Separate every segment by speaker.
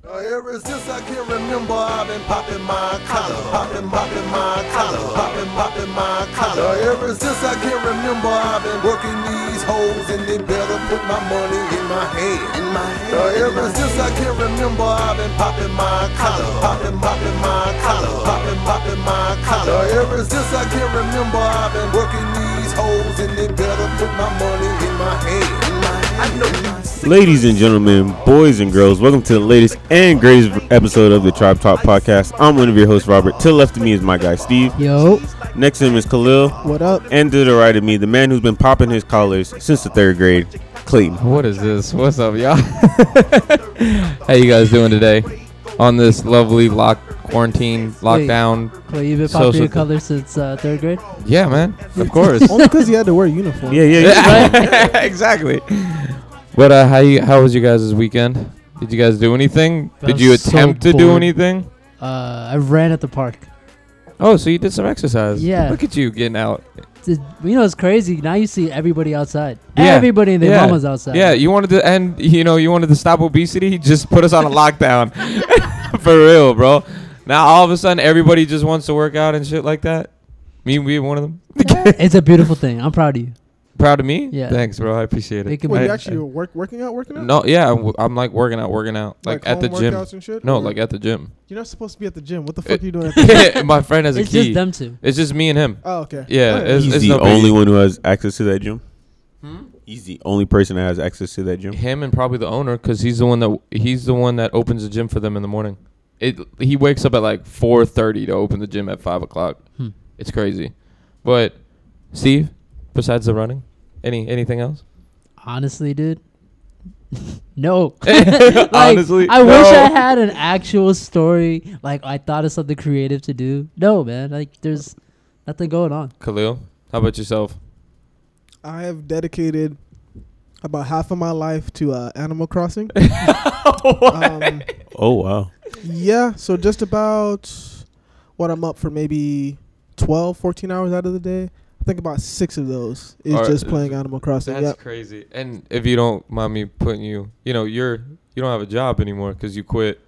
Speaker 1: Ever since I can remember, I've been popping my collar, popping, popping my collar, popping, popping my collar. Ever since I can remember, I've been working these hoes, and they better put my money in my hand. In my hand. Ever since I can remember, I've been popping my collar, popping, popping my collar, popping, popping my collar. Ever since I can remember, I've been working these hoes, and they better put my money in my hand. In my hand. I know.
Speaker 2: Ladies and gentlemen, boys and girls, welcome to the latest and greatest episode of the Tribe Talk podcast. I'm one of your hosts, Robert. To the left of me is my guy, Steve.
Speaker 3: Yo,
Speaker 2: Next to him is Khalil.
Speaker 3: what up?
Speaker 2: And to the right of me, the man who's been popping his collars since the third grade, Clayton.
Speaker 4: What is this? What's up, y'all? How you guys doing today? On this lovely lock quarantine lockdown.
Speaker 3: Well, you've been
Speaker 4: So,
Speaker 3: popping your
Speaker 4: so-
Speaker 3: colors since uh, third grade.
Speaker 4: Yeah, man. Of course.
Speaker 5: Only because he had to wear a uniform.
Speaker 2: Yeah, yeah, yeah.
Speaker 4: exactly. But uh, how you? How was your guys' weekend? Did you guys do anything?
Speaker 3: I
Speaker 4: Did you
Speaker 3: was so
Speaker 4: attempt to do
Speaker 3: bored.
Speaker 4: anything?
Speaker 3: Uh, I ran at the park.
Speaker 4: Oh, so you did some exercise.
Speaker 3: Yeah.
Speaker 4: Look at you getting out.
Speaker 3: Did- you know, it's crazy. Now you see everybody outside.
Speaker 4: Yeah,
Speaker 3: Everybody and their
Speaker 4: yeah,
Speaker 3: mama's outside.
Speaker 4: Yeah, you wanted to end. You know, you wanted to stop obesity. Just put us on a lockdown, for real, bro. Now all of a sudden, everybody just wants to work out and shit like that. Me being one of them.
Speaker 3: it's a beautiful thing. I'm proud of you.
Speaker 4: Proud of me?
Speaker 3: Yeah.
Speaker 4: Thanks, bro. I appreciate
Speaker 3: They
Speaker 4: it.
Speaker 3: can
Speaker 5: Wait,
Speaker 3: be-
Speaker 5: you actually were work, working out, working out?
Speaker 4: No, yeah, I'm, w- I'm like working out, working out, like, at the
Speaker 5: home
Speaker 4: gym.
Speaker 5: workouts and shit?
Speaker 4: No,
Speaker 5: Or-
Speaker 4: like at the gym.
Speaker 5: you're not supposed to be at the gym. What the fuck
Speaker 4: It-
Speaker 5: are you doing? At the
Speaker 4: My friend has a
Speaker 3: It's
Speaker 4: key.
Speaker 3: just them two.
Speaker 4: It's just me and him.
Speaker 5: oh, okay.
Speaker 4: Yeah,
Speaker 5: Alright.
Speaker 4: it's-
Speaker 2: He's
Speaker 4: it's
Speaker 2: the
Speaker 4: no biggie.
Speaker 2: only one who has access to that gym.
Speaker 3: Hmm?
Speaker 2: He's the only person that has access to that gym.
Speaker 4: Him and probably the owner, because he's the one that he's the one that opens the gym for them in the morning. It he wakes up at like four thirty to open the gym at five o'clock.
Speaker 3: Hmm.
Speaker 4: It's crazy. But Steve, besides the running, any anything else?
Speaker 3: Honestly, dude. no. Like,
Speaker 4: Honestly,
Speaker 3: I wish I
Speaker 4: no.
Speaker 3: had an actual story. Like I thought of something creative to do. No, man. Like there's nothing going on.
Speaker 4: Khalil, how about yourself?
Speaker 5: I have dedicated about half of my life to uh, Animal Crossing. um,
Speaker 2: Oh, wow.
Speaker 5: yeah, so just about what I'm up for maybe 12, 14 hours out of the day. I think about six of those is
Speaker 4: Alright,
Speaker 5: just playing Animal Crossing.
Speaker 4: That's
Speaker 5: Yep.
Speaker 4: crazy. And if you don't mind me putting you, you know, you're you don't have a job anymore because you quit.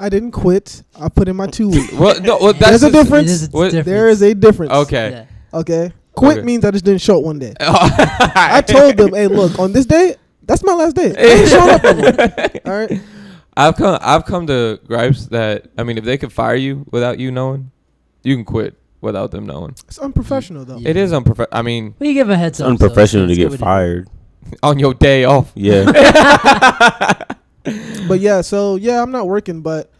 Speaker 5: I didn't quit. I put in my two weeks.
Speaker 4: Well, no, well, that's
Speaker 5: There's a
Speaker 4: just-
Speaker 5: difference.
Speaker 3: It is a
Speaker 4: What-
Speaker 3: difference.
Speaker 5: There is a difference.
Speaker 4: Okay.
Speaker 3: Yeah.
Speaker 5: Okay. Quit
Speaker 4: Okay.
Speaker 5: means I just didn't show up one day. I
Speaker 4: I
Speaker 5: told them, hey, look, on this day, that's my last day. I ain't showing up no more. All right.
Speaker 4: I've come I've come to gripes that I mean if they could fire you without you knowing, you can quit without them knowing.
Speaker 5: It's unprofessional, though.
Speaker 3: Yeah.
Speaker 4: It is unprofessional. I mean,
Speaker 3: We give him a
Speaker 2: It's
Speaker 3: heads up. so
Speaker 2: unprofessional to
Speaker 3: let's
Speaker 2: get
Speaker 3: give it a-
Speaker 2: fired.
Speaker 4: on your day off.
Speaker 2: Yeah.
Speaker 5: But yeah, so yeah, I'm not working, but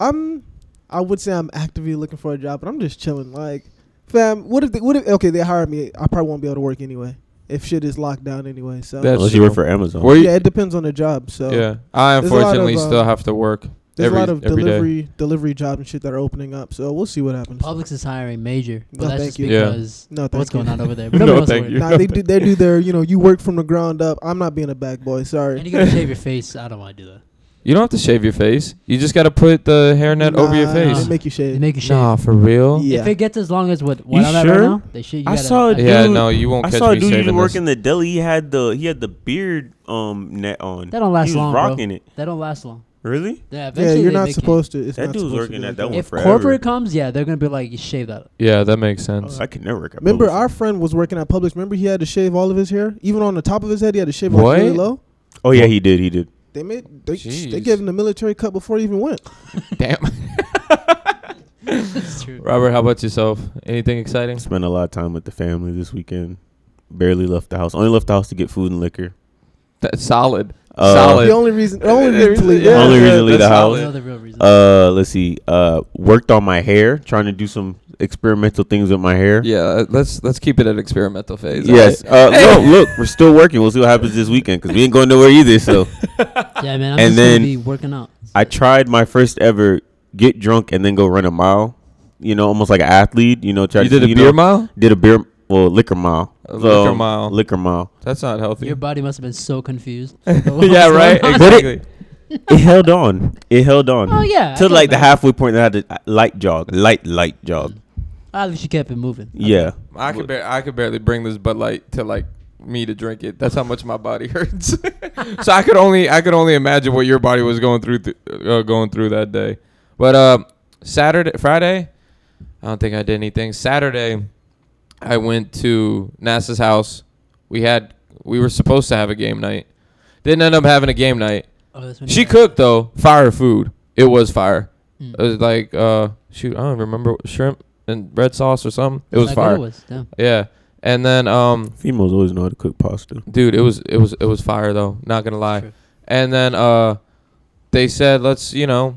Speaker 5: I'm, I would say I'm actively looking for a job, but I'm just chilling. Like, fam, what if they, what if, okay, they hired me. I probably won't be able to work anyway if shit is locked down anyway. So,
Speaker 4: That's
Speaker 2: Unless you work
Speaker 4: true.
Speaker 2: for Amazon.
Speaker 4: Where you,
Speaker 5: yeah,
Speaker 4: yeah,
Speaker 5: it depends on the job. So,
Speaker 4: I
Speaker 5: There's a lot
Speaker 4: unfortunately
Speaker 5: of, uh,
Speaker 4: still have to work.
Speaker 5: there's
Speaker 4: every,
Speaker 5: a lot of
Speaker 4: every day.
Speaker 5: delivery, delivery jobs and shit that are opening up. So we'll see what happens.
Speaker 3: Publix is hiring major. But
Speaker 5: No,
Speaker 3: that's
Speaker 5: thank
Speaker 3: just
Speaker 5: you.
Speaker 4: Yeah.
Speaker 3: because
Speaker 5: No, thank
Speaker 3: what's
Speaker 5: you.
Speaker 3: going on over there.
Speaker 4: No,
Speaker 3: But no,
Speaker 4: thank
Speaker 3: thank
Speaker 4: you.
Speaker 3: you.
Speaker 5: Nah, they do, they do their, you know, you work from the ground up. I'm not being a bag boy. Sorry.
Speaker 3: And you gotta shave your face. I don't want to do that.
Speaker 4: You don't have to shave your face. You just got to put the hairnet over your
Speaker 5: Nah,
Speaker 4: face.
Speaker 5: They make you
Speaker 3: They
Speaker 5: shave.
Speaker 3: make you shave.
Speaker 4: Nah, for real?
Speaker 5: Yeah.
Speaker 3: If it gets as long as what, what
Speaker 2: You
Speaker 3: I'm at
Speaker 2: sure?
Speaker 3: right now, they should. You
Speaker 2: I
Speaker 3: gotta-
Speaker 2: saw a dude-
Speaker 4: Yeah, no, you won't
Speaker 2: I
Speaker 4: catch
Speaker 2: saw a
Speaker 4: me
Speaker 2: dude used to
Speaker 4: shaving
Speaker 2: work
Speaker 4: this.
Speaker 2: in the deli. He had the he had the beard um net on.
Speaker 3: That don't last
Speaker 2: he was
Speaker 3: long, bro.
Speaker 2: rocking it.
Speaker 3: That don't last long.
Speaker 2: Really?
Speaker 3: Yeah,
Speaker 5: Yeah,
Speaker 3: eventually
Speaker 5: you're
Speaker 3: they
Speaker 5: not
Speaker 3: make it.
Speaker 5: supposed to. It's
Speaker 2: That
Speaker 5: not
Speaker 2: dude's
Speaker 5: supposed to
Speaker 2: working
Speaker 5: be
Speaker 2: at
Speaker 5: like
Speaker 2: that one.
Speaker 3: If
Speaker 2: forever.
Speaker 3: corporate comes, yeah, they're gonna be like, you shave that.
Speaker 4: Yeah, that makes sense.
Speaker 2: I could never work at
Speaker 5: Remember,
Speaker 2: Publix.
Speaker 5: our friend was working at Publix. Remember, he had to shave all of his hair, even on the top of his head. He had to shave
Speaker 4: What?
Speaker 5: like really low.
Speaker 2: Oh yeah, he did. He did.
Speaker 5: They made they,
Speaker 4: Jeez.
Speaker 5: they gave him the military cut before he even went.
Speaker 4: Damn.
Speaker 3: That's true.
Speaker 4: Robert, how about yourself? Anything exciting?
Speaker 2: Spent a lot of time with the family this weekend. Barely left the house. Only left the house to get food and liquor.
Speaker 4: That's solid.
Speaker 2: Uh,
Speaker 4: solid.
Speaker 5: The only reason, the only reason, to leave-
Speaker 2: yeah.
Speaker 5: yeah.
Speaker 2: Only reason to leave
Speaker 4: that's
Speaker 2: the
Speaker 3: I
Speaker 2: house.
Speaker 3: know
Speaker 4: solid.
Speaker 3: the real reason.
Speaker 2: Uh, let's see. Uh, worked on my hair, trying to do some experimental things with my hair.
Speaker 4: Yeah, uh, let's let's keep it at experimental phase.
Speaker 2: Yes. Uh, no, look, we're still working. We'll see what happens this weekend because we ain't going nowhere either. So
Speaker 3: yeah, man.
Speaker 2: and
Speaker 3: I'm just gonna
Speaker 2: then
Speaker 3: be working out.
Speaker 2: I tried my first ever get drunk and then go run a mile. You know, almost like an athlete. You know, try
Speaker 4: You
Speaker 2: to-
Speaker 4: did a
Speaker 2: you
Speaker 4: beer
Speaker 2: know,
Speaker 4: mile?
Speaker 2: Did a beer, well, liquor mile.
Speaker 4: A liquor mile.
Speaker 2: Liquor mile.
Speaker 4: That's not healthy.
Speaker 3: Your body must have been so confused.
Speaker 4: yeah, right.
Speaker 2: But it-
Speaker 4: Exactly.
Speaker 2: it held on. It held on.
Speaker 3: Oh, yeah, I
Speaker 2: Till
Speaker 3: get
Speaker 2: like the
Speaker 3: that.
Speaker 2: halfway point, I had to uh, light jog, light light jog.
Speaker 3: At least you kept it moving.
Speaker 2: Yeah.
Speaker 4: I could bar- I could barely bring this Bud Light to like me to drink it. That's how much my body hurts. so I could only I could only imagine what your body was going through th- uh, going through that day. But uh, Saturday, Friday, I don't think I did anything. Saturday, I went to NASA's house. We had we were supposed to have a game night. Didn't end up having a game night.
Speaker 3: Oh, that's when
Speaker 4: She
Speaker 3: you-
Speaker 4: cooked though. Fire food. It was fire.
Speaker 3: Mm.
Speaker 4: It was like uh shoot, I don't remember shrimp and red sauce or something. It was
Speaker 3: Like, oh,
Speaker 4: fire.
Speaker 3: was, damn.
Speaker 4: Yeah. And then um
Speaker 2: Females always know how to cook pasta.
Speaker 4: dude, it was it was it was fire though, not gonna lie.
Speaker 3: True.
Speaker 4: And then uh they said let's, you know,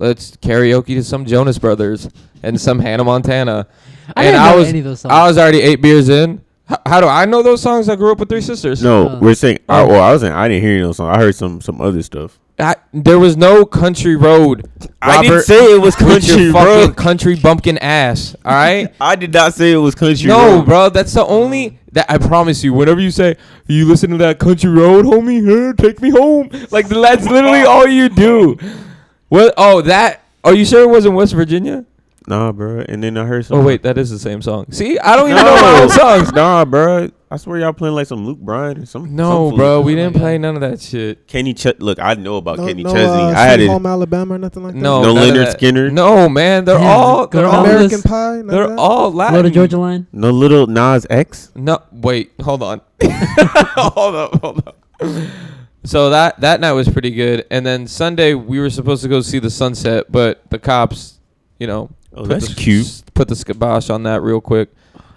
Speaker 4: let's karaoke to some Jonas Brothers and some Hannah Montana.
Speaker 3: I
Speaker 4: and
Speaker 3: didn't
Speaker 4: I
Speaker 3: know
Speaker 4: was
Speaker 3: any of those songs.
Speaker 4: I was already 8 beers in. H- how do I know those songs? I grew up with three sisters.
Speaker 2: No,
Speaker 3: Uh,
Speaker 2: we're saying. I,
Speaker 4: oh.
Speaker 2: well, I was saying I didn't hear no song. I heard some some other stuff.
Speaker 4: I, there was no country road.
Speaker 2: I didn't
Speaker 4: Robert,
Speaker 2: say it was
Speaker 4: with your
Speaker 2: country
Speaker 4: fucking
Speaker 2: road.
Speaker 4: country bumpkin ass. All right.
Speaker 2: I did not say it was country.
Speaker 4: no,
Speaker 2: road.
Speaker 4: bro, that's the only that I promise you. Whenever you say you listen to that country road, homie, here, take me home. Like that's literally all you do. What? Oh, that. Are you sure it wasn't West Virginia?
Speaker 2: Nah, bro. And then I heard. Some
Speaker 4: Oh wait, that is the same song. See, I don't even know my
Speaker 2: No.
Speaker 4: own songs.
Speaker 2: nah, bro. I swear y'all playing like some Luke Bryan or some.
Speaker 4: No,
Speaker 2: some
Speaker 4: bro,
Speaker 2: fool.
Speaker 4: we
Speaker 3: Oh my
Speaker 4: didn't
Speaker 3: God.
Speaker 4: play none of that shit.
Speaker 2: Kenny Ch- look, I know about
Speaker 5: No,
Speaker 2: Kenny
Speaker 5: no,
Speaker 2: Chesney.
Speaker 5: uh,
Speaker 2: I had
Speaker 5: Sweet
Speaker 2: it.
Speaker 5: home Alabama or nothing like that.
Speaker 4: No,
Speaker 2: No
Speaker 4: none of
Speaker 2: Leonard
Speaker 4: that.
Speaker 2: Skinner?
Speaker 4: No, man, they're
Speaker 3: Yeah,
Speaker 4: all they're
Speaker 3: go
Speaker 4: all
Speaker 3: America.
Speaker 5: American Pie. none of
Speaker 4: they're
Speaker 5: that?
Speaker 4: all Latin.
Speaker 3: Florida Georgia Line.
Speaker 2: No little Nas X.
Speaker 4: No, wait, hold on. hold up, hold up. So that that night was pretty good, and then Sunday we were supposed to go see the sunset, but the cops, you know,
Speaker 2: Oh,
Speaker 4: put
Speaker 2: that's
Speaker 4: the,
Speaker 2: cute.
Speaker 4: Put the kibosh on that real quick.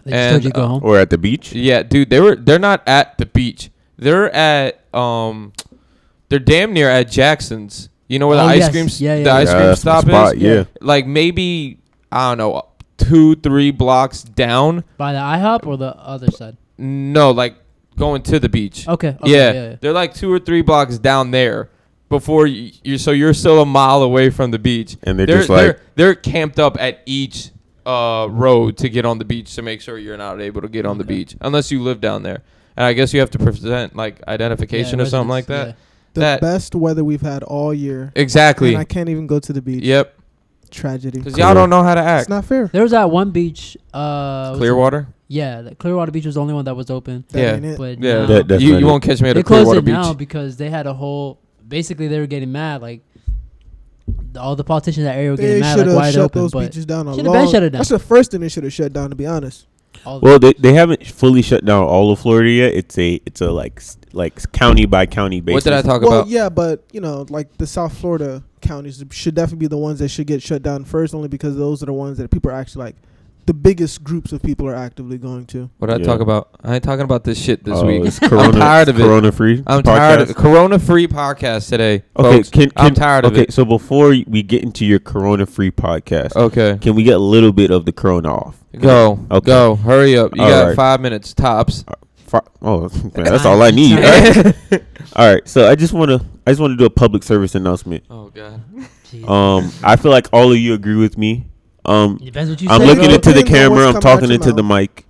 Speaker 3: They just told
Speaker 4: And,
Speaker 3: you to go
Speaker 4: uh,
Speaker 3: home.
Speaker 2: Or at the beach.
Speaker 4: Yeah, dude, they were they're not at the beach. They're at um, they're damn near at Jackson's. You know where the
Speaker 3: Oh,
Speaker 4: ice
Speaker 3: yes.
Speaker 4: cream s-
Speaker 3: Yeah, yeah,
Speaker 4: the
Speaker 3: yeah.
Speaker 4: ice
Speaker 2: Yeah,
Speaker 4: cream
Speaker 2: that's my
Speaker 4: stop
Speaker 2: spot,
Speaker 4: is.
Speaker 2: yeah.
Speaker 4: like maybe I don't know two three blocks down.
Speaker 3: By the IHOP or the other side?
Speaker 4: No, like going to the beach.
Speaker 3: Okay. okay
Speaker 4: yeah.
Speaker 3: yeah, yeah.
Speaker 4: they're like two or three blocks down there before you, you. So you're still a mile away from the beach,
Speaker 2: And they're just like-
Speaker 4: they're, camped up at each uh, road to get on the beach to make sure you're not able to get on the
Speaker 3: Okay.
Speaker 4: beach unless you live down there. And I guess you have to present like identification or something like that.
Speaker 3: residence,
Speaker 5: the
Speaker 4: that-
Speaker 5: best weather we've had all year.
Speaker 4: Exactly.
Speaker 5: And I can't even go to the beach.
Speaker 4: Yep.
Speaker 5: Tragedy.
Speaker 4: Because y'all don't know how to act.
Speaker 5: It's not fair.
Speaker 3: yeah. There was that one beach. Uh, was it-
Speaker 4: Clearwater.
Speaker 3: Yeah, the Clearwater Beach was the only one that was open.
Speaker 5: That
Speaker 4: Yeah.
Speaker 5: ain't it.
Speaker 3: But
Speaker 4: Yeah.
Speaker 3: now-
Speaker 2: That- that's
Speaker 4: you
Speaker 2: not
Speaker 4: you
Speaker 2: it.
Speaker 4: won't catch me at
Speaker 3: they
Speaker 4: a
Speaker 3: closed
Speaker 4: Clearwater
Speaker 3: it now
Speaker 4: beach.
Speaker 3: because they had a whole. Basically, they were getting mad. Like all the politicians in that area were getting
Speaker 5: They
Speaker 3: mad, like
Speaker 5: should have
Speaker 3: wide
Speaker 5: shut
Speaker 3: open.
Speaker 5: those
Speaker 3: but
Speaker 5: beaches down a
Speaker 3: Should've been
Speaker 5: long.
Speaker 3: shut it down.
Speaker 5: That's the first thing they should have shut down. To be honest,
Speaker 3: all the-
Speaker 2: Well, they, they haven't fully shut down all of Florida yet. It's a it's a like s- like county by county basis.
Speaker 4: What did I talk
Speaker 5: well,
Speaker 4: about?
Speaker 5: yeah, but you know, like the South Florida counties should definitely be the ones that should get shut down first, only because those are the ones that people are actually like the biggest groups of people are actively going to.
Speaker 4: What did I
Speaker 2: Yeah.
Speaker 4: talk about? I ain't talking about this shit this
Speaker 2: Oh,
Speaker 4: week.
Speaker 2: it's corona,
Speaker 4: tired of it.
Speaker 2: Corona free.
Speaker 4: I'm tired of Corona free podcast today.
Speaker 2: Okay,
Speaker 4: folks.
Speaker 2: can,
Speaker 4: I'm
Speaker 2: can-
Speaker 4: tired of
Speaker 2: okay,
Speaker 4: it. Oh.
Speaker 2: so before we get into your corona free podcast,
Speaker 4: Okay.
Speaker 2: can we get a little bit of the corona off?
Speaker 4: Go.
Speaker 2: Okay.
Speaker 4: Go. Hurry up. You
Speaker 2: All
Speaker 4: got
Speaker 2: right.
Speaker 4: five minutes tops.
Speaker 2: Fi- Oh, man, that's all I need. right? all right, so I just want to I just want to do a public service announcement.
Speaker 4: oh god.
Speaker 3: Jesus.
Speaker 2: Um, I feel like all of you agree with me. Um,
Speaker 3: depends what you
Speaker 2: I'm
Speaker 3: say.
Speaker 2: looking
Speaker 5: no,
Speaker 2: into the
Speaker 5: depends on
Speaker 2: camera.
Speaker 5: what's
Speaker 2: I'm
Speaker 5: coming out
Speaker 2: talking
Speaker 5: your
Speaker 2: into the
Speaker 5: mouth.
Speaker 2: mic.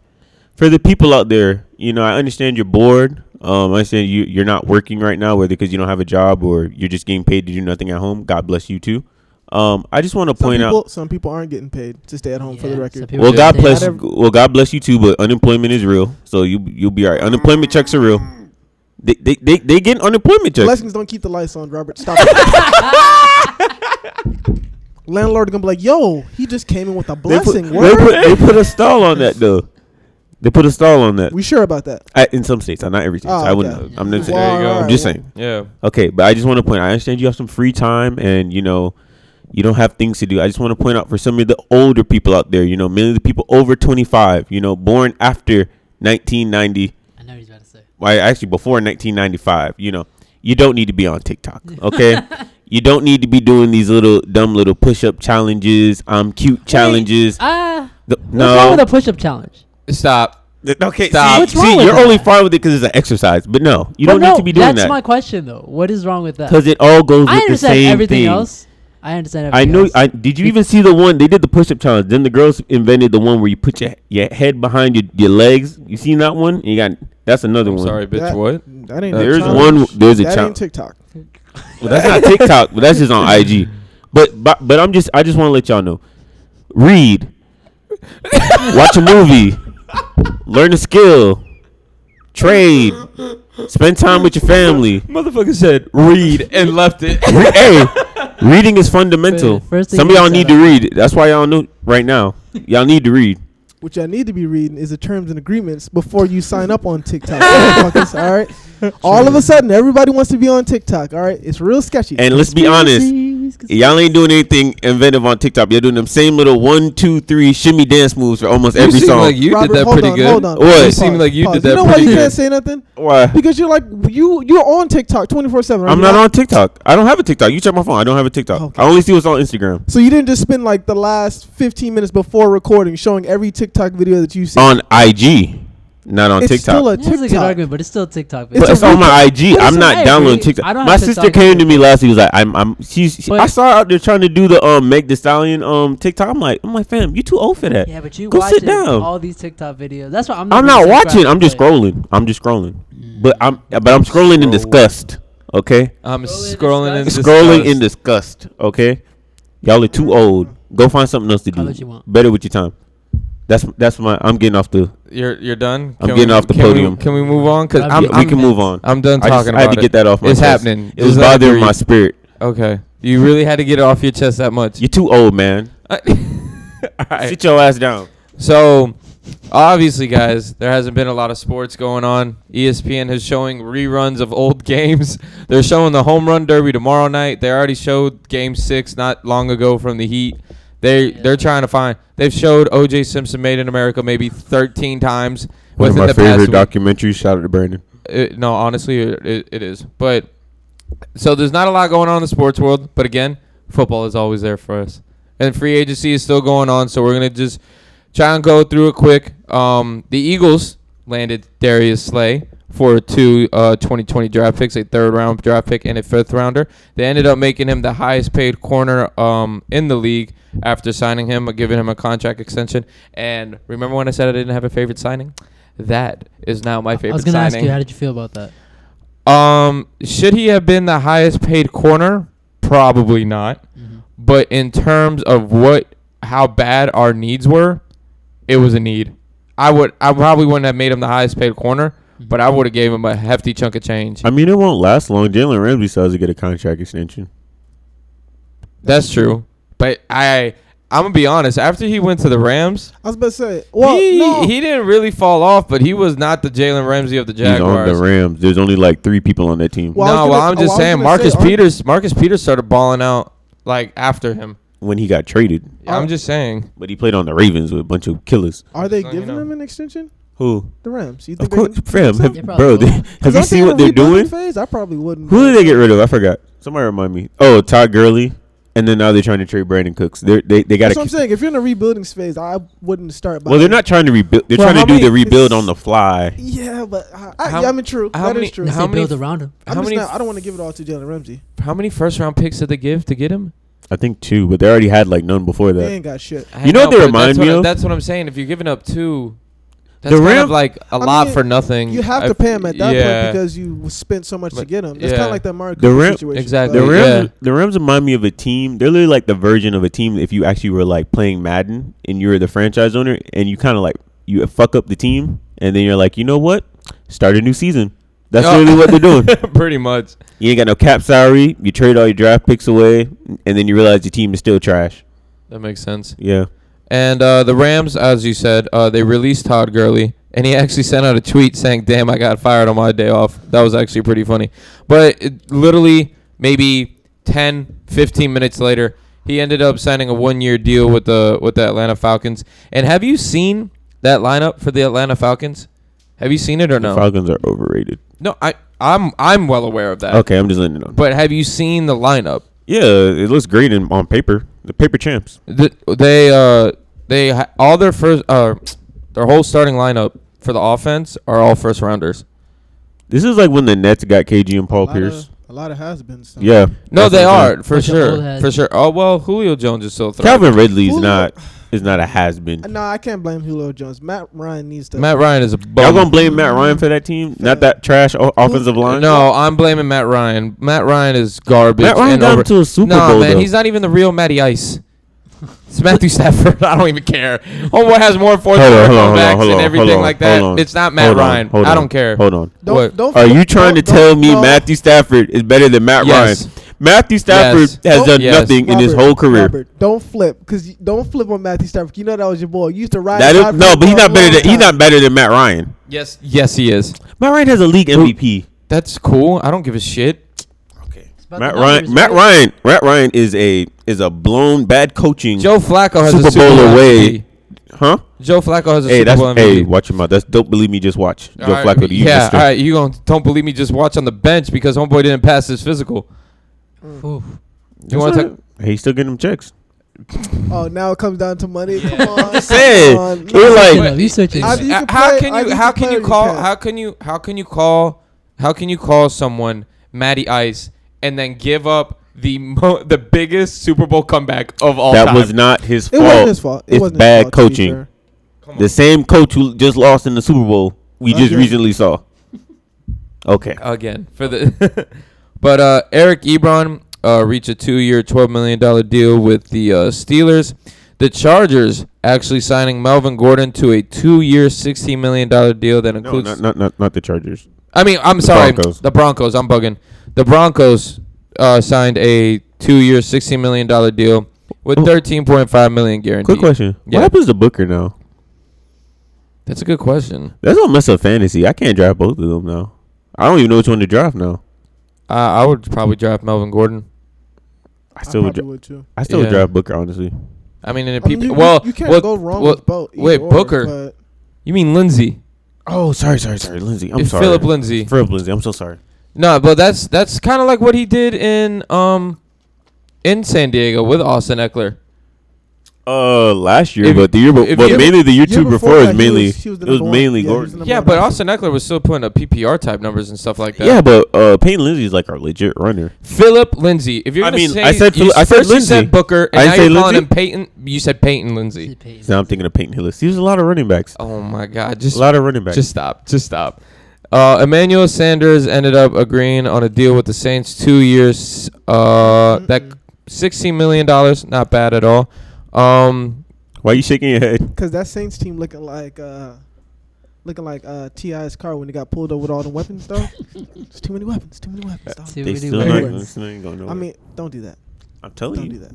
Speaker 2: For the people out there, you know, I understand you're bored. Um, I understand you you're not working right now, whether because you don't have a job or you're just getting paid to do nothing at home. God bless you too. Um, I just want to
Speaker 5: Some
Speaker 2: point
Speaker 5: people,
Speaker 2: out.
Speaker 5: some people aren't getting paid to stay at home for the
Speaker 3: Yeah,
Speaker 5: record.
Speaker 3: so people
Speaker 2: Well,
Speaker 3: just
Speaker 2: God
Speaker 3: say
Speaker 2: bless.
Speaker 3: that.
Speaker 5: Not
Speaker 2: Well, God bless you too. But unemployment is real, so you you'll be all right. Unemployment checks are real. They they they, they get unemployment checks.
Speaker 5: Blessings don't keep the lights on, Robert. Stop. it. Landlord gonna be like, "Yo, he just came in with a
Speaker 2: They put,
Speaker 5: blessing."
Speaker 2: they,
Speaker 5: word?
Speaker 2: put, they put a stall on that though. They put a stall on that.
Speaker 5: we sure about that?
Speaker 2: I, in some states, uh, not every state. so
Speaker 5: Oh,
Speaker 2: I wouldn't.
Speaker 5: okay.
Speaker 2: know. I'm not saying.
Speaker 4: There you go.
Speaker 2: I'm just saying.
Speaker 4: Yeah.
Speaker 2: Okay, but I just want to point. I understand you have some free time, and you know, you don't have things to do. I just want to point out for some of the older people out there. You know, mainly the people over 25. You know, born after 1990.
Speaker 3: I know what he's about to say.
Speaker 2: Well, actually, before 1995. You know, you don't need to be on TikTok. Okay. You don't need to be doing these little dumb little push-up challenges. I'm cute challenges.
Speaker 3: Ah,
Speaker 2: The-
Speaker 3: what's wrong
Speaker 2: no.
Speaker 3: with a push-up challenge?
Speaker 4: Stop.
Speaker 2: Th- okay.
Speaker 4: Stop.
Speaker 2: See,
Speaker 4: What's
Speaker 3: wrong
Speaker 2: see,
Speaker 3: with
Speaker 2: you're
Speaker 3: that?
Speaker 2: only fine with it because it's an exercise. But no, you
Speaker 3: Well,
Speaker 2: don't
Speaker 3: no,
Speaker 2: need to be doing
Speaker 3: that's
Speaker 2: that.
Speaker 3: my question, though. What is wrong with that?
Speaker 2: Because it all goes
Speaker 3: I
Speaker 2: with the
Speaker 3: understand
Speaker 2: same
Speaker 3: everything
Speaker 2: thing.
Speaker 3: else. I understand
Speaker 2: I
Speaker 3: everything
Speaker 2: know.
Speaker 3: else.
Speaker 2: I did you
Speaker 3: Be-
Speaker 2: even see the one they did the push up challenge? Then the girls invented the one where you put your your head behind your, your legs. You seen that one? You got that's another
Speaker 4: I'm
Speaker 2: one.
Speaker 4: sorry, bitch.
Speaker 5: That-
Speaker 4: What?
Speaker 5: That ain't. no
Speaker 2: There's
Speaker 5: challenge.
Speaker 2: one. There's a
Speaker 5: That ain't
Speaker 2: challenge.
Speaker 5: TikTok.
Speaker 2: Well, that's not TikTok, but that's just on IG. But but, but I'm just I just want to let y'all know. Read, watch a movie, learn a skill, Trade. Spend time with your family.
Speaker 4: Motherfucker said read and left it.
Speaker 2: Re- hey, reading is fundamental.
Speaker 3: Fir- first thing
Speaker 2: Some of
Speaker 3: he
Speaker 2: y'all
Speaker 3: said,
Speaker 2: need to read. That's why y'all know right now. Y'all need to read.
Speaker 5: What y'all need to be reading is the terms and agreements before you sign up on TikTok. motherfuckers, all right. All of a sudden, everybody wants to be on TikTok. All right, it's real sketchy.
Speaker 2: And let's be honest.
Speaker 3: Please, 'cause-
Speaker 2: Y'all ain't doing anything inventive on TikTok. You're doing them same little one, two, three shimmy dance moves for almost
Speaker 4: you
Speaker 2: every
Speaker 4: seem
Speaker 2: song.
Speaker 4: like you
Speaker 5: Robert,
Speaker 4: did that
Speaker 5: hold
Speaker 4: pretty
Speaker 5: on,
Speaker 4: good.
Speaker 5: hold on.
Speaker 2: What?
Speaker 4: You
Speaker 2: It
Speaker 4: seem like you
Speaker 5: Pause.
Speaker 4: did that
Speaker 5: know why
Speaker 4: pretty
Speaker 5: you
Speaker 4: good.
Speaker 5: can't say nothing?
Speaker 2: Why?
Speaker 5: Because you're like you you're on TikTok 24 seven.
Speaker 2: I'm not on TikTok. I don't have a TikTok. You check my phone. I don't have a TikTok.
Speaker 5: Okay.
Speaker 2: I only see what's on Instagram.
Speaker 5: So you didn't just spend like the last 15 minutes before recording showing every TikTok video that you see.
Speaker 2: On IG, not on
Speaker 5: it's
Speaker 2: TikTok.
Speaker 5: still a
Speaker 3: That's a good
Speaker 5: TikTok.
Speaker 3: argument, but it's still TikTok.
Speaker 5: It's
Speaker 2: but
Speaker 5: a
Speaker 2: it's on
Speaker 5: replay.
Speaker 2: my IG.
Speaker 3: But
Speaker 2: I'm
Speaker 3: it's
Speaker 2: not
Speaker 3: okay,
Speaker 2: downloading
Speaker 3: dude.
Speaker 2: TikTok.
Speaker 3: I don't
Speaker 2: My
Speaker 3: have
Speaker 2: sister
Speaker 3: TikTok
Speaker 2: came to
Speaker 3: either.
Speaker 2: me last. He was like, "I'm, I'm." She's. she-
Speaker 3: But-
Speaker 2: I saw her out there trying to do the um Meg the Stallion um TikTok. I'm like, I'm like, fam, you too old for that.
Speaker 3: yeah, but you
Speaker 2: Go
Speaker 3: watching
Speaker 2: sit down.
Speaker 3: all these TikTok videos. That's why I'm not.
Speaker 2: I'm
Speaker 3: really
Speaker 2: not
Speaker 3: subscribed
Speaker 2: watching.
Speaker 3: to
Speaker 2: I'm just
Speaker 3: play.
Speaker 2: scrolling. I'm just scrolling. But I'm but I'm scrolling in
Speaker 4: Scroll.
Speaker 2: disgust. Okay,
Speaker 4: I'm
Speaker 3: Scrolling
Speaker 4: scrolling
Speaker 3: in
Speaker 4: in
Speaker 2: scrolling in
Speaker 4: disgust.
Speaker 2: disgust. Okay, y'all are too old. Go find something else to
Speaker 3: Call
Speaker 2: do.
Speaker 3: it you want.
Speaker 2: Better with your time. That's that's my. I'm getting off the.
Speaker 4: You're you're done.
Speaker 2: I'm
Speaker 4: Can
Speaker 2: getting
Speaker 4: we-
Speaker 2: off the
Speaker 4: can we-
Speaker 2: podium.
Speaker 4: Can we move on? Cause
Speaker 3: Yeah,
Speaker 4: I'm,
Speaker 2: yeah, we
Speaker 4: I'm-
Speaker 2: can move on.
Speaker 4: I'm done
Speaker 2: I,
Speaker 4: talking
Speaker 2: just,
Speaker 4: about
Speaker 2: I had to
Speaker 4: it.
Speaker 2: get that off my
Speaker 4: It's
Speaker 2: chest.
Speaker 4: happening.
Speaker 2: It was
Speaker 4: Just let it
Speaker 2: bothering my
Speaker 4: breathe.
Speaker 2: spirit.
Speaker 4: Okay. You really had to get it off your chest that much.
Speaker 2: You're too old, man.
Speaker 4: All right.
Speaker 2: Sit your ass down.
Speaker 4: So, obviously, guys, there hasn't been a lot of sports going on. E ESPN is showing reruns of old games. They're showing the home run derby tomorrow night. They already showed Game Six not long ago from the Heat. They they're trying to find. They've showed O.J. Simpson Made in America maybe 13 times within the past week.
Speaker 2: documentaries. Shout out to Brandon.
Speaker 4: It, no, honestly, it, it, it is. But so there's not a lot going on in the sports world. But again, football is always there for us, and free agency is still going on. So we're gonna just try and go through it quick. Um, the Eagles landed Darius Slay for two uh, 2020 draft picks, a third round draft pick and a fifth rounder. They ended up making him the highest paid corner um, in the league after signing him, giving him a contract extension. And remember when I said I didn't have a favorite signing? That is now my favorite
Speaker 3: I was gonna
Speaker 4: signing.
Speaker 3: ask you, how did you feel about that?
Speaker 4: Um, should he have been the highest paid corner? Probably not. But in terms of what how bad our needs were, it was a need. I would I probably wouldn't have made him the highest paid corner, but I would have gave him a hefty chunk of change.
Speaker 2: I mean, it won't last long. Jalen Ramsey says to get a contract extension.
Speaker 4: That's true. But I I'm gonna be honest, after he went to the Rams,
Speaker 5: I was about to say. Well,
Speaker 4: he,
Speaker 5: no.
Speaker 4: he didn't really fall off, but he was not the Jalen Ramsey of the
Speaker 2: He's on
Speaker 4: Jaguars.
Speaker 2: the Rams. There's only like three people on that team.
Speaker 5: Well, I was
Speaker 4: no,
Speaker 5: gonna-
Speaker 4: well, I'm
Speaker 5: oh, I
Speaker 4: just
Speaker 5: was
Speaker 4: saying
Speaker 5: gonna
Speaker 4: Marcus
Speaker 5: say, aren't-
Speaker 4: Peters Marcus Peters started balling out like after him.
Speaker 2: When he got traded,
Speaker 4: I'm just saying.
Speaker 2: but he played on the Ravens with a bunch of killers.
Speaker 5: Are they
Speaker 4: So, you
Speaker 5: giving
Speaker 4: know.
Speaker 5: him an extension?
Speaker 2: Who?
Speaker 5: The Rams. You
Speaker 2: Of
Speaker 5: think they
Speaker 2: course,
Speaker 5: can-
Speaker 2: fam. Have,
Speaker 3: They probably
Speaker 2: bro,
Speaker 3: will.
Speaker 2: they, have you
Speaker 5: Aren't they
Speaker 2: seen
Speaker 5: in a
Speaker 2: what they're
Speaker 5: rebuilding
Speaker 2: doing?
Speaker 5: Phase? I probably wouldn't.
Speaker 2: Who did they get rid of? I forgot. Somebody remind me. Oh, Todd Gurley, and then now they're trying to trade Brandon Cooks. They're, they they got
Speaker 5: That's
Speaker 2: to.
Speaker 5: what I'm saying. If you're in a rebuilding phase, I wouldn't start.
Speaker 2: Well, they're
Speaker 5: buying.
Speaker 2: not trying to rebuild. They're
Speaker 4: Well,
Speaker 2: trying
Speaker 4: how
Speaker 2: to do the
Speaker 4: many-
Speaker 2: rebuild on the fly.
Speaker 5: Yeah, but I, I,
Speaker 4: How-
Speaker 5: yeah, I mean, true.
Speaker 4: how
Speaker 5: That is
Speaker 4: many-
Speaker 5: true.
Speaker 3: Unless
Speaker 4: How
Speaker 3: they
Speaker 4: many
Speaker 3: build around him.
Speaker 5: I'm
Speaker 4: how
Speaker 5: just
Speaker 4: many
Speaker 5: not, I don't want to give it all to Jalen Ramsey.
Speaker 4: How many first round picks did they give to get him?
Speaker 2: I think two, but they already had like none before
Speaker 5: They
Speaker 2: that.
Speaker 5: ain't got shit.
Speaker 4: I
Speaker 2: You know what they
Speaker 4: but
Speaker 2: remind
Speaker 4: that's
Speaker 2: me
Speaker 4: what I-
Speaker 2: of?
Speaker 4: That's what I'm saying. If you're giving up two, that's
Speaker 2: The
Speaker 4: kind
Speaker 2: Ram-
Speaker 4: of like a
Speaker 5: I
Speaker 4: lot
Speaker 5: mean,
Speaker 4: for nothing.
Speaker 5: You have
Speaker 4: I-
Speaker 5: to pay him at that
Speaker 4: yeah.
Speaker 5: point because you spent so much to
Speaker 4: But-
Speaker 5: get him. That's
Speaker 4: yeah.
Speaker 5: kind of like that Mario
Speaker 2: The
Speaker 5: Cooper
Speaker 2: Ram-
Speaker 5: situation.
Speaker 4: Exactly.
Speaker 2: The
Speaker 5: Like,
Speaker 4: Yeah.
Speaker 2: Rams, the Rams remind me of a team. They're literally like the version of a team. If you actually were like playing Madden and you're the franchise owner, and you kind of like you fuck up the team, and then you're like, you know what? Start a new season. That's
Speaker 4: Oh.
Speaker 2: really what they're doing.
Speaker 4: Pretty much.
Speaker 2: You ain't got no cap salary. You trade all your draft picks away, and then you realize your team is still trash.
Speaker 4: That makes sense.
Speaker 2: Yeah,
Speaker 4: And uh, the Rams, as you said, uh, they released Todd Gurley, and he actually sent out a tweet saying, "Damn, I got fired on my day off." That was actually pretty funny. But it, literally, maybe 10, 15 minutes later, he ended up signing a one-year deal with the with the Atlanta Falcons. And have you seen that lineup for the Atlanta Falcons? Have you seen it or
Speaker 2: the
Speaker 4: no?
Speaker 2: Falcons are overrated.
Speaker 4: No, I I'm I'm well aware of that.
Speaker 2: Okay, I'm just letting it know.
Speaker 4: But have you seen the lineup?
Speaker 2: Yeah, it looks great in, on paper. The paper champs.
Speaker 4: Th- they uh they ha- all their first uh their whole starting lineup for the offense are all first rounders.
Speaker 2: This is like when the Nets got KG and
Speaker 5: a
Speaker 2: Paul
Speaker 5: lot of-
Speaker 2: Pierce.
Speaker 5: A lot of has been. stuff.
Speaker 2: Yeah.
Speaker 4: No,
Speaker 2: that's
Speaker 4: they
Speaker 2: what I'm saying.
Speaker 4: are for
Speaker 3: Bunch of old
Speaker 4: sure,
Speaker 3: heads.
Speaker 4: for sure. Oh well, Julio Jones is still throwing.
Speaker 2: Calvin Ridley's
Speaker 5: Julio-
Speaker 2: not is not a has been.
Speaker 5: No, Uh, I can't blame Julio Jones. Matt Ryan needs to.
Speaker 4: Matt Ryan is a bum.
Speaker 2: Y'all gonna blame Matt Ryan for that team? Not that trash o- offensive line.
Speaker 4: No, I'm blaming Matt Ryan. Matt Ryan is garbage.
Speaker 2: Matt Ryan
Speaker 4: and
Speaker 2: got him
Speaker 4: over-
Speaker 2: to a Super
Speaker 4: Nah,
Speaker 2: Bowl,
Speaker 4: man,
Speaker 2: though.
Speaker 4: he's not even the real Matty Ice. It's Matthew Stafford. I don't even care. Homeboy has more fourth
Speaker 2: Hold
Speaker 4: quarter
Speaker 2: on, hold on, hold
Speaker 4: comebacks
Speaker 2: on, hold
Speaker 4: and
Speaker 2: on,
Speaker 4: everything
Speaker 2: hold on,
Speaker 4: like that.
Speaker 2: hold on,
Speaker 4: It's not Matt
Speaker 2: hold on,
Speaker 4: Ryan.
Speaker 2: hold
Speaker 4: I
Speaker 2: on,
Speaker 4: don't care.
Speaker 2: Hold on.
Speaker 5: Don't,
Speaker 4: What?
Speaker 5: don't.
Speaker 2: Are you trying to
Speaker 5: don't-
Speaker 2: tell me
Speaker 5: don't-
Speaker 2: Matthew Stafford is better than Matt
Speaker 4: Yes.
Speaker 2: Ryan? Matthew Stafford
Speaker 4: Yes.
Speaker 2: has
Speaker 5: Don't-
Speaker 2: done
Speaker 4: Yes.
Speaker 2: nothing in his
Speaker 5: Robert,
Speaker 2: whole career.
Speaker 5: Robert, don't flip, cause you, don't flip on Matthew Stafford. You know that was your boy. You used to ride.
Speaker 2: That
Speaker 5: high
Speaker 2: is, no,
Speaker 5: for
Speaker 2: but he's
Speaker 5: a
Speaker 2: not better
Speaker 5: long
Speaker 2: than he's
Speaker 5: time.
Speaker 2: not better than Matt Ryan.
Speaker 4: Yes, yes, he is.
Speaker 2: Matt Ryan has a league MVP.
Speaker 4: That's cool. I don't give a shit.
Speaker 2: Okay.
Speaker 3: about
Speaker 2: Matt
Speaker 3: the
Speaker 2: Ryan.
Speaker 3: numbers,
Speaker 2: Matt
Speaker 3: right?
Speaker 2: Ryan. Matt Ryan is a is a blown bad coaching.
Speaker 4: Joe Flacco has
Speaker 2: Super
Speaker 4: a Super
Speaker 2: Bowl
Speaker 4: Bowl
Speaker 2: away.
Speaker 4: MVP.
Speaker 2: Huh?
Speaker 4: Joe Flacco has a
Speaker 2: Hey,
Speaker 4: Super
Speaker 2: that's
Speaker 4: Bowl MVP.
Speaker 2: hey. Watch your mouth. That's don't believe me. Just watch Joe
Speaker 4: All right,
Speaker 2: Flacco. The
Speaker 4: yeah,
Speaker 2: youngster.
Speaker 4: all right. You gonna don't believe me? Just watch on the bench because homeboy didn't pass his physical.
Speaker 3: Oof.
Speaker 4: You want to?
Speaker 2: Hey, he's still getting them checks.
Speaker 5: Oh, now it comes down to money. Come on,
Speaker 2: Said,
Speaker 5: come on.
Speaker 2: we're
Speaker 5: No.
Speaker 2: like-
Speaker 3: Switching up, you switching
Speaker 5: I
Speaker 3: up.
Speaker 5: do- you can
Speaker 4: Uh, how
Speaker 5: play-
Speaker 4: can
Speaker 5: I
Speaker 4: you?
Speaker 5: think
Speaker 4: How
Speaker 5: you
Speaker 4: can
Speaker 5: play
Speaker 4: you
Speaker 5: or you
Speaker 4: call?
Speaker 5: can't.
Speaker 4: How can you? How can you call? How can you call someone Matty Ice and then give up the mo- the biggest Super Bowl comeback of all
Speaker 2: That
Speaker 4: time?
Speaker 2: was not his
Speaker 5: It
Speaker 2: fault.
Speaker 5: wasn't his fault. It
Speaker 2: it's
Speaker 5: wasn't his
Speaker 2: bad
Speaker 5: fault, to be
Speaker 2: coaching.
Speaker 5: fair.
Speaker 4: Come on.
Speaker 2: The same coach who just lost in the Super Bowl we just
Speaker 5: Okay.
Speaker 2: recently saw. Okay.
Speaker 4: again for the but uh Eric Ebron uh reached a 2-year 12 million dollar deal with the uh, Steelers. The Chargers actually signing Melvin Gordon to a 2-year 16 million dollar deal that
Speaker 2: No,
Speaker 4: includes
Speaker 2: not, not not not the Chargers.
Speaker 4: I mean, I'm sorry.
Speaker 2: Broncos.
Speaker 4: The Broncos, I'm bugging. The Broncos uh signed a 2-year 16 million dollar deal with
Speaker 2: Oh.
Speaker 4: 13.5 million guaranteed.
Speaker 2: Quick question.
Speaker 4: Yeah.
Speaker 2: What happens to Booker now?
Speaker 4: That's a good question.
Speaker 2: That's gonna mess up fantasy. I can't draft both of them now. I don't even know which one to draft now.
Speaker 4: I I would probably draft Melvin Gordon.
Speaker 2: I
Speaker 5: I
Speaker 2: still would.
Speaker 5: probably
Speaker 2: Dra-
Speaker 5: would too.
Speaker 2: I still would
Speaker 4: Yeah.
Speaker 2: draft Booker honestly.
Speaker 4: I mean, and if
Speaker 5: I mean,
Speaker 4: people
Speaker 5: you,
Speaker 4: well,
Speaker 5: you, you can't
Speaker 4: well,
Speaker 5: go wrong
Speaker 4: well,
Speaker 5: with both. either
Speaker 4: wait,
Speaker 5: or,
Speaker 4: Booker.
Speaker 5: but
Speaker 4: You mean Lindsey?
Speaker 2: Oh, sorry, sorry, sorry, Lindsay. I'm
Speaker 4: It's
Speaker 2: sorry.
Speaker 4: Philip Lindsay.
Speaker 2: Philip Lindsay. I'm so sorry.
Speaker 4: No, but that's that's kind of like what he did in um in San Diego with Austin Eckler.
Speaker 2: Uh, last year,
Speaker 4: If-
Speaker 2: but the year, be-
Speaker 4: if
Speaker 2: but
Speaker 4: you-
Speaker 2: mainly the year,
Speaker 5: year
Speaker 2: two
Speaker 5: before
Speaker 2: before,
Speaker 5: that,
Speaker 2: was
Speaker 5: he
Speaker 2: mainly
Speaker 5: was- he was the
Speaker 2: it was
Speaker 5: number one.
Speaker 2: mainly
Speaker 5: Yeah, he was the
Speaker 2: Gordon.
Speaker 5: number
Speaker 4: Yeah,
Speaker 5: one
Speaker 4: but
Speaker 5: option.
Speaker 4: Austin Eckler was still putting up PPR type numbers and stuff like that.
Speaker 2: yeah, but uh, Payne Lindsay is like our legit runner.
Speaker 4: Philip Lindsay. If you're
Speaker 2: I
Speaker 4: gonna
Speaker 2: mean,
Speaker 4: say,
Speaker 2: I said
Speaker 4: you,
Speaker 2: Phil- I said
Speaker 4: first you
Speaker 2: Lindsey.
Speaker 4: said Booker, and
Speaker 2: I
Speaker 4: now
Speaker 2: didn't
Speaker 4: you're
Speaker 2: say
Speaker 4: calling
Speaker 2: Lindsey.
Speaker 4: him Peyton. You said Peyton Lindsay.
Speaker 2: Now I'm thinking of Payton Hillis. He was a lot of running backs.
Speaker 4: Oh my God!
Speaker 2: A
Speaker 4: Just
Speaker 2: lot of running backs.
Speaker 4: just stop. Just stop. Uh, Emmanuel Sanders ended up agreeing on a deal with the Saints, two years. Uh, that sixteen million dollars, not bad at all. Um,
Speaker 2: Why you shaking your head?
Speaker 5: because that Saints team looking like uh, looking like uh, Ti's car when he got pulled over with all the weapons, though. it's too many weapons. Too many weapons. dog.
Speaker 3: Too
Speaker 2: They
Speaker 3: many
Speaker 2: still not,
Speaker 5: weapons.
Speaker 2: they still ain't going nowhere.
Speaker 5: I mean, don't do that.
Speaker 2: I'm telling
Speaker 5: Don't do
Speaker 2: you,
Speaker 5: that.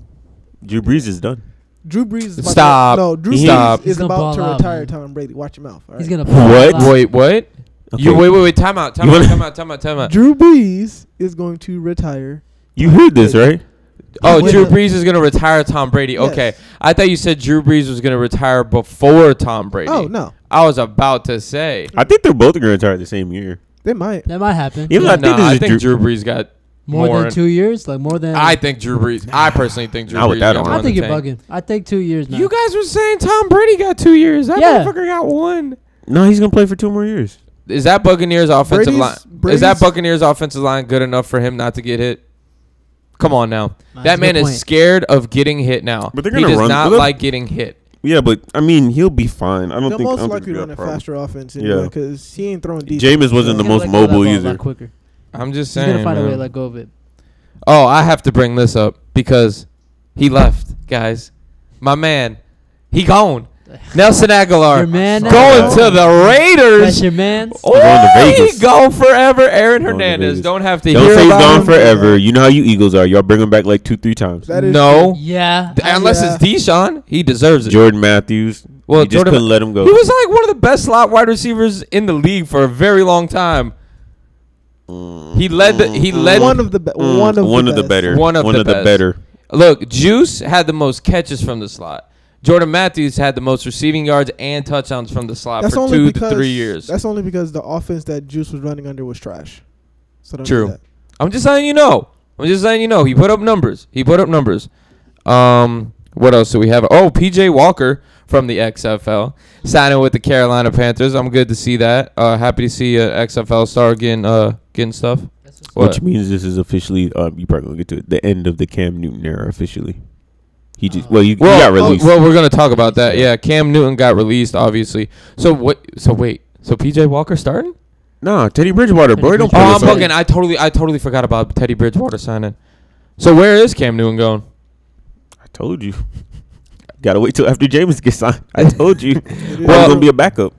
Speaker 2: Drew Brees is done.
Speaker 5: Drew Brees is about to-
Speaker 4: Stop.
Speaker 5: no, Drew
Speaker 2: He's-
Speaker 4: Stop.
Speaker 5: Brees
Speaker 3: He's
Speaker 5: is
Speaker 3: gonna
Speaker 5: about to
Speaker 3: ball out,
Speaker 5: retire
Speaker 3: man.
Speaker 5: Tom Brady. Watch your mouth. all
Speaker 3: He's
Speaker 5: right?
Speaker 3: gonna.
Speaker 2: What?
Speaker 3: pop.
Speaker 4: wait, what? You wait, wait, wait. Time out. Time
Speaker 2: You
Speaker 4: out.
Speaker 2: wanna-
Speaker 4: Time out. Time out. Time out.
Speaker 5: Drew Brees is going to retire.
Speaker 2: You heard this right?
Speaker 4: Oh,
Speaker 5: Wait,
Speaker 4: Drew
Speaker 5: wait.
Speaker 4: Brees is gonna retire Tom Brady. Okay,
Speaker 5: Yes.
Speaker 4: I thought you said Drew Brees was gonna retire before Tom Brady.
Speaker 5: Oh no,
Speaker 4: I was about to say.
Speaker 2: I think they're both going to retire the same year.
Speaker 5: they might.
Speaker 3: That might happen.
Speaker 2: Even
Speaker 4: No,
Speaker 2: I think this
Speaker 4: I
Speaker 2: is
Speaker 4: think
Speaker 2: Drew-
Speaker 4: Drew Brees got
Speaker 3: more, than
Speaker 4: in-
Speaker 3: two years, like more than.
Speaker 4: I think Drew Brees. I personally think Drew
Speaker 2: Not
Speaker 4: Brees.
Speaker 2: with that
Speaker 4: got
Speaker 2: on.
Speaker 4: more
Speaker 3: I
Speaker 4: than
Speaker 3: think you're
Speaker 4: 10.
Speaker 3: bugging. I think two years now.
Speaker 4: You guys were saying Tom Brady got two years. That
Speaker 3: Yeah.
Speaker 4: motherfucker got one.
Speaker 2: No, he's going to play for two more years.
Speaker 4: Is that Buccaneers offensive
Speaker 5: Brady's-
Speaker 4: line?
Speaker 5: Brady's-
Speaker 4: is that Buccaneers offensive line good enough for him not to get hit? Come on now.
Speaker 3: Nah, that's
Speaker 4: that
Speaker 3: a
Speaker 4: man
Speaker 3: good
Speaker 4: is
Speaker 3: point.
Speaker 4: scared of getting hit now.
Speaker 2: But they're
Speaker 4: he
Speaker 2: gonna
Speaker 4: does
Speaker 2: run-
Speaker 4: not
Speaker 2: they're-
Speaker 4: like getting hit.
Speaker 2: Yeah, but I mean, he'll be fine. I don't
Speaker 5: They'll
Speaker 2: think.
Speaker 5: most
Speaker 2: I don't
Speaker 5: likely
Speaker 2: think
Speaker 5: run a faster offense
Speaker 2: Yeah.
Speaker 5: anyway because he ain't throwing deep.
Speaker 2: Jameis wasn't
Speaker 3: He's
Speaker 2: the
Speaker 3: gonna
Speaker 2: most
Speaker 3: let go of that
Speaker 2: mobile
Speaker 3: ball A
Speaker 2: either.
Speaker 3: lot quicker.
Speaker 4: I'm just
Speaker 3: He's
Speaker 4: saying.
Speaker 3: gonna find a way to
Speaker 4: man.
Speaker 3: let go of it.
Speaker 4: Oh, I have to bring this up because he left, guys. My man, he gone. Nelson Aguilar
Speaker 3: Your man
Speaker 4: going
Speaker 2: now.
Speaker 4: to the
Speaker 3: That's
Speaker 4: Raiders.
Speaker 3: your man's.
Speaker 2: Going to
Speaker 4: Oh,
Speaker 2: Vegas.
Speaker 4: he gone forever. Aaron
Speaker 2: Going to
Speaker 4: Hernandez.
Speaker 2: Vegas.
Speaker 4: Don't have to hear
Speaker 2: Don't say he's
Speaker 4: about
Speaker 2: gone
Speaker 4: him.
Speaker 2: forever. You know how you Eagles are. Y'all bring him back like two, three times.
Speaker 5: That is
Speaker 4: No.
Speaker 3: Yeah.
Speaker 4: D- Unless it's Deshaun, he deserves it.
Speaker 2: Jordan Matthews.
Speaker 4: Well,
Speaker 2: Well, you just
Speaker 4: Jordan-
Speaker 2: couldn't let him go.
Speaker 4: He was like one of the best slot wide receivers in the league for a very long time. He led. The, he led.
Speaker 5: one of the be-
Speaker 2: Mm,
Speaker 5: one of the best.
Speaker 2: better.
Speaker 4: One of the best.
Speaker 2: better.
Speaker 4: Look, Juice had the most catches from the slot. Jordan Matthews had the most receiving yards and touchdowns from the slot
Speaker 5: That's
Speaker 4: for
Speaker 5: only
Speaker 4: two
Speaker 5: because
Speaker 4: to three years.
Speaker 5: That's only because the offense that Juice was running under was trash. So don't do
Speaker 4: True.
Speaker 5: that.
Speaker 4: I'm just letting you know. I'm just letting you know. He put up numbers. He put up numbers. Um, what else do we have? Oh, PJ Walker from the XFL signing with the Carolina Panthers. I'm good to see that. Uh, happy to see an XFL star getting uh getting stuff. What?
Speaker 2: Which means this is officially um, you probably gonna get to it, the end of the Cam Newton era officially. He just well you, he
Speaker 4: Well,
Speaker 2: got released.
Speaker 4: well, we're gonna talk about that. Yeah, Cam Newton got released, obviously. So what? So wait. So PJ Walker starting?
Speaker 2: nah, Teddy Bridgewater, bro,
Speaker 3: Teddy
Speaker 2: don't
Speaker 4: Oh,
Speaker 2: play
Speaker 4: I'm
Speaker 2: this up.
Speaker 3: Bridgewater.
Speaker 4: bugging. I totally, I totally forgot about Teddy Bridgewater signing. So where is Cam Newton going?
Speaker 2: I told you. Gotta wait till after James gets signed. I told you,
Speaker 5: It
Speaker 2: it's
Speaker 5: is.
Speaker 4: Well-
Speaker 2: gonna be a backup.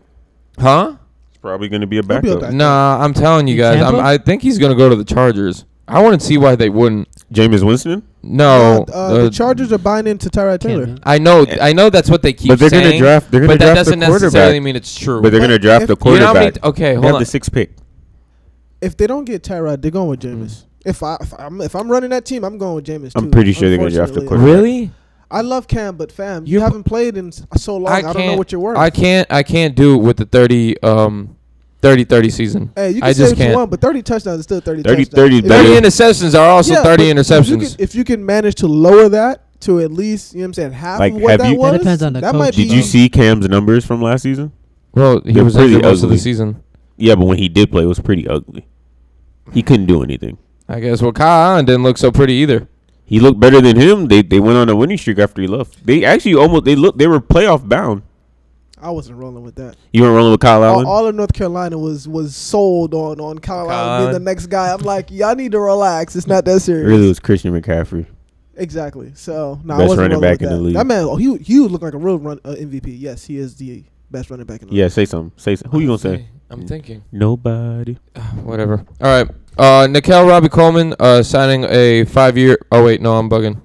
Speaker 4: Huh?
Speaker 2: It's probably gonna be a
Speaker 5: He'll
Speaker 2: backup.
Speaker 5: be a back-
Speaker 4: Nah, I'm telling you
Speaker 3: In
Speaker 4: guys, I'm,
Speaker 3: Tampa?
Speaker 4: I think he's gonna go to the Chargers. I wouldn't see why they wouldn't.
Speaker 2: Jameis Winston,
Speaker 4: No,
Speaker 5: uh, uh,
Speaker 4: uh,
Speaker 5: the Chargers are buying into Tyrod
Speaker 3: Can't
Speaker 5: Taylor.
Speaker 3: be.
Speaker 4: I know, I know that's what they keep.
Speaker 2: But they're gonna
Speaker 4: saying,
Speaker 2: draft- they're gonna
Speaker 4: but that
Speaker 2: draft a
Speaker 4: doesn't necessarily
Speaker 2: quarterback.
Speaker 4: mean it's true.
Speaker 2: but they're gonna draft
Speaker 5: if-
Speaker 2: the
Speaker 4: You know how many-
Speaker 2: quarterback.
Speaker 4: okay,
Speaker 2: they
Speaker 4: hold
Speaker 2: have
Speaker 4: on.
Speaker 2: the sixth pick.
Speaker 5: If they don't get Tyrod, they're going with
Speaker 4: Mm-hmm.
Speaker 5: Jameis. If I if I'm, if I'm running that team, I'm going with Jameis.
Speaker 2: I'm
Speaker 5: too,
Speaker 2: pretty sure they're gonna draft the
Speaker 5: unfortunately.
Speaker 2: quarterback.
Speaker 4: really?
Speaker 5: I love Cam, but fam, you
Speaker 4: You-
Speaker 5: haven't played in s- so long. I, don't know
Speaker 4: can't-
Speaker 5: what you're worth.
Speaker 4: I can't. I can't do it with the 30, um, 30, 30 season.
Speaker 5: Hey, you can
Speaker 4: I
Speaker 5: say
Speaker 4: just
Speaker 5: what you
Speaker 4: can't.
Speaker 5: want, but 30 touchdowns is still 30
Speaker 2: 30
Speaker 5: touchdowns.
Speaker 2: 30
Speaker 5: If you-
Speaker 2: better.
Speaker 4: Thirty interceptions are also
Speaker 5: Yeah,
Speaker 4: thirty
Speaker 5: but If you,
Speaker 4: interceptions.
Speaker 5: can, if you can manage to lower that to at least, you know what I'm saying, half
Speaker 2: Like,
Speaker 5: of what
Speaker 2: have
Speaker 5: that
Speaker 2: you-
Speaker 5: was,
Speaker 3: That depends on the
Speaker 5: that
Speaker 3: coach,
Speaker 5: might be
Speaker 2: Did you see Cam's numbers from last season?
Speaker 4: well, he
Speaker 2: They're
Speaker 4: was injured
Speaker 2: pretty
Speaker 4: most of the
Speaker 2: ugly.
Speaker 4: season.
Speaker 2: Yeah, but when he did play, it was pretty ugly. He couldn't do anything.
Speaker 4: I guess. Well, Kyle Allen didn't look so pretty either.
Speaker 2: He looked better than him. They they went on a winning streak after he left. They actually almost they looked they were playoff bound.
Speaker 5: I wasn't rolling with that.
Speaker 2: You weren't rolling with Kyle
Speaker 5: All,
Speaker 2: Allen.
Speaker 5: all of North Carolina was was sold on on Kyle Allen being
Speaker 4: Kyle.
Speaker 5: the next guy. I'm like, y'all need to relax. It's not that serious.
Speaker 2: really was Christian McCaffrey.
Speaker 5: Exactly. So, no, I
Speaker 2: Best
Speaker 5: wasn't
Speaker 2: running
Speaker 5: rolling with
Speaker 2: back in the
Speaker 5: that.
Speaker 2: league.
Speaker 5: That man, oh, he he would look like a real run uh, MVP. Yes, he is the best running back in the
Speaker 2: Yeah, say something. Say something. Who you gonna say?
Speaker 4: I'm thinking.
Speaker 2: Nobody.
Speaker 4: Whatever. All right. Uh, Nikel Robbie Coleman uh, signing a five-year. Oh wait, no, I'm bugging.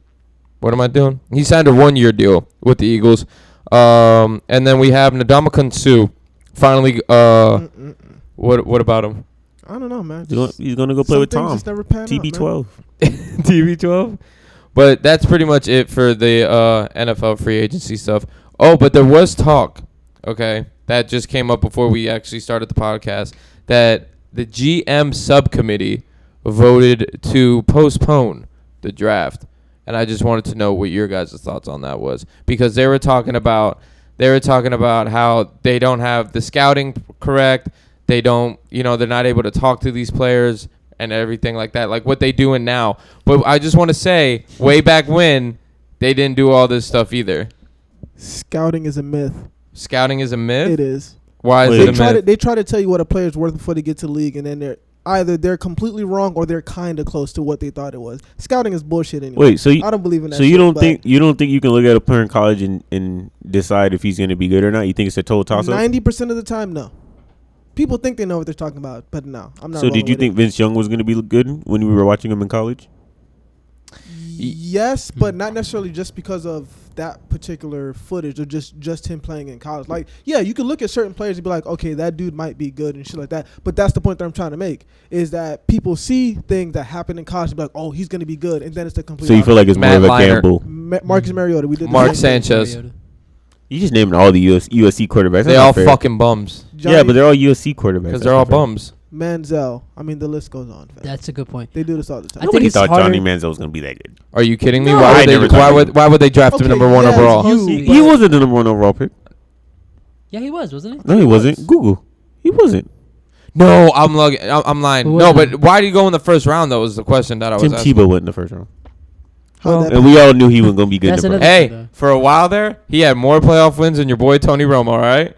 Speaker 4: What am I doing? He signed a one-year deal with the Eagles. Um, and then we have Ndamukong Suh. Finally,
Speaker 5: league.
Speaker 4: uh,
Speaker 5: Mm, mm, mm.
Speaker 4: what what about him?
Speaker 5: I don't know, man.
Speaker 2: He's gonna,
Speaker 5: Just-
Speaker 2: he's gonna go play
Speaker 5: some
Speaker 2: with
Speaker 5: things
Speaker 2: Tom.
Speaker 5: just never pan out, man.
Speaker 2: TB12.
Speaker 4: TB12. But that's pretty much it for the uh, NFL free agency stuff. Oh, but there was talk. Okay, that just came up before we actually started the podcast that the GM subcommittee voted to postpone the draft, and I just wanted to know what your guys' thoughts on that was because they were talking about they were talking about how they don't have the scouting correct, they don't, you know, they're not able to talk to these players and everything like that, like what they doing now. But I just want to say, way back when, they didn't do all this stuff either.
Speaker 5: Scouting is a myth.
Speaker 4: Scouting is a myth.
Speaker 5: It is.
Speaker 4: Why
Speaker 2: Wait.
Speaker 4: is
Speaker 5: They
Speaker 4: it a
Speaker 5: try to
Speaker 4: myth?
Speaker 5: they try to tell you what a player's worth before they get to the league, and then they're either they're completely wrong or they're kind of close to what they thought it was. Scouting is bullshit anyway.
Speaker 2: Wait, so you,
Speaker 5: I don't believe in that.
Speaker 2: so you
Speaker 5: shit,
Speaker 2: don't
Speaker 5: but
Speaker 2: think you don't think you can look at a player in college and, and decide if he's gonna be good or not? You think it's a total toss up?
Speaker 5: ninety percent of the time, no. People think they know what they're talking about, but no, I'm not.
Speaker 2: So
Speaker 5: rolling
Speaker 2: did you
Speaker 5: with
Speaker 2: think Vince Young was gonna be good when we were watching him in college?
Speaker 5: it. Yes,
Speaker 2: Hmm.
Speaker 5: but not necessarily just because of that particular footage or just just him playing in college. Like, yeah, you can look at certain players and be like, okay, that dude might be good and shit like that. But that's the point that I'm trying to make is that people see things that happen in college and be like, oh, he's gonna be good, and then it's the complete.
Speaker 2: So you feel
Speaker 5: opposite.
Speaker 2: like it's more
Speaker 4: Matt
Speaker 2: of a
Speaker 4: Leinart.
Speaker 2: gamble.
Speaker 5: Ma- Marcus
Speaker 2: Hmm.
Speaker 5: Mariota. We did the
Speaker 4: Mark
Speaker 5: same thing.
Speaker 4: Sanchez.
Speaker 2: You just naming all the US, USC quarterbacks.
Speaker 4: They
Speaker 2: That's
Speaker 4: all
Speaker 2: not fair.
Speaker 4: fucking bums
Speaker 5: Johnny
Speaker 2: yeah, but they're all USC quarterbacks.
Speaker 4: because
Speaker 2: That's
Speaker 4: they're
Speaker 2: not
Speaker 4: all
Speaker 2: fair.
Speaker 4: bums.
Speaker 5: Manziel. I mean, the list goes on. fam.
Speaker 3: That's a good point.
Speaker 5: they do this all the time.
Speaker 3: I
Speaker 2: Nobody
Speaker 3: think it's
Speaker 2: thought Johnny
Speaker 3: harder-
Speaker 2: Manziel was gonna be that good.
Speaker 4: Are you kidding me?
Speaker 2: No.
Speaker 4: why
Speaker 2: I
Speaker 4: would they?
Speaker 2: never
Speaker 4: Why
Speaker 2: thought he
Speaker 4: would
Speaker 2: was.
Speaker 4: why would they draft
Speaker 5: Okay,
Speaker 4: him number one
Speaker 5: yeah,
Speaker 4: overall?
Speaker 5: you-
Speaker 2: He,
Speaker 5: but-
Speaker 2: he wasn't the number one overall pick.
Speaker 3: Yeah, he was, wasn't he?
Speaker 2: No, he
Speaker 5: was.
Speaker 2: wasn't. Google. He wasn't.
Speaker 4: No, I'm lug- I'm I'm lying.
Speaker 3: Who
Speaker 4: No,
Speaker 3: was
Speaker 4: but
Speaker 3: it?
Speaker 4: why did he go in the first round? Though is the question that I was
Speaker 2: Tim
Speaker 4: asking.
Speaker 2: Tebow went in the first round,
Speaker 5: How'd
Speaker 3: Well-
Speaker 5: that
Speaker 2: and we all knew he wasn't gonna be good. in
Speaker 3: That's
Speaker 2: the first
Speaker 3: another-
Speaker 4: Hey, for a while there, he had more playoff wins than your boy Tony Romo. All right,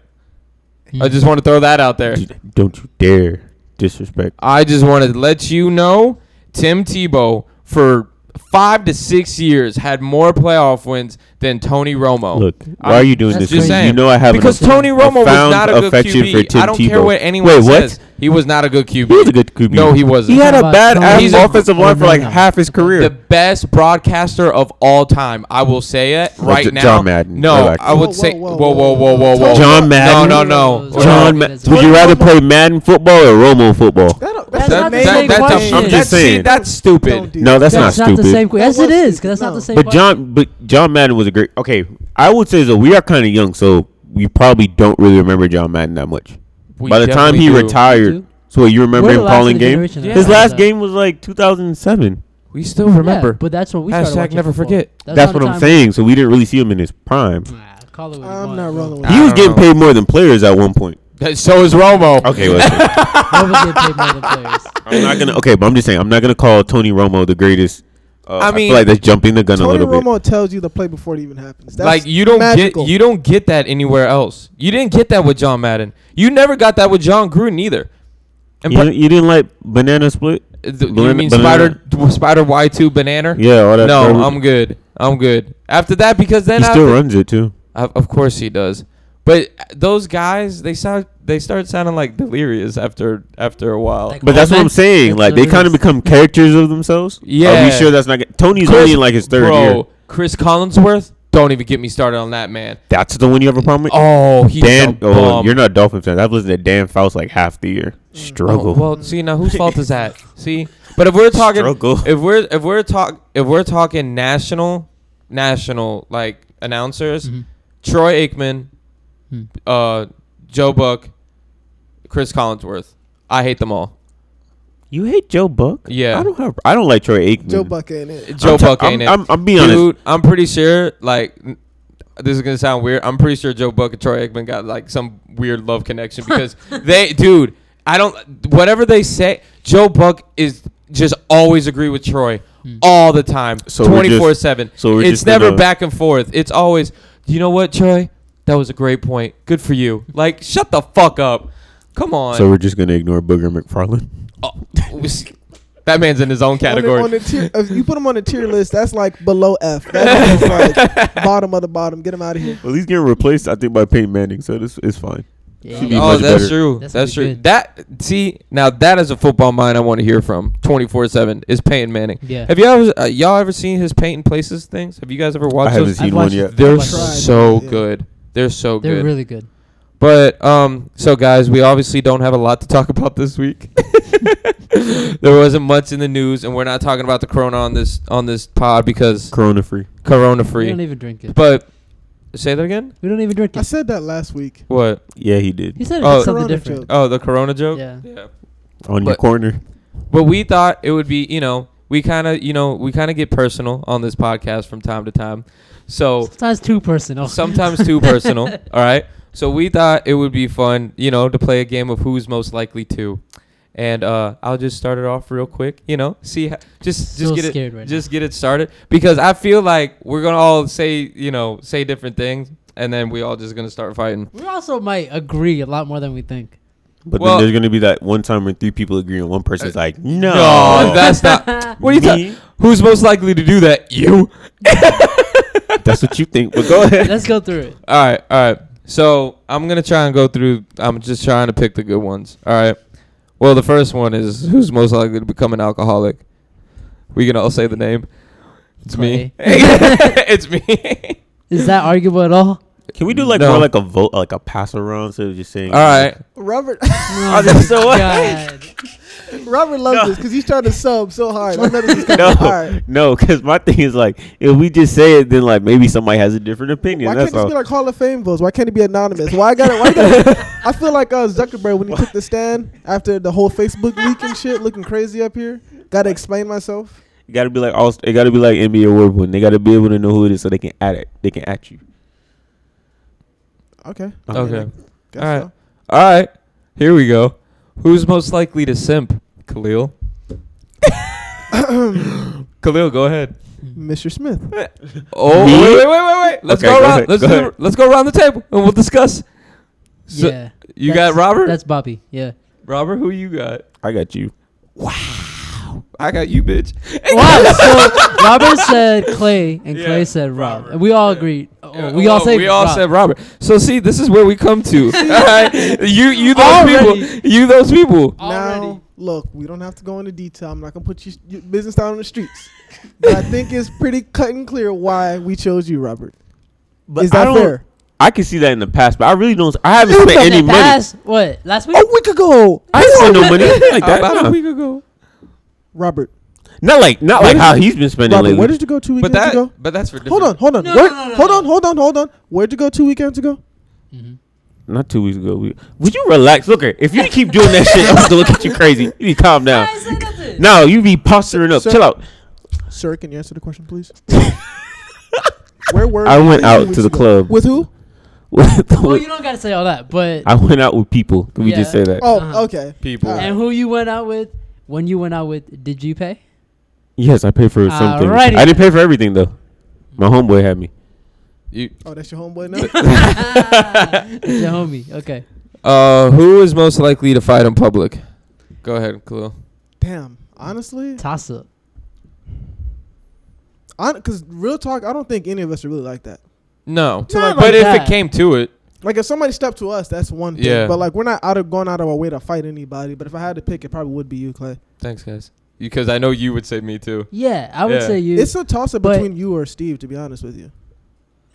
Speaker 4: I just want to throw that out there.
Speaker 2: round. Don't you dare disrespect.
Speaker 4: I just wanted to let you know Tim Tebow for five to six years had more playoff wins than Tony Romo.
Speaker 2: Look, why
Speaker 4: Oh. I'm
Speaker 2: are you doing
Speaker 3: That's
Speaker 2: this?
Speaker 4: just
Speaker 2: to me?
Speaker 4: saying.
Speaker 2: You know I have an
Speaker 4: because
Speaker 2: affair.
Speaker 4: Tony Romo was
Speaker 2: profound
Speaker 4: not a good
Speaker 2: affection
Speaker 4: QB.
Speaker 2: for Tim
Speaker 4: I don't care
Speaker 2: Tebow.
Speaker 4: what anyone
Speaker 2: Wait, what?
Speaker 4: says. He was not a good QB.
Speaker 2: He was a good QB.
Speaker 4: No, he wasn't.
Speaker 2: He had a
Speaker 3: Talking about
Speaker 2: bad
Speaker 3: Tony
Speaker 2: ass
Speaker 4: Romo.
Speaker 2: offensive line for like half his
Speaker 4: the
Speaker 2: career.
Speaker 4: best broadcaster of all time. I will say it right
Speaker 2: J-
Speaker 4: now.
Speaker 2: John Madden.
Speaker 4: No,
Speaker 2: Relax.
Speaker 4: I would
Speaker 5: Whoa,
Speaker 4: say
Speaker 5: whoa,
Speaker 4: whoa,
Speaker 5: whoa,
Speaker 4: whoa, whoa, whoa, whoa.
Speaker 5: whoa.
Speaker 2: John Madden.
Speaker 4: No, no, no.
Speaker 2: John, Ma- would you rather play Madden football or Romo football?
Speaker 5: That,
Speaker 3: That's
Speaker 4: That-
Speaker 3: not the
Speaker 4: that-
Speaker 3: same
Speaker 4: that's a-
Speaker 3: question.
Speaker 2: I'm just
Speaker 4: that's- see,
Speaker 2: saying.
Speaker 4: That's
Speaker 5: Don't do
Speaker 4: stupid.
Speaker 2: No, that's,
Speaker 3: That's
Speaker 2: not,
Speaker 3: not the
Speaker 2: stupid.
Speaker 3: same. que- Yes,
Speaker 5: That
Speaker 3: it
Speaker 5: was
Speaker 3: is.
Speaker 5: stupid.
Speaker 3: Because that's not
Speaker 5: No.
Speaker 3: the same.
Speaker 2: But
Speaker 3: question.
Speaker 2: John, but John Madden was a great. Okay, I would say so. We are kind of young, so we probably don't really remember John Madden that much.
Speaker 4: We
Speaker 2: By the time he
Speaker 4: definitely do.
Speaker 3: We do.
Speaker 2: retired, so what, you remember
Speaker 3: We're the
Speaker 2: him
Speaker 3: last of
Speaker 2: calling
Speaker 3: the
Speaker 2: games?
Speaker 3: generation that
Speaker 2: His
Speaker 3: does
Speaker 2: last
Speaker 3: that.
Speaker 2: game was like 2007.
Speaker 4: we still remember.
Speaker 3: Yeah, but that's what we
Speaker 4: Hashtag
Speaker 3: started watching
Speaker 4: never
Speaker 3: football.
Speaker 4: forget.
Speaker 2: That's
Speaker 3: not
Speaker 2: what
Speaker 3: the
Speaker 2: I'm
Speaker 3: time-
Speaker 2: saying. So we didn't really see him in his prime.
Speaker 3: Nah, call it what you
Speaker 5: I'm
Speaker 3: want,
Speaker 5: not
Speaker 3: bro.
Speaker 5: rolling with
Speaker 4: I
Speaker 2: He was
Speaker 4: don't
Speaker 2: getting
Speaker 4: know.
Speaker 2: paid more than players at one point.
Speaker 4: That- So is Romo.
Speaker 2: Okay, listen.
Speaker 3: Nobody get paid more than players.
Speaker 2: I'm not gonna. Okay, but I'm just saying I'm not gonna call Tony Romo the greatest. Uh,
Speaker 4: I
Speaker 2: I,
Speaker 4: mean-
Speaker 2: feel like that's jumping the gun a
Speaker 5: Tony
Speaker 2: little bit.
Speaker 5: Romo tells you the play before it even happens. That's
Speaker 4: like you don't
Speaker 5: magical.
Speaker 4: get you don't get that anywhere else. You didn't get that with John Madden. You never got that with John Gruden either. And
Speaker 2: You,
Speaker 4: put-
Speaker 2: you didn't like banana split?
Speaker 4: th- you
Speaker 2: banana-
Speaker 4: mean
Speaker 2: banana-
Speaker 4: Spider Spider Y two Banana?
Speaker 2: Yeah, all that.
Speaker 4: no,
Speaker 2: garbage.
Speaker 4: I'm good. I'm good. After that, because then
Speaker 2: He
Speaker 4: after,
Speaker 2: still runs it too.
Speaker 4: Of, of course he does. But uh, those guys, they sound they start sounding like delirious after after a while.
Speaker 3: Like-
Speaker 2: But that's what I'm
Speaker 3: Offense,
Speaker 2: saying.
Speaker 3: it's
Speaker 2: Like they kind
Speaker 3: always-
Speaker 2: of become characters of themselves. Are
Speaker 4: Yeah.
Speaker 2: we sure that's not? g- Tony's
Speaker 4: Chris-
Speaker 2: only in like his third
Speaker 4: bro,
Speaker 2: year.
Speaker 4: Chris Collinsworth, don't even get me started on that man.
Speaker 2: That's the one you have a problem with.
Speaker 4: Oh, he's a
Speaker 2: Dan, oh,
Speaker 4: bum.
Speaker 2: you're not a Dolphin fan. I've listened to Dan Faust like half the year. Struggle.
Speaker 4: Oh, well, see now whose fault is that? See, but if we're talking,
Speaker 2: Struggle.
Speaker 4: if we're if we're talk if we're talking national, national like announcers,
Speaker 2: Mm-hmm.
Speaker 4: Troy Aikman,
Speaker 3: Mhm.
Speaker 4: uh, Joe Buck, Chris Collinsworth. I hate them all.
Speaker 2: you hate Joe Buck?
Speaker 4: Yeah.
Speaker 2: I don't have. I don't like Troy Aikman.
Speaker 5: Joe Buck ain't it.
Speaker 4: Joe
Speaker 2: I'm ta-
Speaker 4: Buck
Speaker 2: I'm,
Speaker 4: ain't it.
Speaker 2: I'm, I'm being honest.
Speaker 4: Dude, I'm pretty sure like. n- This is gonna sound weird. I'm pretty sure Joe Buck and Troy Aikman got like some weird love connection because they, dude, I don't. Whatever they say, Joe Buck is just always agree with Troy
Speaker 5: Hmm.
Speaker 4: all the time,
Speaker 2: So we're just-
Speaker 4: twenty four seven.
Speaker 2: so we're
Speaker 4: it's
Speaker 2: just
Speaker 4: never
Speaker 2: gonna-
Speaker 4: back and forth. It's always, you know what, Troy? That was a great point. Good for you. Like, shut the fuck up. Come on.
Speaker 2: So we're just gonna ignore Booger McFarland.
Speaker 4: Oh, that man's in his own category.
Speaker 5: On the, on the tier, if you put him on the tier list, that's like below F. That's like bottom of the bottom. Get him out of here.
Speaker 2: Well, he's getting replaced, I think, by Peyton Manning, so this is fine.
Speaker 3: Yeah.
Speaker 2: Should be
Speaker 4: oh,
Speaker 2: much
Speaker 4: that's
Speaker 2: better.
Speaker 4: true.
Speaker 3: That's
Speaker 4: That's,
Speaker 3: gonna be
Speaker 4: true.
Speaker 3: good.
Speaker 4: That see now that is a football mind I want to hear from twenty four seven is Peyton Manning.
Speaker 3: Yeah.
Speaker 4: Have you ever uh, y'all ever seen his Peyton Places things? Have you guys ever watched
Speaker 2: I haven't
Speaker 4: those?
Speaker 2: seen
Speaker 3: I've
Speaker 2: one
Speaker 3: watched
Speaker 2: yet.
Speaker 3: the-
Speaker 4: They're
Speaker 3: I've watched-
Speaker 4: so
Speaker 5: Yeah.
Speaker 4: good. They're so
Speaker 3: They're
Speaker 4: good.
Speaker 3: really good.
Speaker 4: but um, so guys, we obviously don't have a lot to talk about this week. there wasn't much in the news, and we're not talking about the corona on this on this pod because
Speaker 2: Corona free.
Speaker 4: corona
Speaker 3: We don't
Speaker 4: free.
Speaker 3: even drink it.
Speaker 4: But say that again.
Speaker 3: we don't even drink
Speaker 5: I
Speaker 3: it.
Speaker 5: said that last week.
Speaker 4: What?
Speaker 2: Yeah, he did
Speaker 3: He said it
Speaker 4: Oh,
Speaker 3: did something
Speaker 5: Corona
Speaker 3: different.
Speaker 5: joke.
Speaker 4: Oh, the corona joke.
Speaker 3: Yeah.
Speaker 4: Yeah.
Speaker 2: on your
Speaker 4: But-
Speaker 2: corner.
Speaker 4: But we thought it would be, you know, we kind of, you know, we kind of get personal on this podcast from time to time. So
Speaker 3: Sometimes too personal.
Speaker 4: sometimes too personal. All right. So we thought it would be fun, you know, to play a game of who's most likely to. And uh, I'll just start it off real quick, you know, see, how, just just
Speaker 3: So
Speaker 4: get it,
Speaker 3: scared right now.
Speaker 4: just get it started because I feel like we're gonna all say, you know, say different things, and then we all just gonna start fighting.
Speaker 3: we also might agree a lot more than we think.
Speaker 2: But
Speaker 4: Well-
Speaker 2: then there's gonna be that one time when three people agree and one person's like, Uh, "No,
Speaker 4: No, that's not. What are you
Speaker 2: Me?
Speaker 4: talking? Who's most likely to do that? You.
Speaker 2: that's what you think." But go ahead.
Speaker 3: Let's go through it.
Speaker 4: All right, all right. So I'm gonna try and go through. I'm just trying to pick the good ones. All right. Well, the first one is who's most likely to become an alcoholic. We can all say the name. It's me. it's me.
Speaker 3: Is that arguable at all?
Speaker 2: Can we do like
Speaker 4: No.
Speaker 2: more like a vote, like a pass around, instead of just saying?
Speaker 4: all right.
Speaker 5: Robert
Speaker 3: Oh,
Speaker 2: that's so what?
Speaker 5: Robert loves this because he's trying to sub so hard. I know this is coming.
Speaker 2: No,
Speaker 5: All right.
Speaker 2: no, because my thing is like, if we just say it, then like maybe somebody has a different opinion.
Speaker 5: Why can't
Speaker 2: that's
Speaker 5: this
Speaker 2: all.
Speaker 5: be like Hall of Fame votes? Why can't it be anonymous? Why got it? Why got it? I feel like uh, Zuckerberg when he took the stand after the whole Facebook leak and shit, looking crazy up here. Got to explain myself.
Speaker 2: it gotta be like all. It gotta be like NBA award winning. They gotta be able to know who it is so they can add it. They can at you.
Speaker 5: Okay.
Speaker 4: Okay.
Speaker 5: Guess
Speaker 4: All right.
Speaker 5: so.
Speaker 4: All right. Here we go. Who's most likely to simp? Khalil. Khalil, go ahead.
Speaker 5: Mr. Smith.
Speaker 4: Oh,
Speaker 2: Me?
Speaker 4: wait, wait, wait, wait, wait. Let's
Speaker 2: Okay,
Speaker 4: go
Speaker 2: go
Speaker 4: around.
Speaker 2: ahead,
Speaker 4: let's
Speaker 2: go
Speaker 4: do-
Speaker 2: ahead.
Speaker 4: let's go around the table and we'll discuss. So-
Speaker 3: yeah.
Speaker 4: You
Speaker 3: That's-
Speaker 4: got Robert.
Speaker 3: That's Bobby. Yeah.
Speaker 4: Robert, who you got?
Speaker 2: I got you.
Speaker 4: I got you, bitch.
Speaker 3: Wow. so Robert said Clay, and Clay
Speaker 4: Yeah,
Speaker 3: said Rob,
Speaker 4: Robert.
Speaker 3: and we all
Speaker 4: Yeah.
Speaker 3: agreed. Oh,
Speaker 4: Yeah,
Speaker 3: we all
Speaker 4: oh,
Speaker 3: said
Speaker 4: we all
Speaker 3: Rob.
Speaker 4: said Robert. So see, this is where we come to. All right? You you those
Speaker 3: Already.
Speaker 4: people. You those people.
Speaker 3: Already.
Speaker 5: Now, look, we don't have to go into detail. I'm not gonna put your, your business down on the streets, but I think it's pretty cut and clear why we chose you, Robert.
Speaker 2: But
Speaker 5: Is that
Speaker 2: I don't,
Speaker 5: fair?
Speaker 2: I can see that in the past, but I really don't. I haven't
Speaker 5: You
Speaker 2: spent
Speaker 5: got
Speaker 2: any
Speaker 3: That
Speaker 2: money.
Speaker 3: pass, what last week?
Speaker 5: A
Speaker 4: Oh,
Speaker 5: week ago,
Speaker 2: I didn't spend no money like that.
Speaker 4: About
Speaker 2: no.
Speaker 4: a week ago.
Speaker 5: Robert.
Speaker 2: Not like not
Speaker 5: Where
Speaker 2: like
Speaker 5: did-
Speaker 2: how he's been spending
Speaker 5: Robert,
Speaker 2: lately.
Speaker 5: where did you go two
Speaker 4: But
Speaker 5: weekends
Speaker 4: that
Speaker 5: ago?
Speaker 4: but that's for
Speaker 5: Hold on, hold on,
Speaker 3: No,
Speaker 5: Where-
Speaker 3: no, no, no,
Speaker 5: hold
Speaker 3: no.
Speaker 5: on, hold on, hold on. Where'd you go two weekends ago?
Speaker 3: Mm-hmm.
Speaker 2: not two weeks ago. We, would you relax? Look, if you keep doing that shit, I'm just gonna look at you crazy. You need to calm down. No, you be posturing up.
Speaker 5: Sir-
Speaker 2: Chill out.
Speaker 5: Sir, can you answer the question, please? Where were
Speaker 2: I
Speaker 5: you
Speaker 2: went
Speaker 5: two
Speaker 2: out
Speaker 5: weeks
Speaker 2: to the
Speaker 5: ago?
Speaker 2: club.
Speaker 5: with who?
Speaker 3: Well, you don't gotta say all that, but
Speaker 2: I went out with people. Can we just say
Speaker 3: Yeah.
Speaker 2: that?
Speaker 5: Oh,
Speaker 3: Uh-huh.
Speaker 5: okay.
Speaker 4: People.
Speaker 5: All right.
Speaker 3: and who you went out with? When you went out with, did you pay?
Speaker 2: Yes, I paid for something.
Speaker 3: Alrighty.
Speaker 2: I didn't pay for everything though. My homeboy had me.
Speaker 4: You,
Speaker 5: Oh, that's your homeboy now.
Speaker 3: It's your homie. Okay.
Speaker 4: uh, who is most likely to fight in public? Go ahead, Khalil.
Speaker 5: Damn. Honestly,
Speaker 3: Toss up.
Speaker 5: Because real talk, I don't think any of us are really like that.
Speaker 4: No,
Speaker 5: So, like,
Speaker 4: but
Speaker 3: like
Speaker 4: if
Speaker 3: that.
Speaker 4: it came to it,
Speaker 5: Like if somebody stepped to us, that's one thing.
Speaker 4: Yeah.
Speaker 5: But like we're not out of going out of our way to fight anybody. But if I had to pick, it probably would be you, Clay.
Speaker 4: thanks guys, because I know you would say me too.
Speaker 3: Yeah, I would
Speaker 4: Yeah.
Speaker 3: say you.
Speaker 5: it's a toss up
Speaker 3: but-
Speaker 5: between you or Steve, to be honest with you.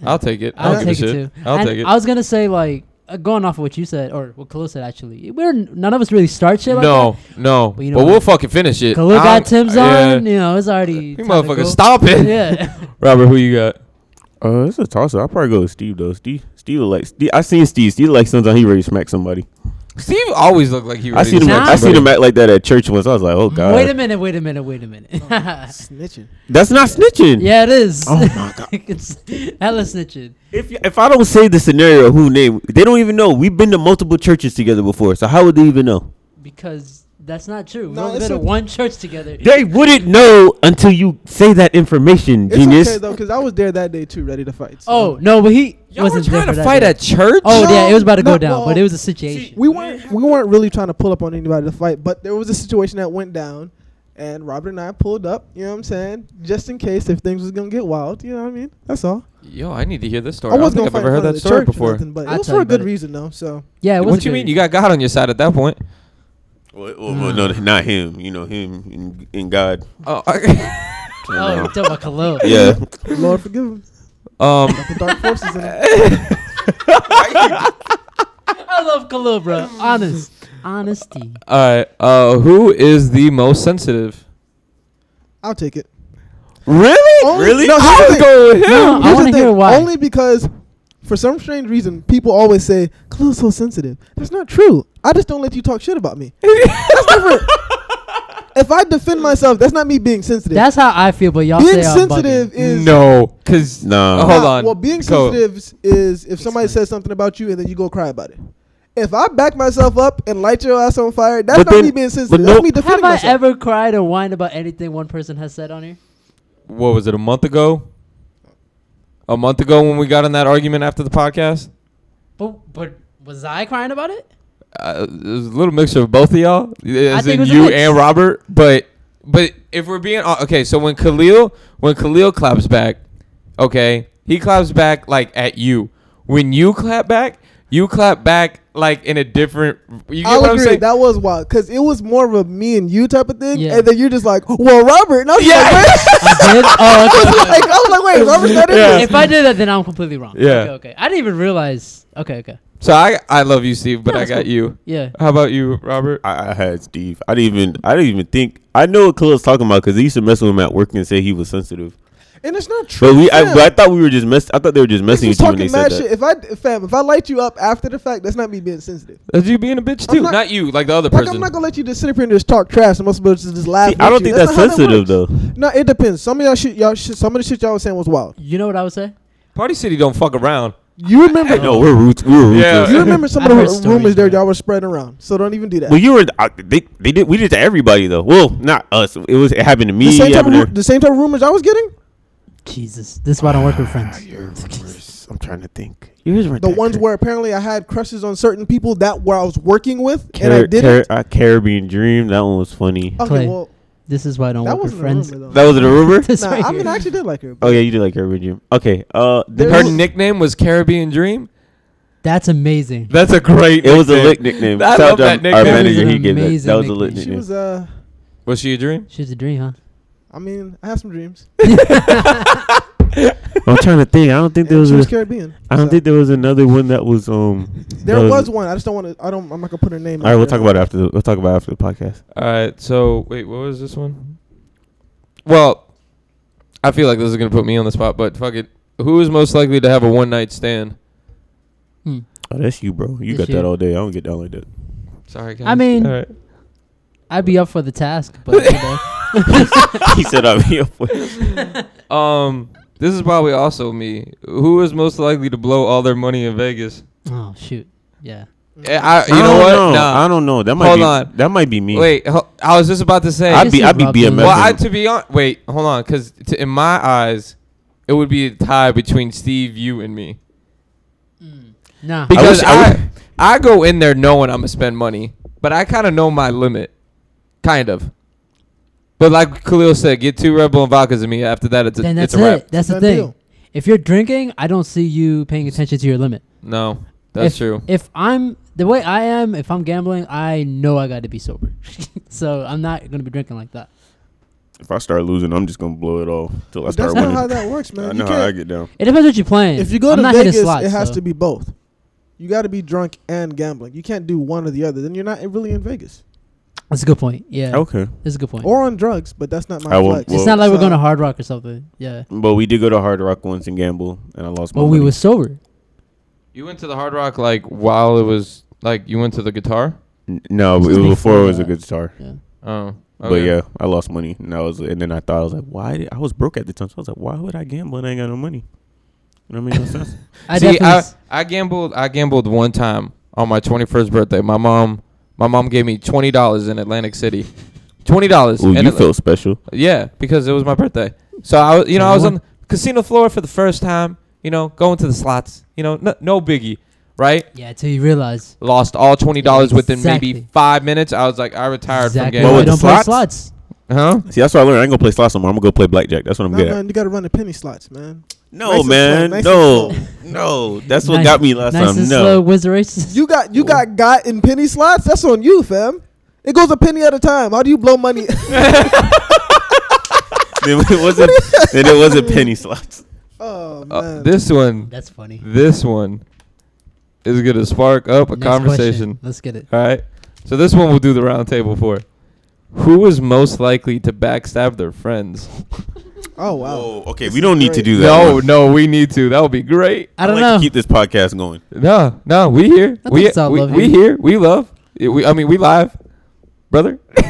Speaker 4: I'll take it. I
Speaker 3: I'll
Speaker 4: don't give
Speaker 3: take
Speaker 4: a
Speaker 3: it
Speaker 4: shit.
Speaker 3: too.
Speaker 4: I'll
Speaker 3: And
Speaker 4: take it.
Speaker 3: I was gonna say like uh, going off of what you said or what Khalil said actually. We're none of us really start shit like
Speaker 4: no, no,
Speaker 3: But you know
Speaker 4: but
Speaker 3: what?
Speaker 4: we'll fucking finish it.
Speaker 3: that. Khalil
Speaker 4: I'm-
Speaker 3: got Tim's
Speaker 4: yeah.
Speaker 3: on. You know, it's already.
Speaker 4: You motherfucker,
Speaker 3: topical.
Speaker 4: stop it.
Speaker 3: Yeah.
Speaker 4: Robert, who you got?
Speaker 2: Uh, it's a toss up. I probably go with Steve though. Steve, Steve like Steve. I seen Steve. Steve like sometimes he ready to smack somebody.
Speaker 4: Steve always looked like he.
Speaker 2: I
Speaker 4: Ready
Speaker 2: seen
Speaker 4: to
Speaker 2: him.
Speaker 4: smack
Speaker 3: Nah.
Speaker 2: I seen
Speaker 4: somebody.
Speaker 2: him act like that at church once. I was like, oh god,
Speaker 3: Wait a minute. Wait a minute. Wait a
Speaker 5: Oh,
Speaker 3: minute.
Speaker 5: Snitching.
Speaker 2: that's not snitching.
Speaker 3: yeah, it is.
Speaker 2: Oh my god.
Speaker 3: it's hella snitching.
Speaker 2: If y- if I don't say the scenario, who name? They don't even know. We've been to multiple churches together before, so how would they even know?
Speaker 3: Because that's not true.
Speaker 5: No,
Speaker 3: We've
Speaker 5: it's
Speaker 3: been to
Speaker 5: okay.
Speaker 3: one church together.
Speaker 2: They wouldn't know until you say that information,
Speaker 5: It's
Speaker 2: genius.
Speaker 5: okay though, because I was there that day too, ready to fight. so-
Speaker 3: Oh no, but he
Speaker 4: Y'all were
Speaker 3: wasn't there
Speaker 4: trying to
Speaker 3: for that
Speaker 4: fight
Speaker 3: day.
Speaker 4: at church.
Speaker 3: Oh yeah, it was about to
Speaker 5: No,
Speaker 3: go down,
Speaker 5: well,
Speaker 3: but it was a situation.
Speaker 5: we weren't we weren't really trying to pull up on anybody to fight, but there was a situation that went down, and Robert and I pulled up. You know what I'm saying? Just in case if things was gonna get wild. You know what I mean? That's all.
Speaker 4: Yo, I need to hear this story.
Speaker 5: I
Speaker 4: I don't
Speaker 5: was gonna
Speaker 4: think I've
Speaker 5: fight in
Speaker 4: ever heard
Speaker 5: front of
Speaker 4: that
Speaker 5: the
Speaker 4: story
Speaker 5: church or
Speaker 4: before.
Speaker 5: nothing, but
Speaker 3: I'll
Speaker 5: it was
Speaker 3: tell
Speaker 5: for
Speaker 3: you
Speaker 5: a good
Speaker 3: about it.
Speaker 5: reason though. So
Speaker 3: yeah, it was.
Speaker 4: What you mean? You got God on your side at that point?
Speaker 2: Well, well, well, no, not him. You know him and, and God.
Speaker 4: Oh, I-
Speaker 3: Oh, you're talking about Khalil.
Speaker 2: Yeah.
Speaker 5: Lord forgive him.
Speaker 4: um,
Speaker 5: The dark forces. In him.
Speaker 3: I love Khalil, bro. Honest, honesty.
Speaker 4: all right. Uh, who is the most sensitive?
Speaker 5: I'll take it.
Speaker 2: really?
Speaker 5: Only-
Speaker 2: really?
Speaker 5: Oh, No, here's
Speaker 4: I
Speaker 5: the
Speaker 4: was
Speaker 5: thing.
Speaker 4: going with
Speaker 3: No,
Speaker 4: him.
Speaker 3: I
Speaker 5: Here's the
Speaker 3: want to hear
Speaker 5: thing,
Speaker 3: why.
Speaker 5: Only because, for some strange reason, people always say Khalil's so sensitive. That's not true. I just don't let you talk shit about me. that's different. if I defend myself, that's not me being sensitive.
Speaker 3: That's how I feel, but y'all
Speaker 5: being
Speaker 3: say I'm
Speaker 5: sensitive
Speaker 3: bugging.
Speaker 5: is
Speaker 4: No, cause
Speaker 2: Nah.
Speaker 4: Oh, hold on.
Speaker 5: Well, being
Speaker 4: Go.
Speaker 5: sensitive s- is if somebody
Speaker 3: Explain.
Speaker 5: says something about you and then you go cry about it. If I back myself up and light your ass on fire, that's
Speaker 2: But
Speaker 5: not
Speaker 2: then-
Speaker 5: me being
Speaker 2: but
Speaker 5: sensitive.
Speaker 2: no-
Speaker 5: That's me defending
Speaker 3: Have I
Speaker 5: myself.
Speaker 3: ever cried or whined about anything one person has said on here?
Speaker 4: What was it? A month ago? A month ago when we got in that argument after the podcast.
Speaker 3: But but was I crying about it?
Speaker 4: uh, it was a little mixture of both of y'all, as
Speaker 3: think it
Speaker 4: in
Speaker 3: was a
Speaker 4: you
Speaker 3: mix.
Speaker 4: and Robert. But but if we're being hon- okay, so when Khalil when Khalil claps back, okay, he claps back like at you. When you clap back, you clap back like in a different. You get
Speaker 5: I'll
Speaker 4: what I'm
Speaker 5: agree.
Speaker 4: saying?
Speaker 5: that was wild because it was more of a me and you type of thing,
Speaker 3: Yeah.
Speaker 5: and then you're just like, "Well, Robert," and I was
Speaker 4: Yeah.
Speaker 5: like, "Wait."
Speaker 3: I did. Oh, okay.
Speaker 5: like, I was like, "Wait, Robert's not in
Speaker 4: Yeah.
Speaker 5: this."
Speaker 3: if I did that, then I'm completely wrong.
Speaker 4: Yeah.
Speaker 3: Okay, okay. I didn't even realize. Okay, okay.
Speaker 4: so I I love you, Steve, but
Speaker 3: No,
Speaker 4: I
Speaker 3: that's
Speaker 4: got
Speaker 3: cool.
Speaker 4: you.
Speaker 3: Yeah.
Speaker 4: How about you, Robert?
Speaker 2: I, I had Steve. I didn't even. I didn't even think. I know what Khalil's talking about because he used to mess with him at work and say he was sensitive.
Speaker 5: And it's not true.
Speaker 2: But we. I,
Speaker 5: fam.
Speaker 2: but I thought we were just mess. I thought they were just
Speaker 5: Niggas
Speaker 2: messing
Speaker 5: was
Speaker 2: with you when they
Speaker 5: talking
Speaker 2: said
Speaker 5: mad
Speaker 2: that.
Speaker 5: shit. If I, fam, if I light you up after the fact, that's not me being sensitive.
Speaker 4: That's you being a bitch
Speaker 5: I'm
Speaker 4: too. Not,
Speaker 5: not-
Speaker 4: you, like the other
Speaker 5: Like,
Speaker 4: person.
Speaker 5: I'm not gonna let you just sit up here and just talk trash. and most of us just laugh.
Speaker 2: See, I
Speaker 5: at
Speaker 2: don't
Speaker 5: you.
Speaker 2: think that's,
Speaker 5: not how that
Speaker 2: sensitive
Speaker 5: works.
Speaker 2: though.
Speaker 5: No, it depends. Some of y'all shit, y'all shit, some of the shit y'all was saying was wild.
Speaker 3: You know what I would say?
Speaker 4: Party City don't fuck around.
Speaker 5: You remember?
Speaker 2: No, we're roots. We were ruthless.
Speaker 4: Yeah.
Speaker 5: You remember some of
Speaker 3: I've
Speaker 5: the
Speaker 3: heard
Speaker 5: rumors
Speaker 3: stories,
Speaker 5: there
Speaker 3: bro.
Speaker 5: y'all were spreading around. So don't even do that.
Speaker 2: Well, you were. I, they they did. We did to everybody though. Well, not us. It was. It happened to me.
Speaker 5: the same type of
Speaker 2: happened
Speaker 5: ru-
Speaker 2: to-
Speaker 5: the same type of rumors I was getting.
Speaker 3: Jesus, this is why I don't work with friends.
Speaker 2: Ah, I'm trying to think. Yours were
Speaker 5: The ones where apparently I had crushes on certain people that where I was working with, and I
Speaker 2: Car-
Speaker 5: did
Speaker 2: Car-
Speaker 5: it. Oh.
Speaker 2: uh, Caribbean Dream. That one was funny.
Speaker 5: Okay,
Speaker 3: Clay,
Speaker 5: well,
Speaker 3: This is why I don't
Speaker 5: that
Speaker 3: work with
Speaker 5: wasn't a
Speaker 3: friends.
Speaker 5: rumor though.
Speaker 2: That was it a rumor.
Speaker 3: This
Speaker 5: nah,
Speaker 3: right
Speaker 5: I mean,
Speaker 3: here.
Speaker 5: I actually did like her.
Speaker 2: oh yeah, you did like Caribbean Dream. Okay. Uh, the
Speaker 5: There's-
Speaker 4: Her
Speaker 2: person-
Speaker 4: nickname was Caribbean Dream.
Speaker 3: That's amazing.
Speaker 4: That's a great.
Speaker 2: It was a
Speaker 4: nickname.
Speaker 2: lit nickname.
Speaker 4: I
Speaker 2: Shout
Speaker 4: love
Speaker 2: out to
Speaker 4: that
Speaker 2: Our
Speaker 4: nickname.
Speaker 3: That was
Speaker 2: manager,
Speaker 3: an
Speaker 2: he gave that. That was a
Speaker 3: amazing
Speaker 2: lit
Speaker 3: nickname.
Speaker 5: She
Speaker 2: nickname.
Speaker 5: was uh,
Speaker 4: Was she a dream?
Speaker 3: She's a dream, huh?
Speaker 5: I mean, I had some dreams.
Speaker 2: I'm trying to think. I don't think there
Speaker 5: And
Speaker 2: was.
Speaker 5: she was
Speaker 2: A,
Speaker 5: Caribbean.
Speaker 2: I don't
Speaker 5: so.
Speaker 2: think there was another one that was. Um,
Speaker 5: There
Speaker 2: that
Speaker 5: was one. I just don't want to. I don't. I'm not gonna put her name.
Speaker 2: All right, we'll talk about it after. The, we'll talk about it after the podcast.
Speaker 4: All right. So wait, what was this one? Well, I feel like this is gonna put me on the spot, but fuck it. Who is most likely to have a one night stand?
Speaker 3: Hmm.
Speaker 2: Oh, that's you, bro. You
Speaker 3: This
Speaker 2: got
Speaker 3: year.
Speaker 2: that all day. I don't get down like that.
Speaker 4: Sorry, guys.
Speaker 3: I mean-
Speaker 4: All right.
Speaker 3: I'd be up for the task, but you know.
Speaker 2: he said, "I'm here for." it."
Speaker 4: um, this is probably also me. Who is most likely to blow all their money in Vegas?
Speaker 3: oh shoot, yeah.
Speaker 4: Eh, I, you
Speaker 2: I
Speaker 4: know
Speaker 2: don't
Speaker 4: what?
Speaker 2: Know.
Speaker 4: Nah.
Speaker 2: I don't know. That might
Speaker 4: Hold
Speaker 2: be.
Speaker 4: on.
Speaker 2: That might be me.
Speaker 4: Wait, ho- I was just about to say.
Speaker 2: I'd
Speaker 3: This
Speaker 2: be.
Speaker 3: is
Speaker 2: I'd be
Speaker 3: Rob
Speaker 2: BMF.
Speaker 3: Dylan.
Speaker 4: well, I to be on. Wait, hold on, because t- in my eyes, it would be a tie between Steve, you, and me.
Speaker 3: Nah.
Speaker 2: Big-
Speaker 4: Because
Speaker 2: wish-
Speaker 4: I,
Speaker 2: I
Speaker 4: I,
Speaker 2: wish-
Speaker 4: go in there knowing I'm gonna spend money, but I kind of know my limit, kind of. But like Khalil said, get two Red Bull and vodkas in me. After that, it's a,
Speaker 3: then
Speaker 4: it's
Speaker 3: that's
Speaker 4: a wrap.
Speaker 3: it. That's the
Speaker 5: Done
Speaker 3: thing.
Speaker 5: deal.
Speaker 3: If you're drinking, I don't see you paying attention to your limit.
Speaker 4: No, that's
Speaker 3: if,
Speaker 4: true.
Speaker 3: If I'm the way I am, if I'm gambling, I know I got to be sober. so I'm not gonna be drinking like that.
Speaker 2: If I start losing, I'm just gonna blow it off till I
Speaker 5: But that's
Speaker 2: start
Speaker 5: not how
Speaker 2: winning.
Speaker 5: that works, man.
Speaker 2: I
Speaker 5: You
Speaker 2: know how I
Speaker 5: can't-
Speaker 2: get down.
Speaker 3: It depends what you're playing.
Speaker 5: If you go
Speaker 3: I'm
Speaker 5: to
Speaker 3: not
Speaker 5: Vegas,
Speaker 3: hitting slots,
Speaker 5: it has
Speaker 3: so.
Speaker 5: to be both. You got to be drunk and gambling. You can't do one or the other. Then you're not really in Vegas
Speaker 3: That's a good point. Yeah,
Speaker 4: Oh.
Speaker 2: Okay,
Speaker 3: that's a good point.
Speaker 5: or on drugs. But that's not my
Speaker 2: I won't-
Speaker 5: flex.
Speaker 2: well-
Speaker 3: it's not like we're
Speaker 5: So-
Speaker 3: going to Hard Rock or something. Yeah,
Speaker 2: but we did go to Hard Rock once and gamble, and I lost.
Speaker 3: but
Speaker 2: my
Speaker 3: we
Speaker 2: money.
Speaker 3: were sober.
Speaker 4: You went to the Hard Rock like while it was like you went to the guitar.
Speaker 2: N- no, it
Speaker 3: This
Speaker 2: was
Speaker 3: is
Speaker 2: before
Speaker 3: before
Speaker 2: it was a
Speaker 3: that.
Speaker 2: good star.
Speaker 3: Yeah.
Speaker 4: Oh, okay.
Speaker 2: But yeah, I lost money, and I was, and then I thought I was like, why? Did, I was broke at the time, so I was like, why would I gamble and I ain't got no money? You know what I mean? No sense.
Speaker 3: I
Speaker 4: See,
Speaker 3: definitely.
Speaker 4: I,
Speaker 3: s-
Speaker 4: I gambled. I gambled one time on my 21st birthday. My mom, my mom gave me twenty dollars in Atlantic City. Twenty dollars.
Speaker 2: Ooh, you feel special.
Speaker 4: Yeah, because it was my birthday. So I, was- you know, I was on the casino floor for the first time. You know, going to the slots. You know, no, no biggie, right?
Speaker 3: yeah, until you realize
Speaker 4: Lost all twenty dollars within maybe
Speaker 3: Exactly.
Speaker 4: five minutes. I was like, I retired
Speaker 3: exactly
Speaker 2: Well,
Speaker 3: why
Speaker 2: with
Speaker 3: you
Speaker 2: the
Speaker 4: from
Speaker 3: don't play
Speaker 2: slots?
Speaker 3: slots.
Speaker 4: gaming. Huh?
Speaker 2: See, that's what I learned. I ain't gonna play slots no more. I'm gonna go play blackjack. That's what I'm
Speaker 5: Nah,
Speaker 2: good at.
Speaker 5: man, you got to run the penny slots, man. Nice
Speaker 2: No,
Speaker 5: and
Speaker 2: man.
Speaker 5: slow, nice
Speaker 2: no,
Speaker 5: and
Speaker 2: no. That's what
Speaker 3: Nice-
Speaker 2: got me last
Speaker 3: nice
Speaker 2: time.
Speaker 3: and
Speaker 2: no.
Speaker 3: slow wins the races.
Speaker 5: You got you got got in penny slots. That's on you, fam. It goes a penny at a time. How do you blow money?
Speaker 2: then it wasn't. then it wasn't penny slots.
Speaker 5: oh man,
Speaker 4: Uh, this one,
Speaker 3: That's funny.
Speaker 4: this one, is gonna spark up a
Speaker 3: Next question.
Speaker 4: conversation.
Speaker 3: Let's get it.
Speaker 4: All right. So this one we'll do the roundtable for. Who is most likely to backstab their friends?
Speaker 5: oh wow.
Speaker 2: Whoa. Okay,
Speaker 5: This
Speaker 2: we
Speaker 5: is
Speaker 2: don't need to
Speaker 5: great.
Speaker 2: do that.
Speaker 4: No,
Speaker 2: one.
Speaker 4: no, we need to. That would be great.
Speaker 3: I don't
Speaker 2: like
Speaker 3: know.
Speaker 2: To keep this podcast going.
Speaker 4: No, no, we here.
Speaker 3: I
Speaker 4: We
Speaker 3: think it's all
Speaker 4: we,
Speaker 3: love
Speaker 4: we
Speaker 3: here.
Speaker 4: here. We love. Yeah, We I mean we live, brother.
Speaker 5: There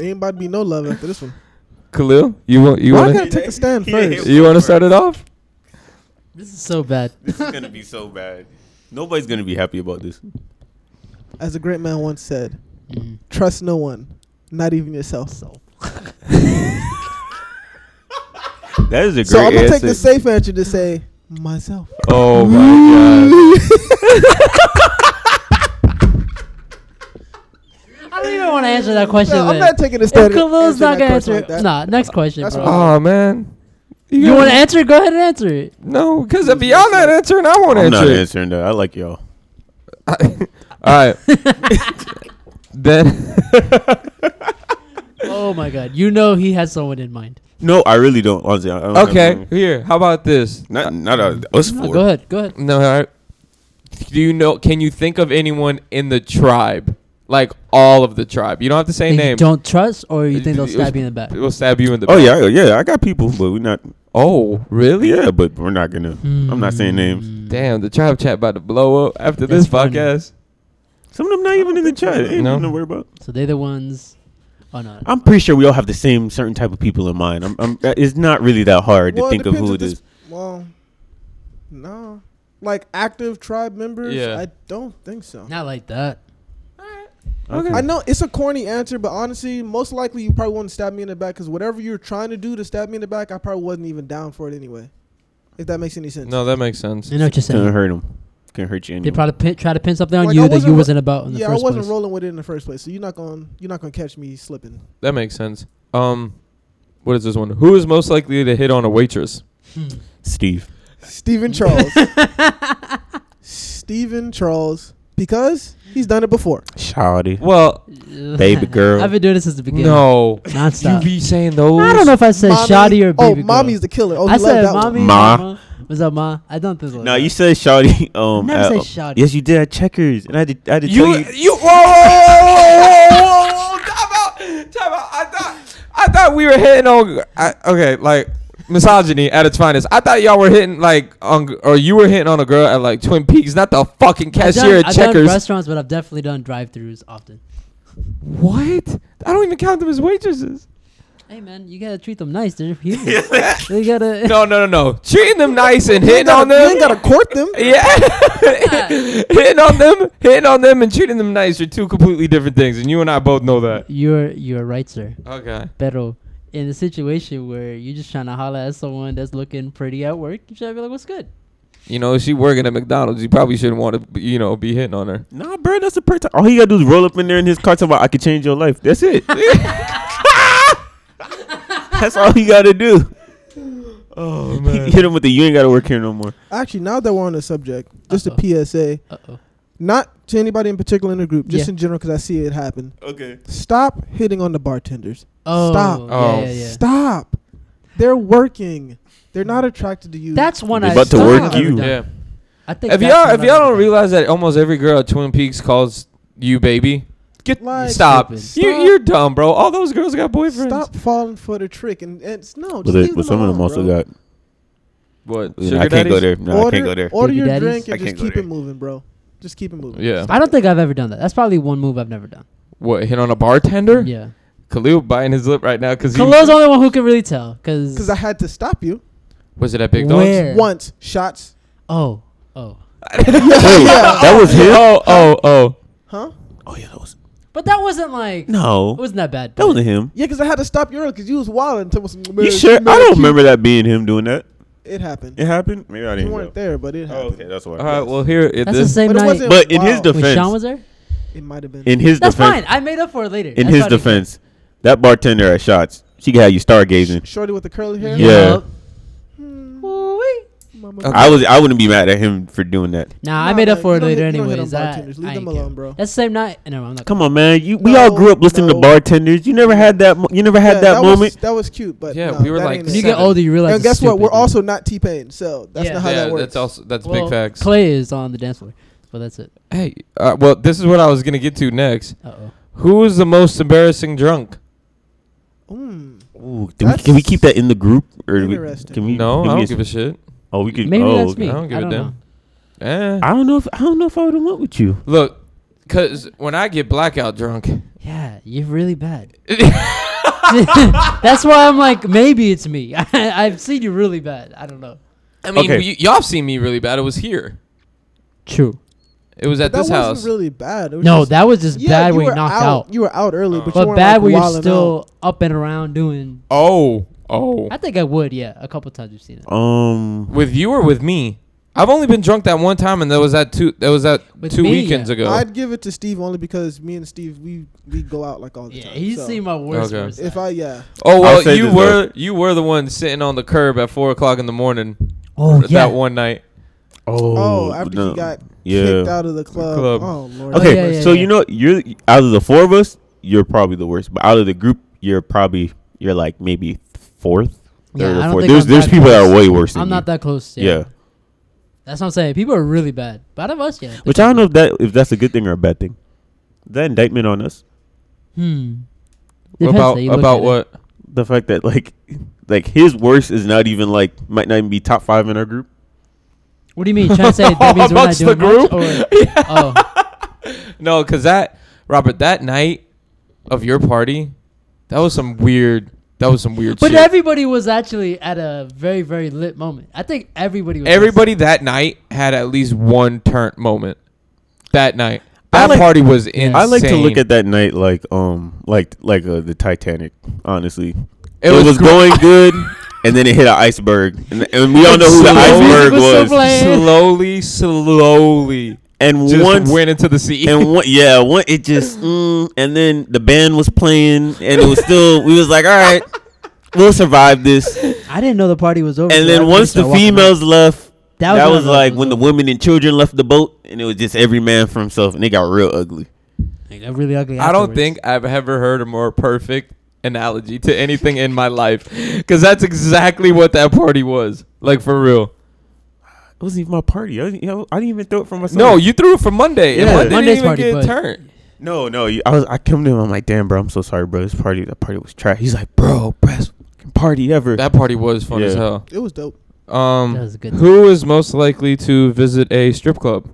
Speaker 5: ain't about to be no love after this one.
Speaker 4: Khalil, you want you
Speaker 5: Why I
Speaker 4: want
Speaker 5: gotta
Speaker 4: to
Speaker 5: take a stand
Speaker 2: He didn't
Speaker 5: first?
Speaker 2: hit
Speaker 4: you want to start it off?
Speaker 3: this is so bad.
Speaker 2: This is gonna be so bad. Nobody's gonna be happy about this.
Speaker 5: As a great man once said,
Speaker 3: Mhm.
Speaker 5: trust no one, not even yourself. So,
Speaker 2: That is a great
Speaker 5: I'm gonna
Speaker 2: answer.
Speaker 5: take the safe answer to say myself.
Speaker 4: Oh my god.
Speaker 3: I don't even want to answer that question.
Speaker 5: No, I'm
Speaker 3: then.
Speaker 5: not taking a
Speaker 3: If
Speaker 5: stand.
Speaker 3: Khalil's not gonna answer,
Speaker 5: like
Speaker 3: it,
Speaker 5: that.
Speaker 3: nah. Next question,
Speaker 5: That's
Speaker 3: bro.
Speaker 5: what
Speaker 4: Oh man.
Speaker 3: you want
Speaker 4: gotta-
Speaker 3: to answer? it? Go ahead and answer it.
Speaker 4: No, because if y'all not answering, I won't
Speaker 2: I'm not
Speaker 4: answer. it.
Speaker 2: answering that. I like y'all.
Speaker 4: All right. then
Speaker 3: Oh my god, you know he has someone in mind.
Speaker 2: No, I really don't. Honestly, I I don't have
Speaker 4: okay.
Speaker 2: any-
Speaker 4: Here, how about this?
Speaker 2: Not not out of us
Speaker 3: No,
Speaker 2: four.
Speaker 3: go ahead, go ahead.
Speaker 4: No, all right. Do you know? Can you think of anyone in the tribe? Like all of the tribe. You don't have to say
Speaker 3: That
Speaker 4: name.
Speaker 3: You don't trust, or you
Speaker 4: Uh,
Speaker 3: think they'll
Speaker 4: it
Speaker 3: stab
Speaker 4: was-
Speaker 3: you in the back?
Speaker 4: It will stab you in the.
Speaker 2: Oh
Speaker 4: back.
Speaker 2: yeah, I- yeah. I got people, but we're not.
Speaker 4: Oh really?
Speaker 2: Yeah, but we're not gonna. I'm not saying
Speaker 3: Hmm.
Speaker 2: names.
Speaker 4: Damn, the tribe chat about to blow up after
Speaker 3: That's
Speaker 4: this
Speaker 3: funny.
Speaker 4: podcast.
Speaker 2: Some of them not even in the
Speaker 5: Hmm.
Speaker 2: chat. Ain't
Speaker 4: No.
Speaker 2: nothing to worry about.
Speaker 3: So they're the ones. Oh no.
Speaker 2: I'm pretty sure we all have the same certain type of people in mind. I'm, I'm, that- it's not really that hard
Speaker 5: Well,
Speaker 2: to think of
Speaker 5: depends
Speaker 2: who
Speaker 5: if
Speaker 2: it
Speaker 5: this-
Speaker 2: is.
Speaker 5: Well, no, like active tribe members.
Speaker 4: Yeah.
Speaker 5: I don't think so.
Speaker 3: Not like that.
Speaker 2: Okay.
Speaker 5: I know it's a corny answer, but honestly, most likely you probably wouldn't stab me in the back because whatever you're trying to do to stab me in the back, I probably wasn't even down for it anyway. If that makes any sense.
Speaker 4: No, that makes sense.
Speaker 3: You know what you're
Speaker 2: Couldn't
Speaker 3: saying.
Speaker 2: hurt him. Couldn't hurt you
Speaker 3: They
Speaker 2: anyway.
Speaker 3: probably pin, try to pin something on
Speaker 5: Like, I
Speaker 3: you that you
Speaker 5: wasn't-
Speaker 3: wasn't about Oh, in the
Speaker 5: yeah, I
Speaker 3: first
Speaker 5: wasn't
Speaker 3: place.
Speaker 5: rolling with it in the first place, so you're not going you're not gonna catch me slipping.
Speaker 4: That makes sense. Um, what is this one? Who is most likely to hit on a waitress?
Speaker 2: Steve.
Speaker 5: Stephen Charles. Stephen Charles, because he's done it before.
Speaker 2: Shawty.
Speaker 4: Well,
Speaker 2: Baby girl.
Speaker 3: I've been doing this since the beginning.
Speaker 4: no.
Speaker 3: Nonstop.
Speaker 4: You be saying those.
Speaker 3: I don't know if I said
Speaker 5: Mommy-
Speaker 3: shoddy or
Speaker 5: oh,
Speaker 3: baby girl.
Speaker 5: mommy's the killer. Oh,
Speaker 3: I
Speaker 5: he loved
Speaker 3: said
Speaker 5: that one.
Speaker 3: mommy.
Speaker 2: Ma.
Speaker 3: mama. What's up, ma? I don't think so.
Speaker 2: No, you said Shawty. Um,
Speaker 3: never
Speaker 2: at-
Speaker 3: said shawty.
Speaker 2: Yes, you did at Checkers, and I did. I did
Speaker 4: You,
Speaker 2: tell you.
Speaker 4: you, whoa, whoa, whoa, whoa, whoa, whoa, whoa, time out, time out. I thought, I thought we were hitting on, I, okay, like misogyny at its finest. I thought y'all were hitting like on, g- or you were hitting on a girl at like Twin Peaks, not the fucking
Speaker 3: I've
Speaker 4: cashier
Speaker 3: done,
Speaker 4: at
Speaker 3: I've done
Speaker 4: Checkers.
Speaker 3: restaurants, but I've definitely done drive-throughs often.
Speaker 4: what? I don't even count them as waitresses.
Speaker 3: Hey man, you gotta treat them nice. They're human. you gotta.
Speaker 4: No, no, no, no. Treating them nice and
Speaker 5: You ain't
Speaker 4: hitting
Speaker 5: gotta-
Speaker 4: on them.
Speaker 5: You ain't gotta court them.
Speaker 4: yeah, hitting on them, hitting on them, and treating them nice are two completely different things, and you and I both know that.
Speaker 3: You're you're right, sir.
Speaker 4: Okay.
Speaker 3: Pero in a situation where you're just trying to holler at someone that's looking pretty at work, you should be like, "What's good?"
Speaker 4: You know, if she working at McDonald's, you probably shouldn't want to, you know, be hitting on her.
Speaker 2: Nah, bro, that's a perfect. All he gotta do is roll up in there in his car, talking about I could change your life. That's it. That's all you gotta do.
Speaker 4: Oh
Speaker 2: Hit him with the you ain't gotta work here no more.
Speaker 5: Actually, now that we're on the subject, just
Speaker 3: Uh-oh.
Speaker 5: a PSA,
Speaker 3: Uh oh.
Speaker 5: not to anybody in particular in the group, just
Speaker 3: Yeah.
Speaker 5: in general, because I see it happen.
Speaker 2: Okay.
Speaker 5: Stop hitting on the bartenders.
Speaker 3: Oh.
Speaker 5: Stop.
Speaker 4: Oh.
Speaker 3: Yeah, yeah, yeah.
Speaker 5: Stop. They're working. They're not attracted to you.
Speaker 3: That's one
Speaker 2: They
Speaker 3: I
Speaker 2: about to
Speaker 3: still
Speaker 2: work
Speaker 3: haven't
Speaker 2: you.
Speaker 3: done.
Speaker 4: Yeah.
Speaker 3: I think
Speaker 4: If
Speaker 3: that's
Speaker 4: y'all
Speaker 3: one
Speaker 4: if
Speaker 3: I
Speaker 4: y'all don't
Speaker 3: haven't
Speaker 4: realize that almost every girl at Twin Peaks calls you baby, get
Speaker 5: Like-
Speaker 4: stop.
Speaker 3: Stupid.
Speaker 4: You,
Speaker 5: Stop.
Speaker 4: you're dumb, bro. All those girls got boyfriends.
Speaker 5: Stop falling for the trick and, and it's no.
Speaker 2: But,
Speaker 5: Just
Speaker 2: they-
Speaker 5: leave
Speaker 2: but
Speaker 5: them
Speaker 2: some of them
Speaker 5: alone,
Speaker 2: also
Speaker 5: bro.
Speaker 2: got.
Speaker 4: What?
Speaker 2: I can't go there. No, I
Speaker 5: order,
Speaker 2: can't go there.
Speaker 5: Order
Speaker 3: Baby
Speaker 5: your
Speaker 3: daddies?
Speaker 5: drink
Speaker 2: I
Speaker 5: and
Speaker 2: can't
Speaker 5: just
Speaker 2: go
Speaker 5: keep
Speaker 2: there.
Speaker 5: it moving, bro. Just keep it moving.
Speaker 4: Yeah.
Speaker 3: done. I don't think I've ever done that. That's probably one move I've never done.
Speaker 4: What? Hit on a bartender?
Speaker 3: Yeah.
Speaker 4: Khalil biting his lip right now because he
Speaker 3: Khalil's the only one who can really tell. Cause,
Speaker 5: Because I had to stop you
Speaker 4: was it at Big Dog's?
Speaker 3: Where? Yeah.
Speaker 5: once. Shots.
Speaker 3: oh oh.
Speaker 2: Wait, that was him.
Speaker 4: Oh, oh, oh.
Speaker 5: Huh?
Speaker 2: Oh yeah, that was.
Speaker 3: But that wasn't like
Speaker 2: No,
Speaker 3: It wasn't that bad.
Speaker 2: that wasn't him.
Speaker 5: Yeah, because I had to stop you early because you was wild until was
Speaker 2: You sure? I don't remember that being him doing that.
Speaker 5: It happened.
Speaker 2: It happened. Maybe I
Speaker 5: You
Speaker 2: didn't.
Speaker 5: weren't
Speaker 2: Know.
Speaker 5: there, but it
Speaker 2: Oh,
Speaker 5: happened.
Speaker 2: okay, that's why.
Speaker 4: All right. Well, here it
Speaker 3: That's the
Speaker 4: this.
Speaker 3: same
Speaker 5: But it
Speaker 3: night.
Speaker 5: wasn't
Speaker 2: But in his
Speaker 5: wild.
Speaker 2: defense-
Speaker 3: When Sean was there.
Speaker 5: it might have been.
Speaker 2: in his
Speaker 3: That's
Speaker 2: defense,
Speaker 3: fine. I made up for it later.
Speaker 2: in
Speaker 3: That's
Speaker 2: his
Speaker 3: not a big deal.
Speaker 2: defense, that bartender at Shots, she had you stargazing.
Speaker 5: Shorty with the curly hair.
Speaker 2: Yeah.
Speaker 3: Yup.
Speaker 5: Hmm,
Speaker 3: Woo-wee.
Speaker 5: mama.
Speaker 4: Okay.
Speaker 2: I was. I wouldn't be mad at him for doing that.
Speaker 3: Nah, I
Speaker 5: Nah,
Speaker 3: made up
Speaker 5: like,
Speaker 3: for
Speaker 5: you
Speaker 3: it
Speaker 5: don't
Speaker 3: later
Speaker 5: hit- you don't hit on
Speaker 3: anyways. I,
Speaker 5: bartenders. Leave
Speaker 3: I
Speaker 5: them
Speaker 3: ain't care.
Speaker 5: alone, bro.
Speaker 3: That's the same night. No, I'm not.
Speaker 2: Come on, man. You we all
Speaker 5: No,
Speaker 2: grew up listening
Speaker 5: no.
Speaker 2: to bartenders. You never had that. mo- You never had
Speaker 5: Yeah,
Speaker 2: that,
Speaker 5: was-
Speaker 2: moment.
Speaker 5: that was cute, but
Speaker 4: Yeah,
Speaker 5: no,
Speaker 4: we were
Speaker 5: that
Speaker 4: like
Speaker 5: ain't
Speaker 3: When
Speaker 5: it.
Speaker 3: you
Speaker 4: seven.
Speaker 3: get older, you realize.
Speaker 5: and
Speaker 3: it's
Speaker 5: guess what?
Speaker 3: stupid,
Speaker 5: We're
Speaker 3: dude.
Speaker 5: also not T Pain, so that's
Speaker 3: Yeah.
Speaker 5: not how
Speaker 4: yeah,
Speaker 5: that works.
Speaker 4: that's also that's
Speaker 3: Well,
Speaker 4: big facts.
Speaker 3: Clay is on the dance floor, but that's it.
Speaker 4: hey, uh, well, this is what I was gonna get to next.
Speaker 3: Uh oh.
Speaker 4: Who is the most embarrassing drunk?
Speaker 5: Mm.
Speaker 2: Ooh, do we, can we keep that in the group? Or do we,
Speaker 5: Interesting.
Speaker 2: can we? can
Speaker 4: No, I
Speaker 2: we
Speaker 4: don't
Speaker 2: ass-
Speaker 4: give a shit.
Speaker 2: Oh, we could.
Speaker 3: Maybe
Speaker 2: oh,
Speaker 3: that's
Speaker 2: okay.
Speaker 3: me.
Speaker 4: I don't give
Speaker 3: I
Speaker 4: a
Speaker 3: don't
Speaker 4: damn.
Speaker 3: know.
Speaker 4: Eh.
Speaker 2: I don't know if I don't know if I would have went with you.
Speaker 4: Look, cause when I get blackout drunk,
Speaker 3: Yeah, you're really bad. That's why I'm like, maybe it's me. I, I've seen you really bad. I don't know.
Speaker 4: I mean,
Speaker 2: Okay.
Speaker 4: y- y'all seen me really bad. It was here.
Speaker 3: True.
Speaker 4: It was at
Speaker 5: that
Speaker 4: this
Speaker 5: wasn't
Speaker 4: house.
Speaker 5: really bad. It was
Speaker 3: No,
Speaker 5: just-
Speaker 3: that was just
Speaker 5: yeah,
Speaker 3: bad
Speaker 5: you
Speaker 3: when
Speaker 5: were
Speaker 3: you knocked out.
Speaker 5: out. You were out early, but, you
Speaker 3: But
Speaker 5: weren't
Speaker 3: bad
Speaker 5: like,
Speaker 3: where you're
Speaker 5: wilding out.
Speaker 3: still up and around doing.
Speaker 4: oh, oh.
Speaker 3: I think I would, yeah. A couple times you've seen it.
Speaker 2: Um,
Speaker 4: With you or with me? I've only been drunk that one time, and that was that two. That was that
Speaker 3: With
Speaker 4: two
Speaker 3: me,
Speaker 4: weekends
Speaker 3: yeah.
Speaker 4: ago.
Speaker 5: I'd give it to Steve only because me and Steve we we go out like all the
Speaker 3: Yeah,
Speaker 5: time.
Speaker 3: he's
Speaker 5: so
Speaker 3: seen my worst.
Speaker 4: Okay.
Speaker 3: worst
Speaker 5: If
Speaker 3: side.
Speaker 5: I yeah,
Speaker 4: oh well,
Speaker 2: say
Speaker 4: you
Speaker 2: this,
Speaker 4: were you were the one sitting on the curb at four o'clock in the morning
Speaker 3: oh,
Speaker 4: that
Speaker 3: yeah.
Speaker 4: one night.
Speaker 2: oh,
Speaker 5: oh, after
Speaker 2: no.
Speaker 5: he got
Speaker 2: Yeah.
Speaker 5: kicked out of the club.
Speaker 4: club.
Speaker 5: Oh lord.
Speaker 2: Okay,
Speaker 3: yeah, yeah,
Speaker 2: so
Speaker 3: yeah.
Speaker 2: you know you're out of the four of us, you're probably the worst. But out of the group, you're probably you're like maybe fourth,
Speaker 3: Yeah,
Speaker 2: third
Speaker 3: I
Speaker 2: or
Speaker 3: don't
Speaker 2: fourth.
Speaker 3: think
Speaker 2: There's
Speaker 3: I'm
Speaker 2: there's
Speaker 3: that
Speaker 2: people that are
Speaker 3: close.
Speaker 2: way worse than
Speaker 3: I'm
Speaker 2: you.
Speaker 3: not that close. Yeah.
Speaker 2: yeah.
Speaker 3: That's what I'm saying. People are really bad. But out of us, yeah. think
Speaker 2: Which I don't know if that if that's a good thing or a bad thing. Is that indictment on us?
Speaker 3: Hmm.
Speaker 4: about about what?
Speaker 2: The fact that like like his worst is not even like might not even be top five in our group.
Speaker 3: What do you mean? Trying to say that means we're not
Speaker 4: Amongst the
Speaker 3: doing much?
Speaker 4: group?
Speaker 3: Or, Oh,
Speaker 4: No, because that Robert, that night of your party, that was some weird. That was some weird.
Speaker 3: but
Speaker 4: shit.
Speaker 3: everybody was actually at a very very lit moment. I think everybody was.
Speaker 4: everybody that night had at least one turnt moment. That night,
Speaker 2: I
Speaker 4: that
Speaker 2: like-
Speaker 4: party was insane.
Speaker 2: I like to look at that night like um like like uh, the Titanic. Honestly, it, was,
Speaker 4: was gr-
Speaker 2: going good, and then it hit an iceberg, and, and we all know who the
Speaker 4: Slow.
Speaker 2: iceberg
Speaker 3: Music was so
Speaker 2: was.
Speaker 3: playing.
Speaker 4: slowly, slowly.
Speaker 2: and
Speaker 4: Just
Speaker 2: once
Speaker 4: went into the sea.
Speaker 2: and one yeah one it just mm, and then the band was playing, and it was still we was like all right, we'll survive this.
Speaker 3: I didn't know the party was
Speaker 2: And
Speaker 3: over. till
Speaker 2: then
Speaker 3: everybody
Speaker 2: once
Speaker 3: started
Speaker 2: the
Speaker 3: walking out.
Speaker 2: females left,
Speaker 3: That
Speaker 2: that
Speaker 3: was
Speaker 2: was,
Speaker 3: when I thought it
Speaker 2: like
Speaker 3: was
Speaker 2: when the
Speaker 3: over.
Speaker 2: women and children left the boat, and it was just every man for himself, and it got real ugly.
Speaker 3: They got really ugly.
Speaker 4: I don't
Speaker 3: afterwards.
Speaker 4: think I've ever heard a more perfect analogy to anything in my life, because that's exactly what that party was. Like for real.
Speaker 2: It wasn't even my party. I, didn't- you know, I didn't even throw it for myself.
Speaker 4: No, you threw it for Monday. and
Speaker 2: Yeah.
Speaker 4: Monday
Speaker 3: Monday's
Speaker 4: didn't
Speaker 3: party,
Speaker 4: even
Speaker 3: but-
Speaker 4: get turned.
Speaker 2: No, no. You, I was. I come to him. I'm like, damn, bro. I'm so sorry, bro. This party, that party was trash. He's like, bro, best fucking party ever.
Speaker 4: That party was fun as
Speaker 2: Yeah.
Speaker 4: hell.
Speaker 5: It was dope.
Speaker 4: Um,
Speaker 3: That was a good
Speaker 4: who is most likely to visit a strip club?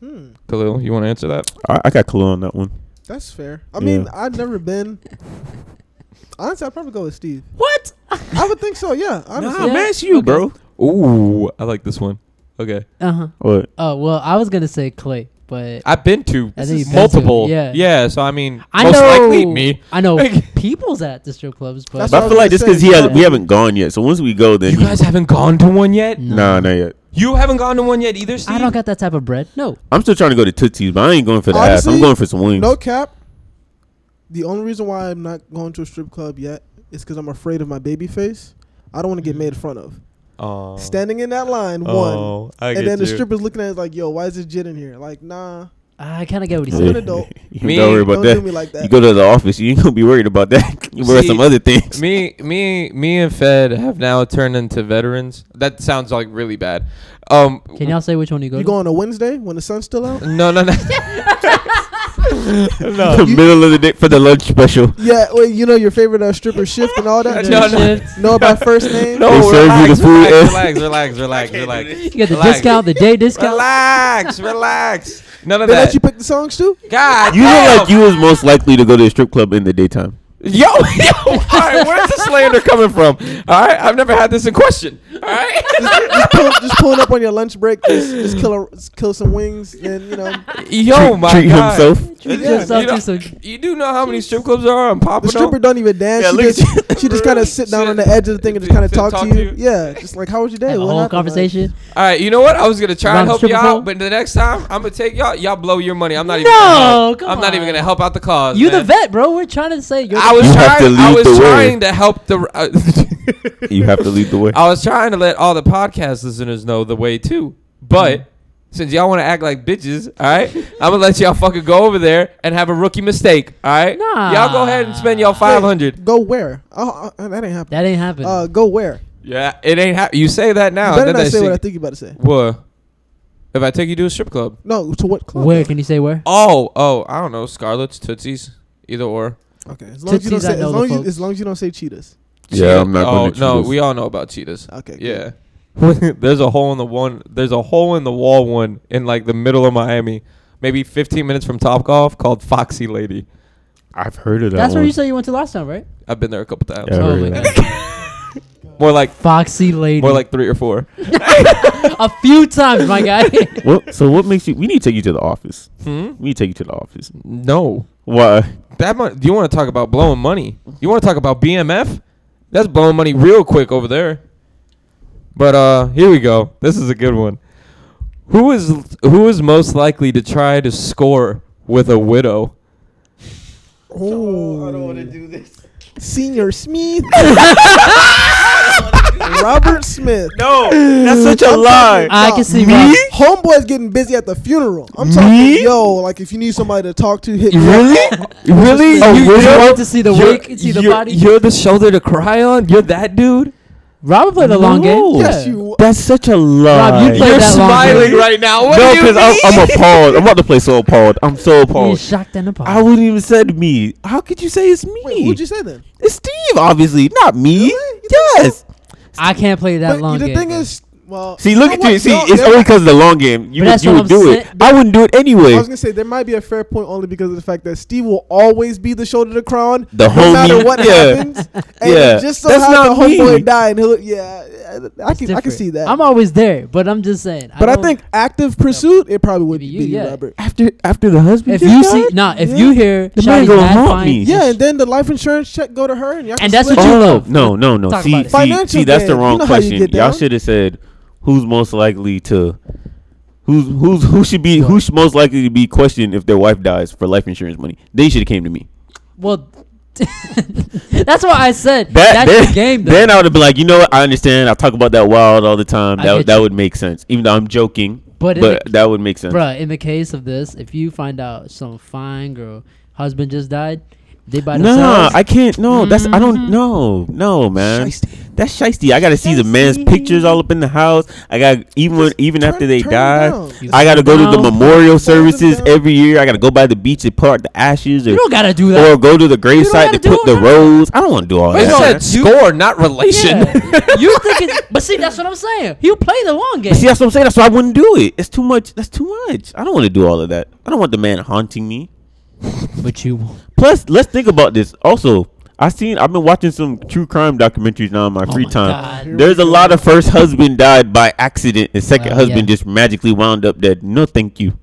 Speaker 5: Hmm.
Speaker 4: Khalil, you want to answer that?
Speaker 2: I, I got clue on that one.
Speaker 5: That's fair. I
Speaker 2: Yeah.
Speaker 5: mean, I've never been. Honestly, I'd probably go with Steve.
Speaker 3: What?
Speaker 5: I would think so. Yeah, honestly.
Speaker 2: Nah,
Speaker 3: Yeah.
Speaker 2: man, it's you,
Speaker 3: Okay.
Speaker 2: bro.
Speaker 4: Ooh, I like this one. Okay,
Speaker 3: Uh huh.
Speaker 2: What?
Speaker 3: Oh well, I was gonna say Clay, but I,
Speaker 4: I've been to
Speaker 3: I think you've been to,
Speaker 4: multiple.
Speaker 3: yeah.
Speaker 4: yeah. So I mean, most
Speaker 3: know
Speaker 4: likely me.
Speaker 3: I know
Speaker 4: Like-
Speaker 3: people's at the strip clubs, but
Speaker 5: That's
Speaker 2: But I
Speaker 5: what
Speaker 2: feel
Speaker 5: I
Speaker 2: like
Speaker 5: was
Speaker 2: just
Speaker 5: gonna
Speaker 2: because
Speaker 5: say.
Speaker 2: he has, we
Speaker 5: Yeah.
Speaker 2: haven't gone yet. So once we go, then
Speaker 4: You guys haven't gone to one yet.
Speaker 3: No.
Speaker 2: Nah, not yet.
Speaker 4: You haven't gone to one yet either, Steve.
Speaker 3: I don't got that type of bread. No.
Speaker 2: I'm still trying to go to Tootsie's, but I ain't going for the ass. I'm
Speaker 5: Honestly,
Speaker 2: going for some wings.
Speaker 5: No cap. The only reason why I'm not going to a strip club yet is because I'm afraid of my baby face. I don't want to get made fun of.
Speaker 4: Oh.
Speaker 5: Standing in that line, one,
Speaker 4: Oh, I
Speaker 5: and
Speaker 4: get
Speaker 5: then the
Speaker 4: you.
Speaker 5: stripper's looking at us like, "Yo, why is this jit in here?" Like, nah,
Speaker 3: I kind of get what he's
Speaker 5: I'm an
Speaker 3: saying.
Speaker 5: adult.
Speaker 2: You
Speaker 4: Me-
Speaker 2: don't worry about
Speaker 5: Don't
Speaker 2: that.
Speaker 5: do me like that.
Speaker 2: You go to the office, you ain't gonna be worried about that. you worry about
Speaker 4: See,
Speaker 2: some other things.
Speaker 4: me, me, me, and Fed have now turned into veterans. That sounds like really bad. Um,
Speaker 3: Can y'all say which one you go?
Speaker 5: You
Speaker 3: to?
Speaker 5: go on a Wednesday when the sun's still out.
Speaker 4: no, no, no.
Speaker 2: the middle of the day for the lunch special.
Speaker 5: Yeah, well, you know your favorite uh, stripper shift and all that.
Speaker 4: No, no.
Speaker 3: Shift.
Speaker 5: Know about first name?
Speaker 4: No,
Speaker 2: They serve you
Speaker 4: relax,
Speaker 2: the food and-
Speaker 4: relax, relax, relax, relax,
Speaker 3: You
Speaker 4: relax.
Speaker 3: get the
Speaker 4: Relax.
Speaker 3: discount, the day discount.
Speaker 4: Relax, relax. None of
Speaker 5: They let
Speaker 4: that.
Speaker 5: you pick the songs too.
Speaker 4: God,
Speaker 2: You
Speaker 4: damn.
Speaker 2: look like you was most likely to go to a strip club in the daytime.
Speaker 4: Yo, yo, all right, where's the slander coming from? All right, I've never had this in question. All right,
Speaker 5: just, pull, just pulling up on your lunch break, just, just kill a, just kill some wings, and you know
Speaker 4: yo,
Speaker 2: treat
Speaker 4: Oh my
Speaker 2: treat
Speaker 4: God.
Speaker 2: himself.
Speaker 3: Treat
Speaker 4: Yeah,
Speaker 3: yourself
Speaker 4: you
Speaker 3: to
Speaker 4: know-
Speaker 3: some-
Speaker 4: You do know how many strip clubs there are in
Speaker 5: the
Speaker 4: Pompano?
Speaker 5: stripper don't even dance.
Speaker 2: Yeah,
Speaker 5: she
Speaker 2: look at
Speaker 5: just she just kind of sit down on the edge of the thing and just kind of
Speaker 4: Sit-
Speaker 5: talk,
Speaker 4: talk
Speaker 5: to
Speaker 4: to
Speaker 5: you.
Speaker 4: you.
Speaker 5: Yeah, just like how was your day?
Speaker 3: Have a
Speaker 5: What
Speaker 3: whole
Speaker 5: happened?" Like,
Speaker 3: conversation.
Speaker 4: All right, you know what? I was gonna try
Speaker 3: Around
Speaker 4: and
Speaker 3: the
Speaker 4: help
Speaker 3: stripper
Speaker 4: you
Speaker 3: pole?
Speaker 4: out, but the next time I'm gonna take y'all. Y'all blow your money. I'm not even.
Speaker 3: No,
Speaker 4: gonna help.
Speaker 3: come
Speaker 4: I'm not even
Speaker 3: on.
Speaker 4: gonna help out the cause.
Speaker 3: you the
Speaker 4: man.
Speaker 3: vet, bro. We're trying to say you're.
Speaker 4: I
Speaker 3: the-
Speaker 4: was
Speaker 2: You have to
Speaker 4: trying. I
Speaker 2: lead
Speaker 4: was
Speaker 2: the way.
Speaker 4: trying to help uh, the.
Speaker 2: You have to lead the way.
Speaker 4: I was trying to let all the podcast listeners know the way too, but
Speaker 5: Mm-hmm.
Speaker 4: since y'all want to act like bitches, all right, I'm gonna let y'all fucking go over there and have a rookie mistake, all right?
Speaker 3: Nah.
Speaker 4: Y'all go ahead and spend y'all five hundred.
Speaker 5: Go where? Oh, uh, that ain't happening.
Speaker 3: that ain't happening.
Speaker 5: Uh, go where?
Speaker 4: Yeah, it ain't. Ha- you say that
Speaker 5: you
Speaker 4: now.
Speaker 5: better
Speaker 4: and then
Speaker 5: not
Speaker 4: that
Speaker 5: say what I
Speaker 4: shit-
Speaker 5: think you about to say.
Speaker 4: What? If I take you to a strip club?
Speaker 5: No, to what club?
Speaker 3: where can you say where?
Speaker 4: Oh, oh, I don't know. Scarlet's, Tootsie's, either or.
Speaker 5: Okay, as long as you don't
Speaker 3: Tootsies, I
Speaker 5: say as
Speaker 3: know the
Speaker 5: long as, you,
Speaker 3: folks.
Speaker 5: as long as you don't say cheetahs.
Speaker 2: Yeah, I'm not
Speaker 4: Oh
Speaker 2: going to.
Speaker 4: no,
Speaker 2: Cheetahs.
Speaker 4: we all know about cheetahs.
Speaker 5: Okay,
Speaker 4: Yeah. there's a hole in the one. There's a hole in the wall one in like the middle of Miami, maybe 15 minutes from Top Golf, called Foxy Lady.
Speaker 2: I've heard of that.
Speaker 3: That's
Speaker 2: one.
Speaker 3: where you said you went to last time, right?
Speaker 4: I've been there a couple times.
Speaker 2: Yeah, I
Speaker 3: Oh
Speaker 2: heard
Speaker 3: my
Speaker 2: of that.
Speaker 3: God.
Speaker 4: More like
Speaker 3: Foxy lady.
Speaker 4: more like three or four.
Speaker 3: a few times, my guy.
Speaker 2: Well, so what makes you? We need to take you to the office.
Speaker 4: Hmm?
Speaker 2: We need to take you to the office.
Speaker 4: No,
Speaker 2: Why?
Speaker 4: that mon- you want to talk about blowing money? You want to talk about BMF? That's blowing money real quick over there. But uh, here we go. This is a good one. Who is who is most likely to try to score with a widow?
Speaker 5: Oh, I don't want to do this. Senior Smith. Robert Smith.
Speaker 2: No, that's such a lie.
Speaker 3: I can see
Speaker 5: me.
Speaker 3: why.
Speaker 5: Homeboy's getting busy at the funeral. I'm talking, yo, like if you need somebody to talk to, hit me.
Speaker 4: Really? really?
Speaker 3: Oh,
Speaker 4: you,
Speaker 3: really?
Speaker 4: you're-
Speaker 3: want to see the
Speaker 4: you're-
Speaker 3: wake and see the
Speaker 4: you're-
Speaker 3: body?
Speaker 4: You're the shoulder to cry on. You're that dude.
Speaker 3: Robert played a long game.
Speaker 2: No.
Speaker 5: Yes,
Speaker 3: Yeah.
Speaker 5: you.
Speaker 2: That's such a lie.
Speaker 3: Rob, you played
Speaker 4: You're
Speaker 3: that long
Speaker 4: smiling
Speaker 3: game.
Speaker 4: right now. What
Speaker 2: no,
Speaker 4: do you
Speaker 2: because I'm, I'm appalled. I'm about to play so appalled. I'm so
Speaker 3: You're
Speaker 2: appalled.
Speaker 3: shocked and appalled.
Speaker 2: Oh. I wouldn't even said me. How could you say it's me?
Speaker 5: Wait, who'd you say then?
Speaker 2: it's Steve, obviously, not me.
Speaker 5: Really? You think
Speaker 2: Yes.
Speaker 5: so?
Speaker 3: I can't play that
Speaker 5: But
Speaker 3: long
Speaker 5: the
Speaker 3: game.
Speaker 5: thing
Speaker 3: bro.
Speaker 5: is, well,
Speaker 2: See, look
Speaker 5: you
Speaker 2: at
Speaker 5: know
Speaker 2: you.
Speaker 5: what?
Speaker 2: See,
Speaker 5: No,
Speaker 2: it's
Speaker 5: there-
Speaker 2: only because of the long game. You, would,
Speaker 3: But that's
Speaker 2: you
Speaker 3: what
Speaker 2: would
Speaker 3: I'm
Speaker 2: do it.
Speaker 3: saying.
Speaker 2: I wouldn't do it
Speaker 5: I
Speaker 2: anyway.
Speaker 5: was gonna say there might be a fair point only because of the fact that Steve will always be the shoulder to cry on,
Speaker 2: The
Speaker 5: no matter
Speaker 2: homie,
Speaker 5: what
Speaker 2: yeah.
Speaker 5: happens. And
Speaker 2: Yeah.
Speaker 5: just
Speaker 2: That's
Speaker 5: somehow the
Speaker 2: not me.
Speaker 5: homeboy died. And he'll, yeah, I- I can, I can
Speaker 3: different.
Speaker 5: see that.
Speaker 3: I'm always there, but I'm just saying.
Speaker 5: but I
Speaker 3: don't-
Speaker 5: think active pursuit, it probably would be
Speaker 3: Maybe
Speaker 5: you,
Speaker 3: you, yeah.
Speaker 5: Robert.
Speaker 2: after after the husband.
Speaker 3: if
Speaker 2: just
Speaker 3: you see,
Speaker 2: died?
Speaker 3: nah, if
Speaker 5: Yeah.
Speaker 3: you hear,
Speaker 2: The
Speaker 3: the
Speaker 2: man
Speaker 3: man
Speaker 2: gonna haunt
Speaker 3: fine,
Speaker 2: me.
Speaker 5: Yeah, and then the life insurance check go to her, and y'all can
Speaker 3: And that's
Speaker 5: split
Speaker 3: what you
Speaker 5: it.
Speaker 2: Oh
Speaker 3: love.
Speaker 2: no, no, no.
Speaker 3: Talk
Speaker 2: See,
Speaker 3: about it.
Speaker 2: see,
Speaker 5: Financial
Speaker 2: see, that's the
Speaker 5: gain.
Speaker 2: wrong
Speaker 5: You know how you
Speaker 2: question.
Speaker 5: get
Speaker 2: Y'all
Speaker 5: down.
Speaker 2: should have said who's most likely to who's who's who should be who's most likely to be questioned if their wife dies for life insurance money. They should have came to me.
Speaker 3: Well, that's what I said.
Speaker 2: That,
Speaker 3: that's
Speaker 2: then,
Speaker 3: the game, though.
Speaker 2: then I would have been like, you know what? I understand. I talk about that wild all the time.
Speaker 3: I
Speaker 2: That
Speaker 3: get
Speaker 2: that
Speaker 3: you.
Speaker 2: would make sense, even though I'm joking.
Speaker 3: But
Speaker 2: But,
Speaker 3: in the-
Speaker 2: that would make sense.
Speaker 3: Bruh, in the case of this, if you find out some fine girl, husband just died, they by
Speaker 2: Nah,
Speaker 3: themselves.
Speaker 2: I can't. No, that's I
Speaker 3: Mhm.
Speaker 5: Mm.
Speaker 2: don't. No, no, man. That's shisty. I gotta see the man's
Speaker 3: Shiesty.
Speaker 2: pictures all up in the house. I got even when,
Speaker 5: Just
Speaker 2: even
Speaker 5: turn-
Speaker 2: after they
Speaker 5: turn it
Speaker 2: die,
Speaker 5: down.
Speaker 2: I gotta go to the
Speaker 3: Down.
Speaker 2: memorial services
Speaker 5: down.
Speaker 2: every year. I gotta go by the beach to part the ashes,
Speaker 3: you
Speaker 2: or
Speaker 3: don't gotta do that.
Speaker 2: or go to the gravesite to
Speaker 3: gotta do
Speaker 2: put
Speaker 3: it,
Speaker 2: the
Speaker 3: I don't-
Speaker 2: rose. I don't want to do all
Speaker 4: I
Speaker 2: that.
Speaker 4: said score, not relation.
Speaker 3: Yeah. you think it's, but see, that's what I'm saying. You play the long game.
Speaker 2: See, that's what I'm saying. That's why I wouldn't do it. It's too much. That's too much. I don't want to do all of that. I don't want the man haunting me.
Speaker 3: but you won't.
Speaker 2: Plus, let's think about this. Also, I seen I've been watching some true crime documentaries now in my
Speaker 4: Oh
Speaker 2: free
Speaker 3: my
Speaker 2: time.
Speaker 3: God.
Speaker 2: There's a lot of first husband died by accident and second
Speaker 3: Well,
Speaker 2: husband
Speaker 3: yeah.
Speaker 2: just magically wound up dead. No, thank you.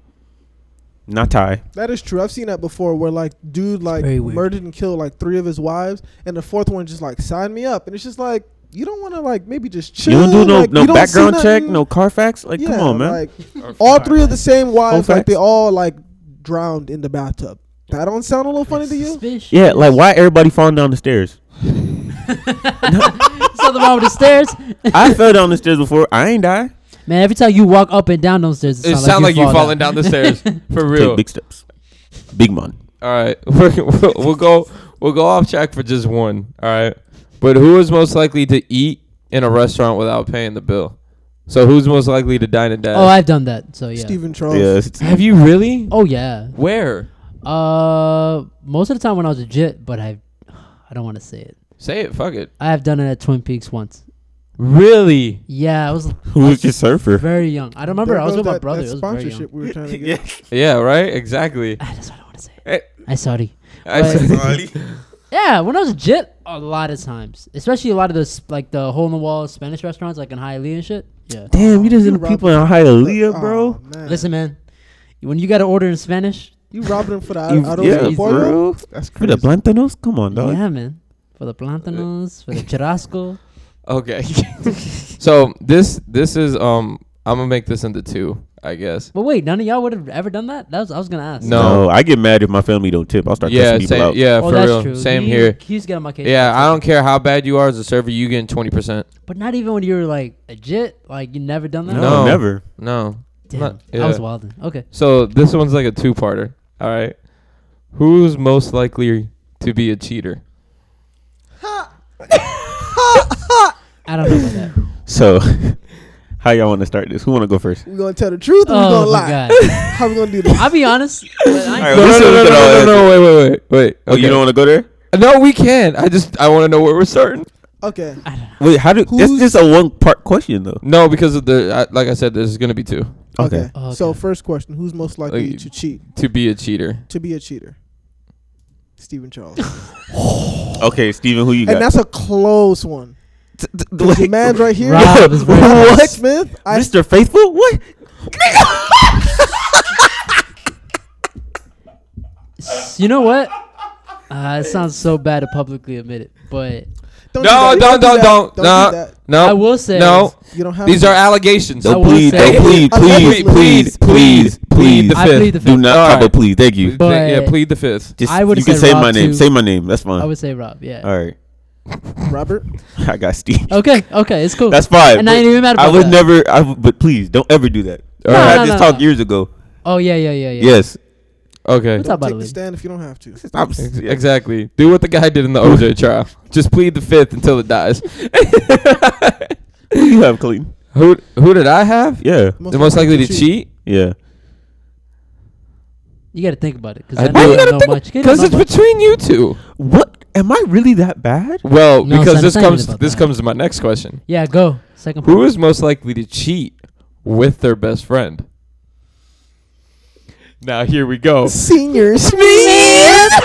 Speaker 2: Not I.
Speaker 5: That is true. I've seen that before, where like dude like
Speaker 3: very weird.
Speaker 5: murdered and killed like three of his wives, and the fourth one just like signed me up, and it's just like you don't want to like maybe just chill.
Speaker 2: You don't do no,
Speaker 5: like,
Speaker 2: no
Speaker 5: you don't see
Speaker 2: background check,
Speaker 5: nothing.
Speaker 2: no Carfax. Like,
Speaker 5: Yeah,
Speaker 2: come on, man.
Speaker 5: Like, all three of the same wives,
Speaker 2: Home
Speaker 5: like they
Speaker 2: facts.
Speaker 5: all like drowned in the bathtub. That don't sound a little funny to you?
Speaker 3: Suspicious.
Speaker 2: yeah, like why everybody falling down the stairs?
Speaker 3: Something wrong with the stairs,
Speaker 2: I fell down the stairs before. I ain't die.
Speaker 3: man. Every time you walk up and down those stairs,
Speaker 4: It sounds like you
Speaker 3: fall
Speaker 4: falling down the stairs for real.
Speaker 2: Take big steps. Big man.
Speaker 4: All right, We're- we'll, we'll go we'll go off track for just one. All right, but who is most likely to eat in a restaurant without paying the bill? So who's most likely to dine and dash?
Speaker 3: Oh, I've done that. So yeah.
Speaker 5: Stephen Charles.
Speaker 2: Yeah. it's-
Speaker 4: Have you really?
Speaker 3: Oh yeah.
Speaker 4: Where?
Speaker 3: Uh, most of the time when I was a jit, but I, I don't want to say it.
Speaker 4: Say it. Fuck it.
Speaker 3: I have done it at Twin Peaks once.
Speaker 4: Really?
Speaker 3: Yeah, I was.
Speaker 2: Who
Speaker 3: I
Speaker 2: was your surfer?
Speaker 3: Very young. I don't remember. I was
Speaker 5: There
Speaker 3: with
Speaker 5: goes
Speaker 3: my
Speaker 5: that-
Speaker 3: brother.
Speaker 5: That
Speaker 3: It was very young.
Speaker 5: sponsorship we were trying to get.
Speaker 4: Yeah. Right. Exactly.
Speaker 3: Ah, that's what I want to say.
Speaker 4: Eh.
Speaker 3: I sorry.
Speaker 4: I
Speaker 3: But-
Speaker 4: said-
Speaker 3: Yeah, when I was a jit, a lot of times, especially a lot of those like the hole in the wall Spanish restaurants, like in Hialeah and shit. Yeah.
Speaker 2: Damn, you just
Speaker 5: You
Speaker 2: in the people in
Speaker 5: robbed-
Speaker 2: Hialeah,
Speaker 5: Aw,
Speaker 2: bro.
Speaker 5: Oh, man.
Speaker 3: Listen, man, when you got to order in Spanish,
Speaker 5: you robbing him for the
Speaker 2: You-
Speaker 5: I don't
Speaker 2: yeah,
Speaker 5: see
Speaker 2: bro.
Speaker 5: That's
Speaker 2: For the
Speaker 5: crazy.
Speaker 2: plantanos, come on, dog.
Speaker 3: yeah, man, for the plantanos, for the churrasco.
Speaker 4: okay. so this this is um I'm gonna make this into two, I guess.
Speaker 3: But wait, none of y'all would have ever done that. That was I was gonna ask.
Speaker 4: No.
Speaker 2: No, I get mad if my family don't tip. I'll start
Speaker 4: yeah.
Speaker 2: cussing people
Speaker 4: Same,
Speaker 2: out.
Speaker 4: yeah.
Speaker 3: Oh,
Speaker 4: for
Speaker 3: that's
Speaker 4: real.
Speaker 3: true.
Speaker 4: Same
Speaker 3: He-
Speaker 4: here.
Speaker 3: He's getting my case.
Speaker 4: Yeah. I don't care how bad you are as a server. You getting twenty percent.
Speaker 3: But not even when you were like a jit, like you never done that.
Speaker 2: No,
Speaker 4: No.
Speaker 2: never.
Speaker 4: No.
Speaker 3: Damn,
Speaker 4: Not-
Speaker 3: I was
Speaker 4: yeah.
Speaker 3: wilding. Okay.
Speaker 4: So this one's like a two-parter. All right, who's most likely to be a cheater?
Speaker 3: I don't know about that.
Speaker 2: So, how y'all want to start this? Who want to go first?
Speaker 5: We gonna tell the truth or we
Speaker 3: oh
Speaker 5: gonna
Speaker 3: my
Speaker 5: lie?
Speaker 3: god.
Speaker 5: How we gonna do this?
Speaker 3: I'll be honest. But I
Speaker 2: All right, let's see what it all is.
Speaker 4: Wait, wait, wait, wait.
Speaker 2: Oh, you don't want to go there?
Speaker 4: No, we can. I just I want to know where we're starting.
Speaker 5: Okay.
Speaker 2: Wait, how do? That's
Speaker 5: Who's-
Speaker 2: just a one-part question, though.
Speaker 4: No, because of the I, like I said, there's gonna be two
Speaker 5: Okay.
Speaker 2: Okay.
Speaker 3: Oh, Okay.
Speaker 5: So first question: Who's most likely
Speaker 4: Like-
Speaker 5: to cheat?
Speaker 4: to be a cheater.
Speaker 5: To be a cheater? Stephen Charles.
Speaker 2: Okay, Steven, who you
Speaker 5: and
Speaker 2: got?
Speaker 5: that's a close one.
Speaker 2: Like-
Speaker 5: The man's right here.
Speaker 3: Rob is very
Speaker 5: Rob
Speaker 2: What?
Speaker 5: Smith. I
Speaker 2: Mr. Faithful? What?
Speaker 3: S- You know what? Uh, it sounds so bad to publicly admit it, but
Speaker 5: don't. do
Speaker 4: No,
Speaker 5: that.
Speaker 4: don't,
Speaker 5: do
Speaker 4: don't,
Speaker 5: that.
Speaker 4: don't,
Speaker 5: do
Speaker 4: no,
Speaker 5: that.
Speaker 4: no.
Speaker 3: I will say
Speaker 4: no.
Speaker 5: You don't have.
Speaker 4: These
Speaker 5: to.
Speaker 4: are allegations.
Speaker 3: I
Speaker 2: Don't
Speaker 3: will
Speaker 2: please,
Speaker 3: say-
Speaker 2: don't please, please,
Speaker 5: Allegedly.
Speaker 2: please, please, please.
Speaker 3: I plead the fifth.
Speaker 2: Do not,
Speaker 4: Alright.
Speaker 2: but please, thank you.
Speaker 3: But-
Speaker 4: yeah, plead the fifth.
Speaker 2: Just
Speaker 3: I would
Speaker 2: you can
Speaker 3: say
Speaker 2: say
Speaker 3: Rob
Speaker 2: my name.
Speaker 3: too.
Speaker 2: Say my name. That's fine.
Speaker 3: I would say Rob. Yeah.
Speaker 2: All right,
Speaker 5: Robert.
Speaker 2: I got Steve.
Speaker 3: Okay. Okay. It's cool.
Speaker 2: That's fine.
Speaker 3: And I
Speaker 2: but
Speaker 3: ain't even mad
Speaker 2: I
Speaker 3: about
Speaker 2: was
Speaker 3: that.
Speaker 2: never. I w- but please don't ever do that.
Speaker 4: No,
Speaker 2: I had
Speaker 3: no,
Speaker 2: this
Speaker 3: no,
Speaker 2: talk
Speaker 3: no.
Speaker 2: years ago.
Speaker 3: oh yeah, yeah, yeah, yeah.
Speaker 2: Yes.
Speaker 4: Okay.
Speaker 3: What's up?
Speaker 5: Don't
Speaker 3: about
Speaker 5: take
Speaker 3: it.
Speaker 5: the stand if you don't have to.
Speaker 2: I'm s-
Speaker 4: Ex- Exactly. Do what the guy did in the OJ trial. Just plead the fifth until it dies.
Speaker 2: Who you have, Clayton?
Speaker 4: Who who did I have?
Speaker 2: Yeah.
Speaker 4: The most likely to cheat.
Speaker 2: Yeah.
Speaker 3: You got to think about it because
Speaker 4: I
Speaker 3: I,
Speaker 4: do.
Speaker 3: know
Speaker 4: You
Speaker 3: you
Speaker 4: gotta
Speaker 3: don't know
Speaker 4: think-
Speaker 3: much. You don't
Speaker 4: Because
Speaker 3: know
Speaker 4: it's
Speaker 3: much.
Speaker 4: between you two.
Speaker 2: What? Am I really that bad?
Speaker 4: Well,
Speaker 3: No,
Speaker 4: because
Speaker 3: son,
Speaker 4: this
Speaker 3: it's not even
Speaker 4: comes
Speaker 3: about
Speaker 4: this
Speaker 3: that.
Speaker 4: comes to my next question.
Speaker 3: yeah. Go second.
Speaker 4: Who is most likely to cheat with their best friend? Now here we go.
Speaker 5: Senior Smith.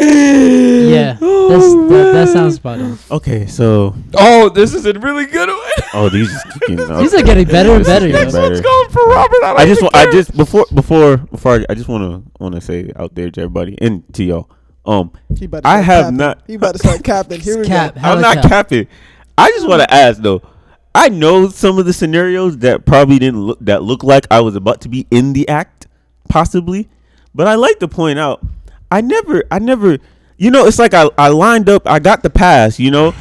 Speaker 3: Yeah. That's, that, that sounds spot on.
Speaker 2: Okay, so
Speaker 4: Oh, this is a really good one.
Speaker 2: oh, these is kicking.
Speaker 3: These are getting better and better.
Speaker 2: getting
Speaker 3: yo.
Speaker 2: better.
Speaker 4: It's going for Robert. I, don't
Speaker 2: I just,
Speaker 4: even
Speaker 2: wa- I
Speaker 4: care.
Speaker 2: just before, before, before, I, I just want to, want to say out there to everybody and to y'all, um,
Speaker 5: He about to
Speaker 2: I
Speaker 5: start
Speaker 2: have
Speaker 5: capping.
Speaker 2: not.
Speaker 5: He about to start capping. Here we
Speaker 3: Cap.
Speaker 5: go.
Speaker 3: hella
Speaker 2: I'm not
Speaker 3: cap.
Speaker 2: capping. I just want to ask though. I know some of the scenarios that probably didn't look that look like I was about to be in the act, possibly. But I like to point out, I never, I never, you know, it's like I, I lined up, I got the pass, you know,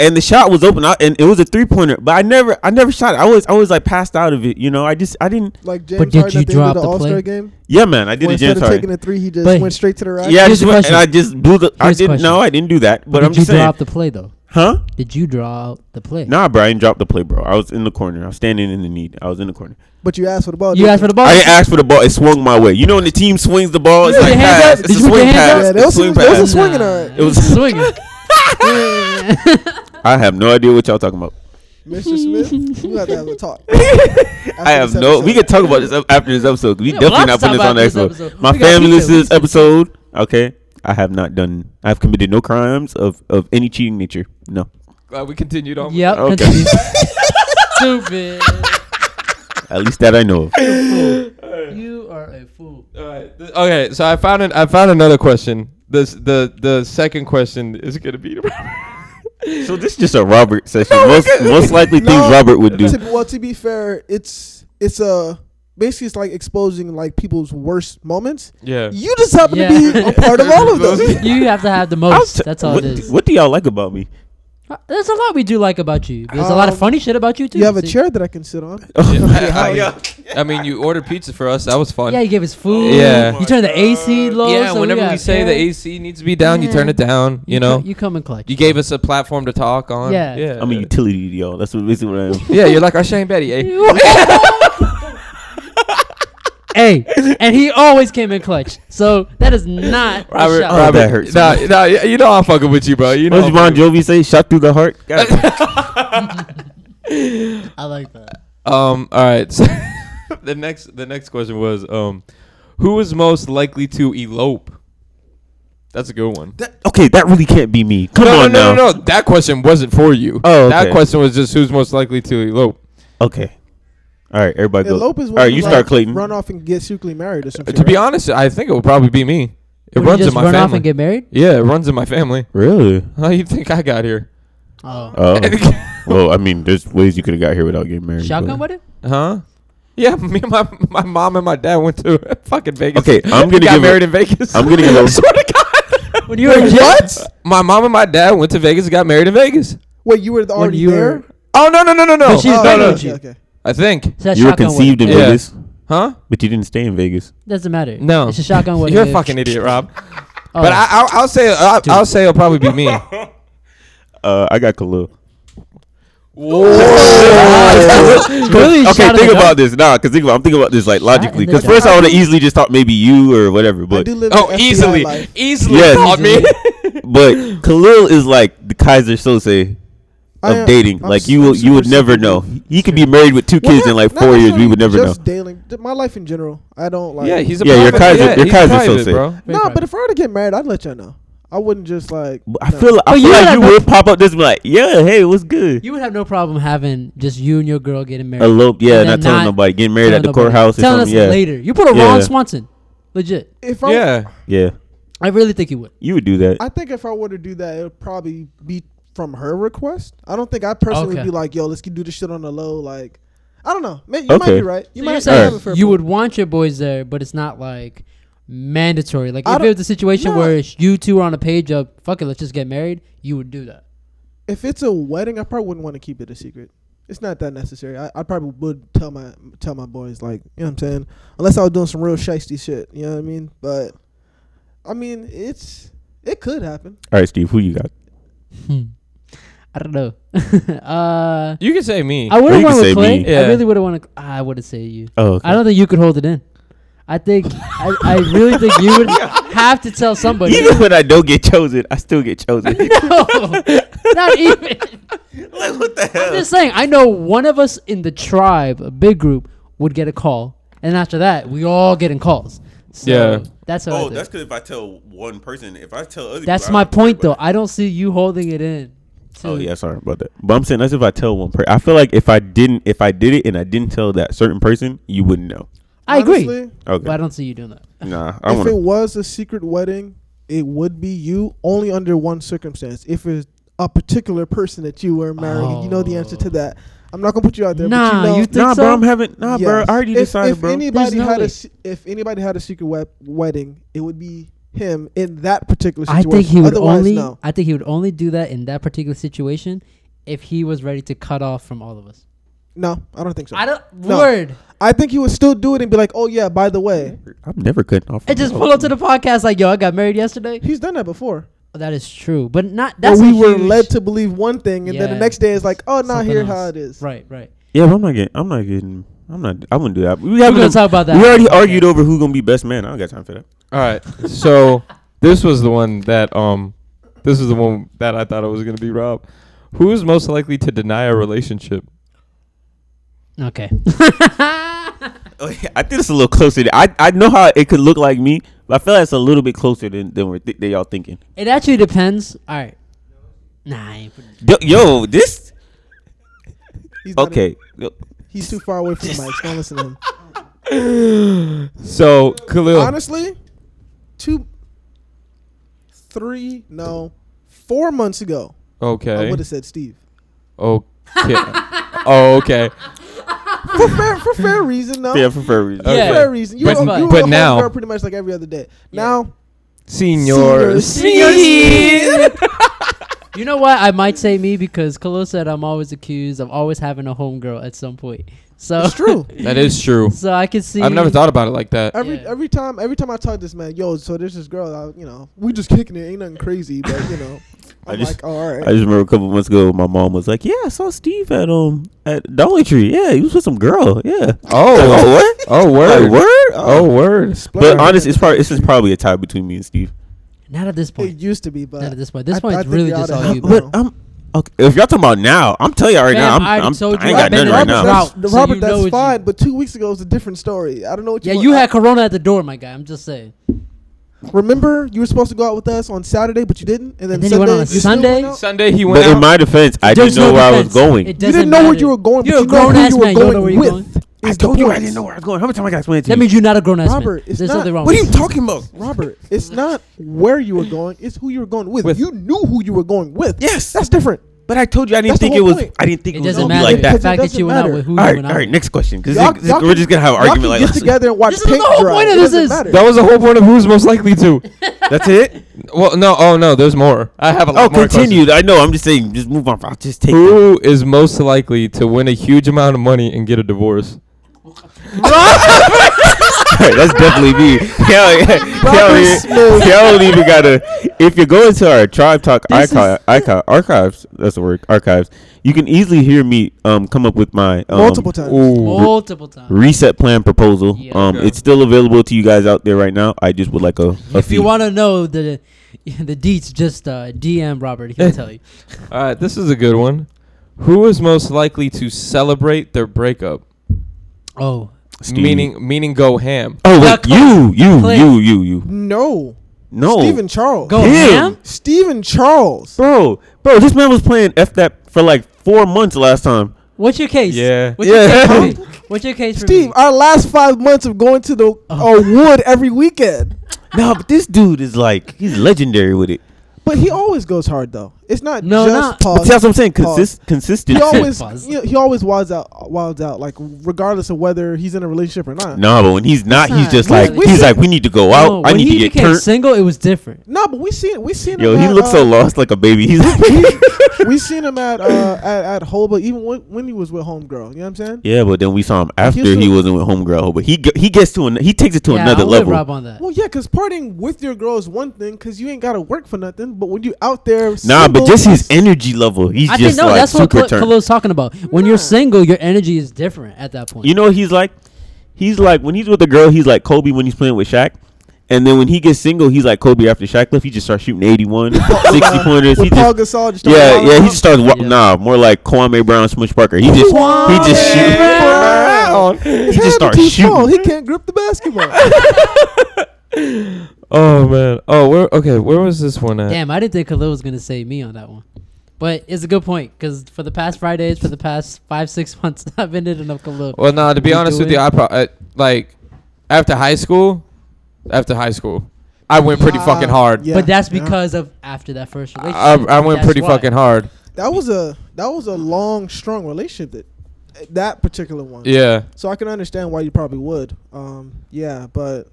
Speaker 2: and the shot was open, I, and it was a three pointer. But I never, I never shot it. I was, I was like passed out of it, you know. I just, I didn't.
Speaker 5: Like James
Speaker 3: But did
Speaker 5: Harden
Speaker 3: you
Speaker 5: at the end
Speaker 3: drop
Speaker 5: of the
Speaker 3: the
Speaker 5: All Star
Speaker 3: play?
Speaker 5: game.
Speaker 2: Yeah, man, I did
Speaker 5: Well,
Speaker 2: a
Speaker 5: instead
Speaker 2: James
Speaker 5: of taking
Speaker 2: Harden.
Speaker 5: a three, he just
Speaker 3: But-
Speaker 5: went straight to the rack.
Speaker 2: Yeah, I
Speaker 3: Here's
Speaker 2: just
Speaker 3: the
Speaker 2: went, and
Speaker 3: question.
Speaker 2: I just blew the. I
Speaker 3: Here's the
Speaker 2: didn't. No,
Speaker 3: question.
Speaker 2: I didn't do that. But
Speaker 3: did
Speaker 2: I'm
Speaker 3: you
Speaker 2: just
Speaker 3: draw
Speaker 2: saying,
Speaker 3: out the play though?
Speaker 2: huh?
Speaker 3: Did you draw out the play?
Speaker 2: Nah, bro, I didn't drop the play, bro. I was in the corner. I was standing in the need. I was in the corner.
Speaker 5: But you asked for the ball.
Speaker 3: You
Speaker 5: didn't
Speaker 3: asked for the ball.
Speaker 2: I didn't ask for the ball. It swung my way. You know when the team swings the ball, it's
Speaker 3: Did Oh, you
Speaker 2: like
Speaker 3: put your hands
Speaker 2: pass.
Speaker 3: up?
Speaker 2: It's
Speaker 3: Did
Speaker 2: a
Speaker 3: you put
Speaker 2: swing
Speaker 3: your hands
Speaker 2: pass.
Speaker 3: up?
Speaker 5: Yeah,
Speaker 2: It's
Speaker 5: that
Speaker 2: a
Speaker 5: was-
Speaker 2: swing
Speaker 5: that was a
Speaker 2: pass.
Speaker 5: swing. swinging on it.
Speaker 2: It was-
Speaker 3: swinging.
Speaker 2: I have no idea what y'all talking about.
Speaker 5: Mr. Smith, we got to have a talk.
Speaker 2: I have no. We could talk about this ep- after this episode. We
Speaker 3: Yeah,
Speaker 2: definitely
Speaker 3: well, let's
Speaker 2: not
Speaker 3: talk
Speaker 2: putting this
Speaker 3: about
Speaker 2: on the
Speaker 3: this
Speaker 2: episode.
Speaker 3: episode.
Speaker 2: My
Speaker 3: We gotta
Speaker 2: family
Speaker 3: keep it-
Speaker 2: listens to this
Speaker 3: we keep it-
Speaker 2: episode. Okay, I have not done. I have committed no crimes of of any cheating nature. No.
Speaker 4: Glad we continued on. with
Speaker 3: Yep.
Speaker 2: Okay.
Speaker 3: continue. Stupid.
Speaker 2: At least that I know of.
Speaker 3: You are a fool.
Speaker 4: that. All right. Th- Okay. So I found an, I found another question. This the the second question is gonna be.
Speaker 2: So this is just a Robert session. most
Speaker 4: okay.
Speaker 2: most likely
Speaker 5: No,
Speaker 2: things Robert would do.
Speaker 5: To, well, to be fair, it's it's a basically it's like exposing like people's worst moments.
Speaker 4: Yeah.
Speaker 5: You just happen to be
Speaker 3: Yeah.
Speaker 5: a part of all of
Speaker 4: Those-
Speaker 5: those.
Speaker 3: you have to have the
Speaker 2: I'll
Speaker 3: most.
Speaker 2: t-
Speaker 3: That's all
Speaker 2: what,
Speaker 3: it is.
Speaker 2: What do y'all like about me?
Speaker 3: There's a lot we do like about you. There's a lot of
Speaker 5: Um,
Speaker 3: funny shit about you too.
Speaker 5: You have a
Speaker 3: See-
Speaker 5: chair that I can sit on.
Speaker 2: Oh,
Speaker 4: I, I- I mean, you ordered pizza for us. That was fun.
Speaker 3: Yeah, you gave us food.
Speaker 4: Yeah.
Speaker 3: you turned the AC low.
Speaker 4: Yeah,
Speaker 3: so
Speaker 4: whenever we,
Speaker 3: got-
Speaker 4: say the
Speaker 3: yeah.
Speaker 4: AC needs to be down, you turn
Speaker 3: Yeah.
Speaker 4: it down. You
Speaker 3: co-
Speaker 4: know,
Speaker 3: you come in clutch.
Speaker 4: you gave us a platform to talk on.
Speaker 3: Yeah.
Speaker 4: yeah.
Speaker 2: I'm a utility to y'all. That's what basically what I am.
Speaker 4: yeah, you're like our Shane Betty, eh?
Speaker 3: hey, and he always came in clutch. So that is not a
Speaker 4: Robert,
Speaker 3: shout.
Speaker 4: Robert,
Speaker 2: Oh, that hurts.
Speaker 4: Nah, nah, y- you know I'm fucking with you, bro. You
Speaker 2: What
Speaker 4: know.
Speaker 2: does
Speaker 4: I'm
Speaker 2: Bon
Speaker 4: fucking-
Speaker 2: Jovi say? Shot through the heart. God.
Speaker 3: I like that.
Speaker 4: Um. All right. So the next, the next question was, um, who is most likely to elope? That's a good one.
Speaker 2: That- Uh, okay, that really can't be me. Come
Speaker 4: no,
Speaker 2: on now.
Speaker 4: no, no, no, no. That question wasn't for you.
Speaker 2: Oh,
Speaker 4: that
Speaker 2: okay.
Speaker 4: question was just who's most likely to elope.
Speaker 2: Okay. All right, everybody
Speaker 5: And
Speaker 2: go.
Speaker 5: Lopez
Speaker 2: All right, you start, Clayton. Uh,
Speaker 5: Run off and get secretly married or something.
Speaker 4: to be honest, I think it would probably be me. It
Speaker 3: Would you
Speaker 4: runs
Speaker 3: just
Speaker 4: in my
Speaker 3: run
Speaker 4: family.
Speaker 3: off and get married.
Speaker 4: yeah, it runs in my family.
Speaker 2: Really?
Speaker 4: How you think I got here?
Speaker 3: Oh,
Speaker 4: Uh,
Speaker 2: Oh. well, I mean, there's ways you could have got here without getting married.
Speaker 3: shotgun
Speaker 2: but-
Speaker 3: wedding.
Speaker 4: Huh? Yeah, me and my my mom and my dad went to fucking Vegas.
Speaker 2: Okay, I'm
Speaker 4: We
Speaker 2: gonna
Speaker 4: got
Speaker 2: give a-
Speaker 4: married in Vegas.
Speaker 2: I'm gonna give a-
Speaker 4: swear to God.
Speaker 3: When you were in
Speaker 4: what? My mom and my dad went to Vegas and got married in Vegas.
Speaker 5: Wait, you were th- already
Speaker 3: you were-
Speaker 5: there?
Speaker 4: Oh no no no no no!
Speaker 3: But she's
Speaker 4: no,
Speaker 3: pregnant
Speaker 4: no,
Speaker 3: with
Speaker 5: okay,
Speaker 3: you.
Speaker 5: okay.
Speaker 4: I think,
Speaker 3: So that's
Speaker 2: You were
Speaker 3: shotgun
Speaker 2: conceived
Speaker 3: wedding.
Speaker 2: in
Speaker 4: Yeah.
Speaker 2: Vegas,
Speaker 4: huh?
Speaker 2: but you didn't stay in Vegas.
Speaker 3: Doesn't matter.
Speaker 4: No,
Speaker 3: it's a shotgun wedding.
Speaker 4: You're a
Speaker 3: bitch.
Speaker 4: fucking idiot, Rob.
Speaker 3: Oh,
Speaker 4: But I, I'll, I'll say I'll, I'll say it'll probably be me.
Speaker 2: Uh, I got Khalil.
Speaker 5: Oh.
Speaker 3: really
Speaker 2: okay,
Speaker 3: shot in
Speaker 2: think
Speaker 3: the
Speaker 2: about this now, because think about I'm thinking about this like
Speaker 3: in
Speaker 2: logically.
Speaker 3: the
Speaker 2: Because
Speaker 3: dark.
Speaker 2: first I would have easily just thought maybe you or whatever,
Speaker 5: I
Speaker 2: but E
Speaker 5: do live
Speaker 4: oh,
Speaker 5: an FBI
Speaker 4: easily,
Speaker 5: life.
Speaker 4: easily
Speaker 2: Yes.
Speaker 4: caught me.
Speaker 2: but Khalil is like the Kaiser Sose
Speaker 5: I am-
Speaker 2: of dating.
Speaker 5: I'm
Speaker 2: like
Speaker 5: s-
Speaker 2: you
Speaker 5: I'm
Speaker 2: will, you would
Speaker 5: super
Speaker 2: never
Speaker 5: secretive.
Speaker 2: know. He- He could be married with two
Speaker 5: Well,
Speaker 2: kids
Speaker 5: not-
Speaker 2: in like
Speaker 5: not
Speaker 2: four years. We
Speaker 5: necessarily
Speaker 2: would never know.
Speaker 5: just dating. Th- My life in general, I don't like.
Speaker 4: yeah, he's a
Speaker 2: Yeah, you're
Speaker 4: private-
Speaker 2: Kaiser-
Speaker 4: yeah,
Speaker 2: you're
Speaker 4: he's
Speaker 2: Kaiser
Speaker 4: private,
Speaker 2: Sose.
Speaker 4: bro.
Speaker 5: no, but if I were to get married, I'd let y'all know. I wouldn't just like.
Speaker 2: But I
Speaker 5: no.
Speaker 2: feel like, I
Speaker 3: But
Speaker 2: feel
Speaker 3: you
Speaker 2: like
Speaker 3: have
Speaker 2: you
Speaker 3: no-
Speaker 2: would pop up this and be like, yeah, hey, what's good?
Speaker 3: You would have no problem having just you and your girl getting married.
Speaker 2: Elope, yeah,
Speaker 3: And
Speaker 2: not
Speaker 3: then
Speaker 2: telling
Speaker 3: not
Speaker 2: nobody, getting married at the
Speaker 3: Telling nobody.
Speaker 2: courthouse or
Speaker 3: Telling us
Speaker 2: something. Yeah,
Speaker 3: later. You put a
Speaker 2: Yeah.
Speaker 3: Ron Swanson. Legit.
Speaker 5: if I,
Speaker 4: Yeah,
Speaker 2: yeah,
Speaker 3: I really think he would.
Speaker 2: you would do that.
Speaker 5: I think if I were to do that, it would probably be from her request. I don't think I personally
Speaker 3: Okay.
Speaker 5: would be like, "Yo, let's get- do this shit on the low." Like, I don't know. May, you might
Speaker 2: Okay.
Speaker 5: be right. You
Speaker 3: So
Speaker 5: might
Speaker 3: you're
Speaker 5: have
Speaker 3: saying
Speaker 5: it for a
Speaker 3: you
Speaker 5: point.
Speaker 3: would want your boys there, but it's not like mandatory. Like
Speaker 5: I
Speaker 3: if it
Speaker 5: don't-
Speaker 3: was a situation
Speaker 5: no.
Speaker 3: where it's you two are on a page of fuck it, let's just get married, you would do that.
Speaker 5: If it's a wedding, I probably wouldn't want to keep it a secret. It's not that necessary. I, I probably would tell my tell my boys like you know what I'm saying, unless I was doing some real shisty shit. You know what I mean? But I mean, it's it could happen.
Speaker 2: All right, Steve, who you got?
Speaker 5: Hmm.
Speaker 3: I don't know. uh,
Speaker 4: you can say me.
Speaker 3: I would
Speaker 2: you
Speaker 3: have
Speaker 2: could
Speaker 3: won
Speaker 2: say
Speaker 3: with Clay.
Speaker 2: me.
Speaker 4: Yeah.
Speaker 3: I really would have won. I would have said you.
Speaker 2: Oh, okay.
Speaker 3: I don't think you could hold it in. I think I, I really think you would have to tell somebody.
Speaker 2: Even when I don't get chosen, I still get chosen.
Speaker 3: No, not even. like what the hell? I'm just saying. I know one of us in the tribe, a big group, would get a call, and after that, we all getting calls. So Oh,
Speaker 4: Yeah.
Speaker 3: that's what I think.
Speaker 2: because if I tell one person, if I tell other,
Speaker 3: That's my point, though. I don't see you holding it in.
Speaker 2: Oh
Speaker 3: to-
Speaker 2: yeah, sorry about that. But I'm saying that's if I tell one person. I feel like if I didn't, if I did it and I didn't tell that certain person, you wouldn't know.
Speaker 3: I agree,
Speaker 5: Honestly,
Speaker 2: Okay,
Speaker 3: but I don't see you doing that.
Speaker 2: nah, I
Speaker 5: if it
Speaker 2: want.
Speaker 5: was a secret wedding, it would be you only under one circumstance. If it's a particular person that you were marrying, and you know the answer to that. I'm not gonna put you out there.
Speaker 3: Nah,
Speaker 5: but you know,
Speaker 3: you think
Speaker 2: Nah,
Speaker 3: so?
Speaker 2: bro, I'm having. Nah, bro,
Speaker 5: Yes.
Speaker 2: I already
Speaker 5: if,
Speaker 2: decided,
Speaker 5: if
Speaker 2: bro.
Speaker 5: Anybody
Speaker 3: no
Speaker 5: had
Speaker 3: way.
Speaker 5: a, se- if anybody had a secret web- wedding, it would be him in that particular
Speaker 3: I
Speaker 5: situation.
Speaker 3: think he would
Speaker 5: Otherwise,
Speaker 3: only.
Speaker 5: no.
Speaker 3: I think he would only do that in that particular situation if he was ready to cut off from all of us.
Speaker 5: No, I don't think so.
Speaker 3: I don't.
Speaker 5: No.
Speaker 3: Word.
Speaker 5: I think he would still do it and be like, "Oh yeah, by the way,
Speaker 2: I'm never cutting off.
Speaker 3: And just pull up to the podcast like, yo, I got married yesterday.
Speaker 5: he's done that before."
Speaker 3: That is true, but not.
Speaker 5: That's
Speaker 3: That's
Speaker 5: we
Speaker 3: a
Speaker 5: were
Speaker 3: huge-
Speaker 5: led to believe one thing, and then
Speaker 3: Yeah.
Speaker 5: the next day it's like, "Oh, now
Speaker 3: Something
Speaker 5: here
Speaker 3: else.
Speaker 5: how it is."
Speaker 3: Right, right.
Speaker 2: Yeah, but I'm not getting. I'm not getting. I'm not. I wouldn't do that. We haven't.
Speaker 3: gonna talk about that.
Speaker 2: We already
Speaker 3: Okay.
Speaker 2: argued over who gonna be best man. I don't got time for that.
Speaker 4: All right. So this was the one that um, this is the one that I thought it was gonna be Rob. Who is most likely to deny a relationship?
Speaker 3: Okay.
Speaker 2: Oh, yeah, I think it's a little closer. To, I I know how it could look like me, but I feel like it's a little bit closer than than we're th- than y'all thinking.
Speaker 3: it actually depends. All right. Nah. I ain't putting-
Speaker 2: Yo, yo this
Speaker 5: He's not-
Speaker 2: okay. Yo,
Speaker 5: he's too far away from the mic. Don't listen to him.
Speaker 4: So Khalil,
Speaker 5: Honestly, two, three, no, four months ago, I
Speaker 4: okay,
Speaker 5: would have said Steve.
Speaker 4: okay, oh, okay.
Speaker 5: for fair for fair reason though.
Speaker 2: Yeah, for fair reason.
Speaker 5: For
Speaker 3: Yeah.
Speaker 5: fair reason. You
Speaker 4: But-
Speaker 5: were, you were
Speaker 4: but
Speaker 5: on
Speaker 4: now-
Speaker 5: welfare pretty much like every other day. Now
Speaker 4: Seniors.
Speaker 3: You know what? I might say me because Khalil said I'm always accused of always having a homegirl at some point. So
Speaker 5: it's true.
Speaker 4: That is true.
Speaker 3: So I can see.
Speaker 4: I've never thought about it like that.
Speaker 5: Every
Speaker 3: Yeah.
Speaker 5: every time every time I talk to this man, yo, so there's this girl, I, you know, we just kicking it, ain't nothing crazy, but you know,
Speaker 2: I
Speaker 5: I'm
Speaker 2: just-
Speaker 5: like, oh, all
Speaker 2: I
Speaker 5: right.
Speaker 2: just remember a couple months ago, my mom was like, "Yeah, I saw Steve at um at Dollar Tree. Yeah, he was with some girl. Yeah.
Speaker 4: Oh,
Speaker 2: oh what?
Speaker 4: oh word,
Speaker 2: Like, word?
Speaker 5: uh,
Speaker 4: oh word.
Speaker 2: But honestly, it's probably this is probably a tie between me and Steve.
Speaker 3: Not at this
Speaker 5: It
Speaker 3: point.
Speaker 5: used to be, but
Speaker 3: Not at this point. This
Speaker 5: I-
Speaker 3: point
Speaker 5: I
Speaker 3: it's
Speaker 5: think
Speaker 3: really
Speaker 5: y'all
Speaker 3: just
Speaker 5: done
Speaker 3: all you.
Speaker 5: hit
Speaker 3: bro.
Speaker 5: the-
Speaker 2: Uh, But I'm okay. If y'all talking about now, I'm telling you right
Speaker 3: Fam,
Speaker 2: now, I'm,
Speaker 3: I already
Speaker 2: I'm,
Speaker 3: told
Speaker 2: I
Speaker 3: you
Speaker 2: ain't got
Speaker 3: I've been
Speaker 2: nothing right
Speaker 5: Robert,
Speaker 2: now.
Speaker 3: route,
Speaker 5: that's-
Speaker 3: so
Speaker 5: Robert,
Speaker 3: you know
Speaker 5: that's
Speaker 3: what you-
Speaker 5: fine, but two weeks ago was a different story. I don't know what you.
Speaker 3: Yeah,
Speaker 5: want-
Speaker 3: you
Speaker 5: I-
Speaker 3: had Corona at the door, my guy. I'm just saying.
Speaker 5: Remember, you were supposed to go out with us on Saturday, but you didn't, and then,
Speaker 3: And then you
Speaker 5: Sunday,
Speaker 3: went on a
Speaker 5: still
Speaker 3: Sunday?
Speaker 5: went out?
Speaker 4: Sunday he went
Speaker 2: But in
Speaker 4: out.
Speaker 2: my defense, I
Speaker 3: There's
Speaker 2: didn't know
Speaker 3: no
Speaker 2: where I was
Speaker 3: defense. It
Speaker 2: going.
Speaker 5: You
Speaker 3: doesn't
Speaker 5: didn't know where
Speaker 3: matter.
Speaker 5: you were going,
Speaker 3: You're a
Speaker 5: but you know
Speaker 3: grown
Speaker 5: who
Speaker 3: ass
Speaker 5: you were
Speaker 3: man. You don't know
Speaker 5: going
Speaker 3: where you're going.
Speaker 5: with.
Speaker 2: I
Speaker 5: is the
Speaker 2: told you I
Speaker 5: point.
Speaker 2: didn't know where I was going. How many times I got explained to
Speaker 3: That
Speaker 2: you?
Speaker 3: means you're not a grown ass
Speaker 5: Robert,
Speaker 3: man.
Speaker 5: it's
Speaker 3: There's
Speaker 5: not-
Speaker 3: something wrong.
Speaker 2: What are
Speaker 3: with
Speaker 2: you talking about?
Speaker 5: Robert, it's not where you were going; it's who you were going with.
Speaker 4: With.
Speaker 5: You knew who you were going with.
Speaker 2: Yes.
Speaker 5: that's different.
Speaker 2: But I told you I didn't
Speaker 5: That's the
Speaker 2: think it
Speaker 5: whole
Speaker 2: was.
Speaker 5: point.
Speaker 2: I didn't think it,
Speaker 3: It
Speaker 2: was
Speaker 3: doesn't
Speaker 2: gonna be
Speaker 3: matter.
Speaker 2: like
Speaker 5: Because
Speaker 3: The
Speaker 5: it
Speaker 2: that.
Speaker 3: fact that
Speaker 5: doesn't
Speaker 3: you went out
Speaker 5: matter.
Speaker 3: with who
Speaker 2: All
Speaker 3: you
Speaker 2: right,
Speaker 3: went
Speaker 2: all
Speaker 3: out
Speaker 2: right.
Speaker 3: with.
Speaker 2: Next question, because
Speaker 5: Y'all- y'all
Speaker 2: we're just gonna have an
Speaker 5: Y'all
Speaker 2: argument
Speaker 5: can
Speaker 2: like
Speaker 5: get
Speaker 2: this.
Speaker 5: together and watch
Speaker 3: This is
Speaker 5: paint
Speaker 3: the whole
Speaker 5: dry.
Speaker 3: point of
Speaker 5: It
Speaker 3: this
Speaker 5: doesn't
Speaker 3: is-
Speaker 5: matter.
Speaker 4: that was the whole point of who's most likely to.
Speaker 2: That's it.
Speaker 4: well, no, oh no, there's more. I have a lot
Speaker 2: Oh,
Speaker 4: more
Speaker 2: continued. I know. I'm just saying. Just move on. I'll just take.
Speaker 4: questions.
Speaker 2: it.
Speaker 4: Who is most likely to win a huge amount of money and get a divorce?
Speaker 2: That's definitely me. Y'all, y'all,
Speaker 5: Smith.
Speaker 2: y'all don't even gotta. If you go into our tribe talk
Speaker 3: This
Speaker 2: archive,
Speaker 3: is-
Speaker 2: archive, archives. That's the word. Archives. You can easily hear me um come up with my um,
Speaker 5: Multiple times.
Speaker 3: Multiple times.
Speaker 2: reset plan proposal.
Speaker 3: Yeah.
Speaker 2: Um,
Speaker 4: Okay.
Speaker 2: it's still available to you guys out there right now. I just would like a. a
Speaker 3: If
Speaker 2: fee.
Speaker 3: you want to know the the deets, just uh, DM Robert. He'll tell you.
Speaker 4: All right, this is a good one. Who is most likely to celebrate their breakup?
Speaker 3: Oh,
Speaker 2: Steve.
Speaker 4: Meaning, meaning go ham.
Speaker 2: Oh
Speaker 3: Yeah,
Speaker 2: wait,
Speaker 3: come
Speaker 2: you, you,
Speaker 3: Click.
Speaker 2: you, you, you.
Speaker 5: No,
Speaker 2: No,
Speaker 5: Stephen Charles.
Speaker 3: go
Speaker 2: Damn.
Speaker 3: ham.
Speaker 5: Stephen Charles.
Speaker 2: bro, bro. This man was playing f that for like four months last time.
Speaker 3: What's your case?
Speaker 4: Yeah.
Speaker 3: What's
Speaker 2: Yeah.
Speaker 3: your case for me? What's your case for
Speaker 5: Steve,
Speaker 3: me?
Speaker 5: our last five months of going to the
Speaker 3: Oh.
Speaker 5: uh, wood every weekend,
Speaker 2: No, but this dude is like he's legendary with it.
Speaker 5: but he always goes hard though. It's not
Speaker 3: No,
Speaker 5: just
Speaker 3: not-
Speaker 2: But
Speaker 5: pause.
Speaker 2: see, that's what I'm saying.
Speaker 5: Pause.
Speaker 2: Consist- consistency.
Speaker 5: he always
Speaker 3: Pause.
Speaker 5: you know, he always wilds out, uh, wilds out, like regardless of whether he's in a relationship or not.
Speaker 2: Nah, but when he's not,
Speaker 3: That's
Speaker 2: he's
Speaker 3: not
Speaker 2: just
Speaker 3: really-
Speaker 2: like he's like we need to go out.
Speaker 3: No,
Speaker 2: I
Speaker 3: when
Speaker 2: need
Speaker 3: he
Speaker 2: to get
Speaker 3: became
Speaker 2: turned.
Speaker 3: single, it was different.
Speaker 5: No, but we seen we seen
Speaker 2: Yo,
Speaker 5: him.
Speaker 2: he
Speaker 5: at,
Speaker 2: looks
Speaker 5: uh,
Speaker 2: so lost like a baby. He's
Speaker 5: we seen him at uh, at, at Holba even when, when he was with Homegirl. You know what I'm saying?
Speaker 2: yeah, but then we saw him
Speaker 5: used
Speaker 2: after
Speaker 5: to-
Speaker 2: he wasn't with homegirl. But he g- he gets to an, he takes it to
Speaker 3: yeah,
Speaker 2: another
Speaker 3: I'm
Speaker 2: level.
Speaker 3: With Rob on that.
Speaker 5: Well, yeah, because partying with your girl is one thing, because you ain't gotta work for nothing. But when you out there,
Speaker 2: Nah,
Speaker 5: single,
Speaker 2: but just his energy level, he's
Speaker 3: I
Speaker 2: just
Speaker 3: think no,
Speaker 2: like
Speaker 3: that's what
Speaker 2: super
Speaker 3: Khalil,
Speaker 2: turned.
Speaker 3: Khalil's talking about. When
Speaker 5: Nah.
Speaker 3: you're single, your energy is different at that point.
Speaker 2: You know what he's like? He's like when he's with a girl, he's like Kobe when he's playing with Shaq. And then when he gets single, he's like Kobe after Shaq left. He just starts shooting 81, 60 pointers. He
Speaker 5: with Paul
Speaker 2: just,
Speaker 5: Gasol, just started
Speaker 2: yeah,
Speaker 5: wilding
Speaker 2: yeah. He
Speaker 5: out.
Speaker 2: just starts wa-
Speaker 3: Yeah.
Speaker 2: nah, more like Kwame Brown, Smush Parker. He just he just
Speaker 5: Kwame Brown.
Speaker 2: shoots. He
Speaker 5: His
Speaker 2: just
Speaker 5: hand
Speaker 2: starts
Speaker 5: is too small.
Speaker 2: shooting.
Speaker 5: He can't grip the basketball.
Speaker 4: Oh man. Oh, where? Okay, where was this one at?
Speaker 3: Damn, I didn't think Khalil was gonna say me on that one. But it's a good point because for the past Fridays, for the past five six months, I've been hitting up Khalil.
Speaker 4: Well, nah. To be
Speaker 3: You
Speaker 4: honest
Speaker 3: do
Speaker 4: with you,
Speaker 3: it?
Speaker 4: I probably like after high school. After high school, I went pretty
Speaker 5: Ah,
Speaker 4: fucking hard.
Speaker 5: yeah.
Speaker 3: but that's
Speaker 5: yeah.
Speaker 3: because of after that first relationship.
Speaker 4: I, I went
Speaker 3: That's
Speaker 4: pretty
Speaker 3: why.
Speaker 4: fucking hard.
Speaker 5: that was a that was a long, strong relationship. That that particular one.
Speaker 4: Yeah.
Speaker 5: So I can understand why you probably would. Um, yeah, but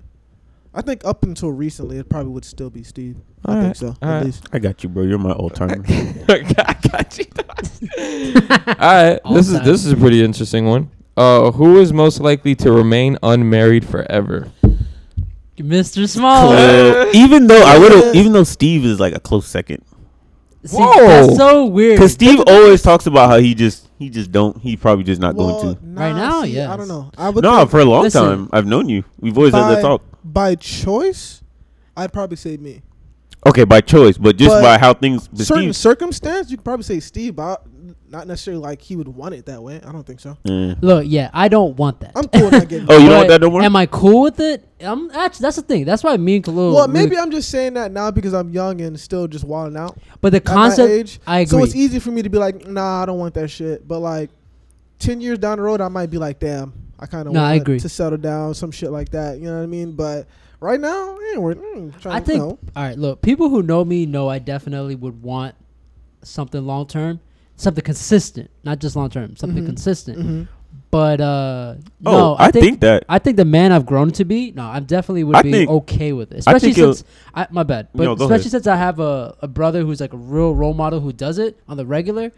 Speaker 5: I think up until recently, it probably would still be Steve. I
Speaker 4: All
Speaker 5: think
Speaker 4: right,
Speaker 5: so.
Speaker 4: all
Speaker 5: at
Speaker 4: right.
Speaker 5: least.
Speaker 2: I got you, bro. You're my old timer.
Speaker 4: I got you. All right.
Speaker 3: All
Speaker 4: this is
Speaker 3: time.
Speaker 4: this is a pretty interesting one. Uh, who is most likely to remain unmarried forever?
Speaker 3: Mr. Small.
Speaker 2: Well, Uh, even though I would have, even though Steve is like a close second,
Speaker 3: See,
Speaker 4: Whoa.
Speaker 3: that's so weird.
Speaker 2: because Steve always talks about how he just he just don't he probably just not going
Speaker 5: Well,
Speaker 2: to.
Speaker 5: nah,
Speaker 3: Right now,
Speaker 5: see, I
Speaker 3: yes.
Speaker 5: don't know. I would
Speaker 2: No,
Speaker 5: think
Speaker 2: for a long
Speaker 3: Listen.
Speaker 2: time I've known you. We've always had that
Speaker 5: by,
Speaker 2: talk.
Speaker 5: by choice, I'd probably say me.
Speaker 2: Okay, by choice, but just
Speaker 5: But
Speaker 2: by how things. but
Speaker 5: Certain
Speaker 2: Steve-
Speaker 5: circumstance, you could probably say Steve, but I- not necessarily like he would want it that way. I don't think so.
Speaker 2: Yeah.
Speaker 3: Look, yeah, I don't want that.
Speaker 5: I'm cool not getting.
Speaker 2: Oh, you don't want
Speaker 3: But
Speaker 2: that no more?
Speaker 3: Am I cool with it? I'm actually that's the thing. That's why me and Khalil.
Speaker 5: Well,
Speaker 3: we-
Speaker 5: maybe I'm just saying that now because I'm young and still just wilding out.
Speaker 3: but the
Speaker 5: at my
Speaker 3: concept.
Speaker 5: age.
Speaker 3: I agree.
Speaker 5: So it's easy for me to be like, nah, I don't want that shit. But like, ten years down the road, I might be like, damn, I kind of
Speaker 3: No,
Speaker 5: want
Speaker 3: I agree.
Speaker 5: to settle down, some shit like that. You know what I mean? But right now, eh, we're mm, trying
Speaker 3: I
Speaker 5: to
Speaker 3: think.
Speaker 5: no.
Speaker 3: All right, look, people who know me know I definitely would want
Speaker 5: Mm-hmm.
Speaker 3: something long term, something consistent, not just long term, something consistent. But uh,
Speaker 2: Oh,
Speaker 3: no,
Speaker 2: I think that-
Speaker 3: I think the man I've grown to be. No, I definitely would
Speaker 2: I
Speaker 3: be
Speaker 2: think-
Speaker 3: okay with it,
Speaker 2: I
Speaker 3: especially
Speaker 2: think it'll-
Speaker 3: since I, my bad, but
Speaker 2: No, go
Speaker 3: especially
Speaker 2: ahead.
Speaker 3: since I have a, a brother who's like a real role model who does it on the regular,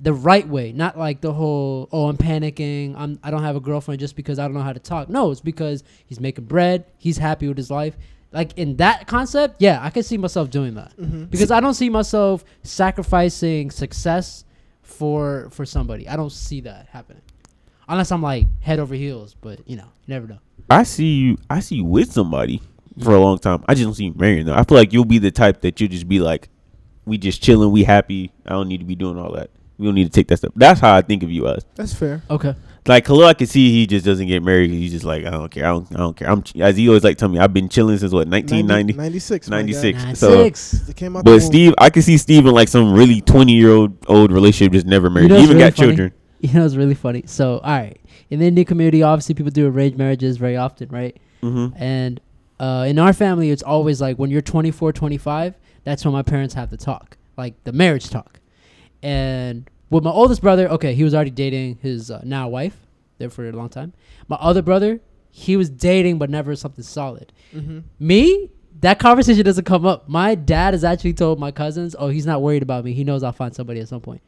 Speaker 3: the right way, not like the whole oh I'm panicking, I'm I don't have a girlfriend just because I don't know how to talk. No, it's because he's making bread, he's happy with his life. Like in that concept, yeah, I could see myself doing that
Speaker 2: Mm-hmm.
Speaker 3: because I don't see myself sacrificing success for for somebody. I don't see that happening unless I'm like head over heels. But you know, you never know.
Speaker 2: I see you. I see you with somebody for a long time. I just don't see you marrying though. I feel like you'll be the type that you just be like, we just chilling, we happy. I don't need to be doing all that. We don't need to take that step. That's how I think of you as.
Speaker 5: That's fair.
Speaker 3: Okay.
Speaker 2: Like Khalil, I can see he just doesn't get married. 'cause He's just like, I don't care. I don't. I don't care. I'm ch- as he always like tell me. I've been chilling since what 1990.
Speaker 5: 96. my guy.
Speaker 2: 96.
Speaker 3: Nine
Speaker 2: So-
Speaker 3: six.
Speaker 5: They came out the
Speaker 2: But
Speaker 5: womb.
Speaker 2: Steve, I can see Steve in like some really 20 year old old relationship just never married.
Speaker 3: know what's
Speaker 2: Even
Speaker 3: really
Speaker 2: got
Speaker 3: funny?
Speaker 2: children.
Speaker 3: You know, it's really funny. So, all right, in the Indian community, obviously, people do arranged marriages very often, right?
Speaker 2: Mm-hmm.
Speaker 3: And uh, in our family, it's always like when you're 24, 25, that's when my parents have the talk, like the marriage talk. And with my oldest brother, okay, he was already dating his uh, now wife there for a long time. My other brother, he was dating, but never something solid.
Speaker 5: Mm-hmm.
Speaker 3: Me, that conversation doesn't come up. My dad has actually told my cousins, oh, he's not worried about me. He knows I'll find somebody at some point.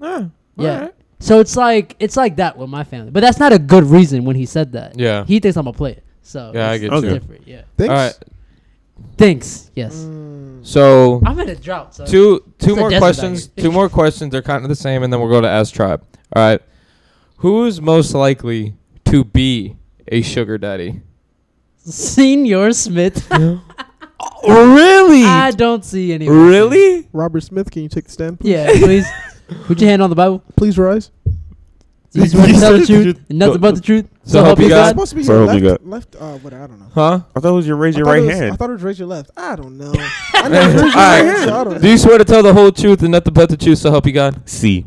Speaker 3: Yeah.
Speaker 4: Alright.
Speaker 3: So it's like it's like that with my family, but that's not a good reason when he said that.
Speaker 4: Yeah.
Speaker 3: He thinks I'm a player. So
Speaker 4: Yeah, I
Speaker 3: it's-
Speaker 4: get
Speaker 3: it's
Speaker 2: you.
Speaker 3: different. Yeah.
Speaker 5: Thanks.
Speaker 4: All right.
Speaker 3: Thanks. Yes.
Speaker 5: Mm.
Speaker 4: So
Speaker 3: I'm in a drought. So
Speaker 4: two
Speaker 3: a
Speaker 4: two more
Speaker 3: desert out
Speaker 4: questions.
Speaker 3: here.
Speaker 4: Two more questions. They're kind of the same, and then we'll go to Ask Tribe. All right. Who's most likely to be a sugar daddy?
Speaker 3: Senior Smith,
Speaker 4: really?
Speaker 3: I don't see any.
Speaker 4: really?
Speaker 5: Robert Smith, can you take the stand, please?
Speaker 3: Yeah. Please put your hand on the Bible.
Speaker 5: Please rise.
Speaker 3: He's ready to tell the truth, and nothing but the truth. So, help you
Speaker 5: It's
Speaker 3: God.
Speaker 5: supposed to be
Speaker 2: So
Speaker 5: your
Speaker 2: help you
Speaker 5: left, left, uh, what, I don't know.
Speaker 4: Huh?
Speaker 2: I thought it was your raise
Speaker 5: I
Speaker 2: your
Speaker 5: thought it
Speaker 2: right
Speaker 5: was- I
Speaker 2: hand.
Speaker 5: thought it was raise your left. I don't know. I know it's raise your
Speaker 4: All
Speaker 5: right
Speaker 4: right.
Speaker 5: hand, so I don't
Speaker 4: Do
Speaker 5: know.
Speaker 4: you swear to tell the whole truth and nothing but the truth, so help you God?
Speaker 2: C.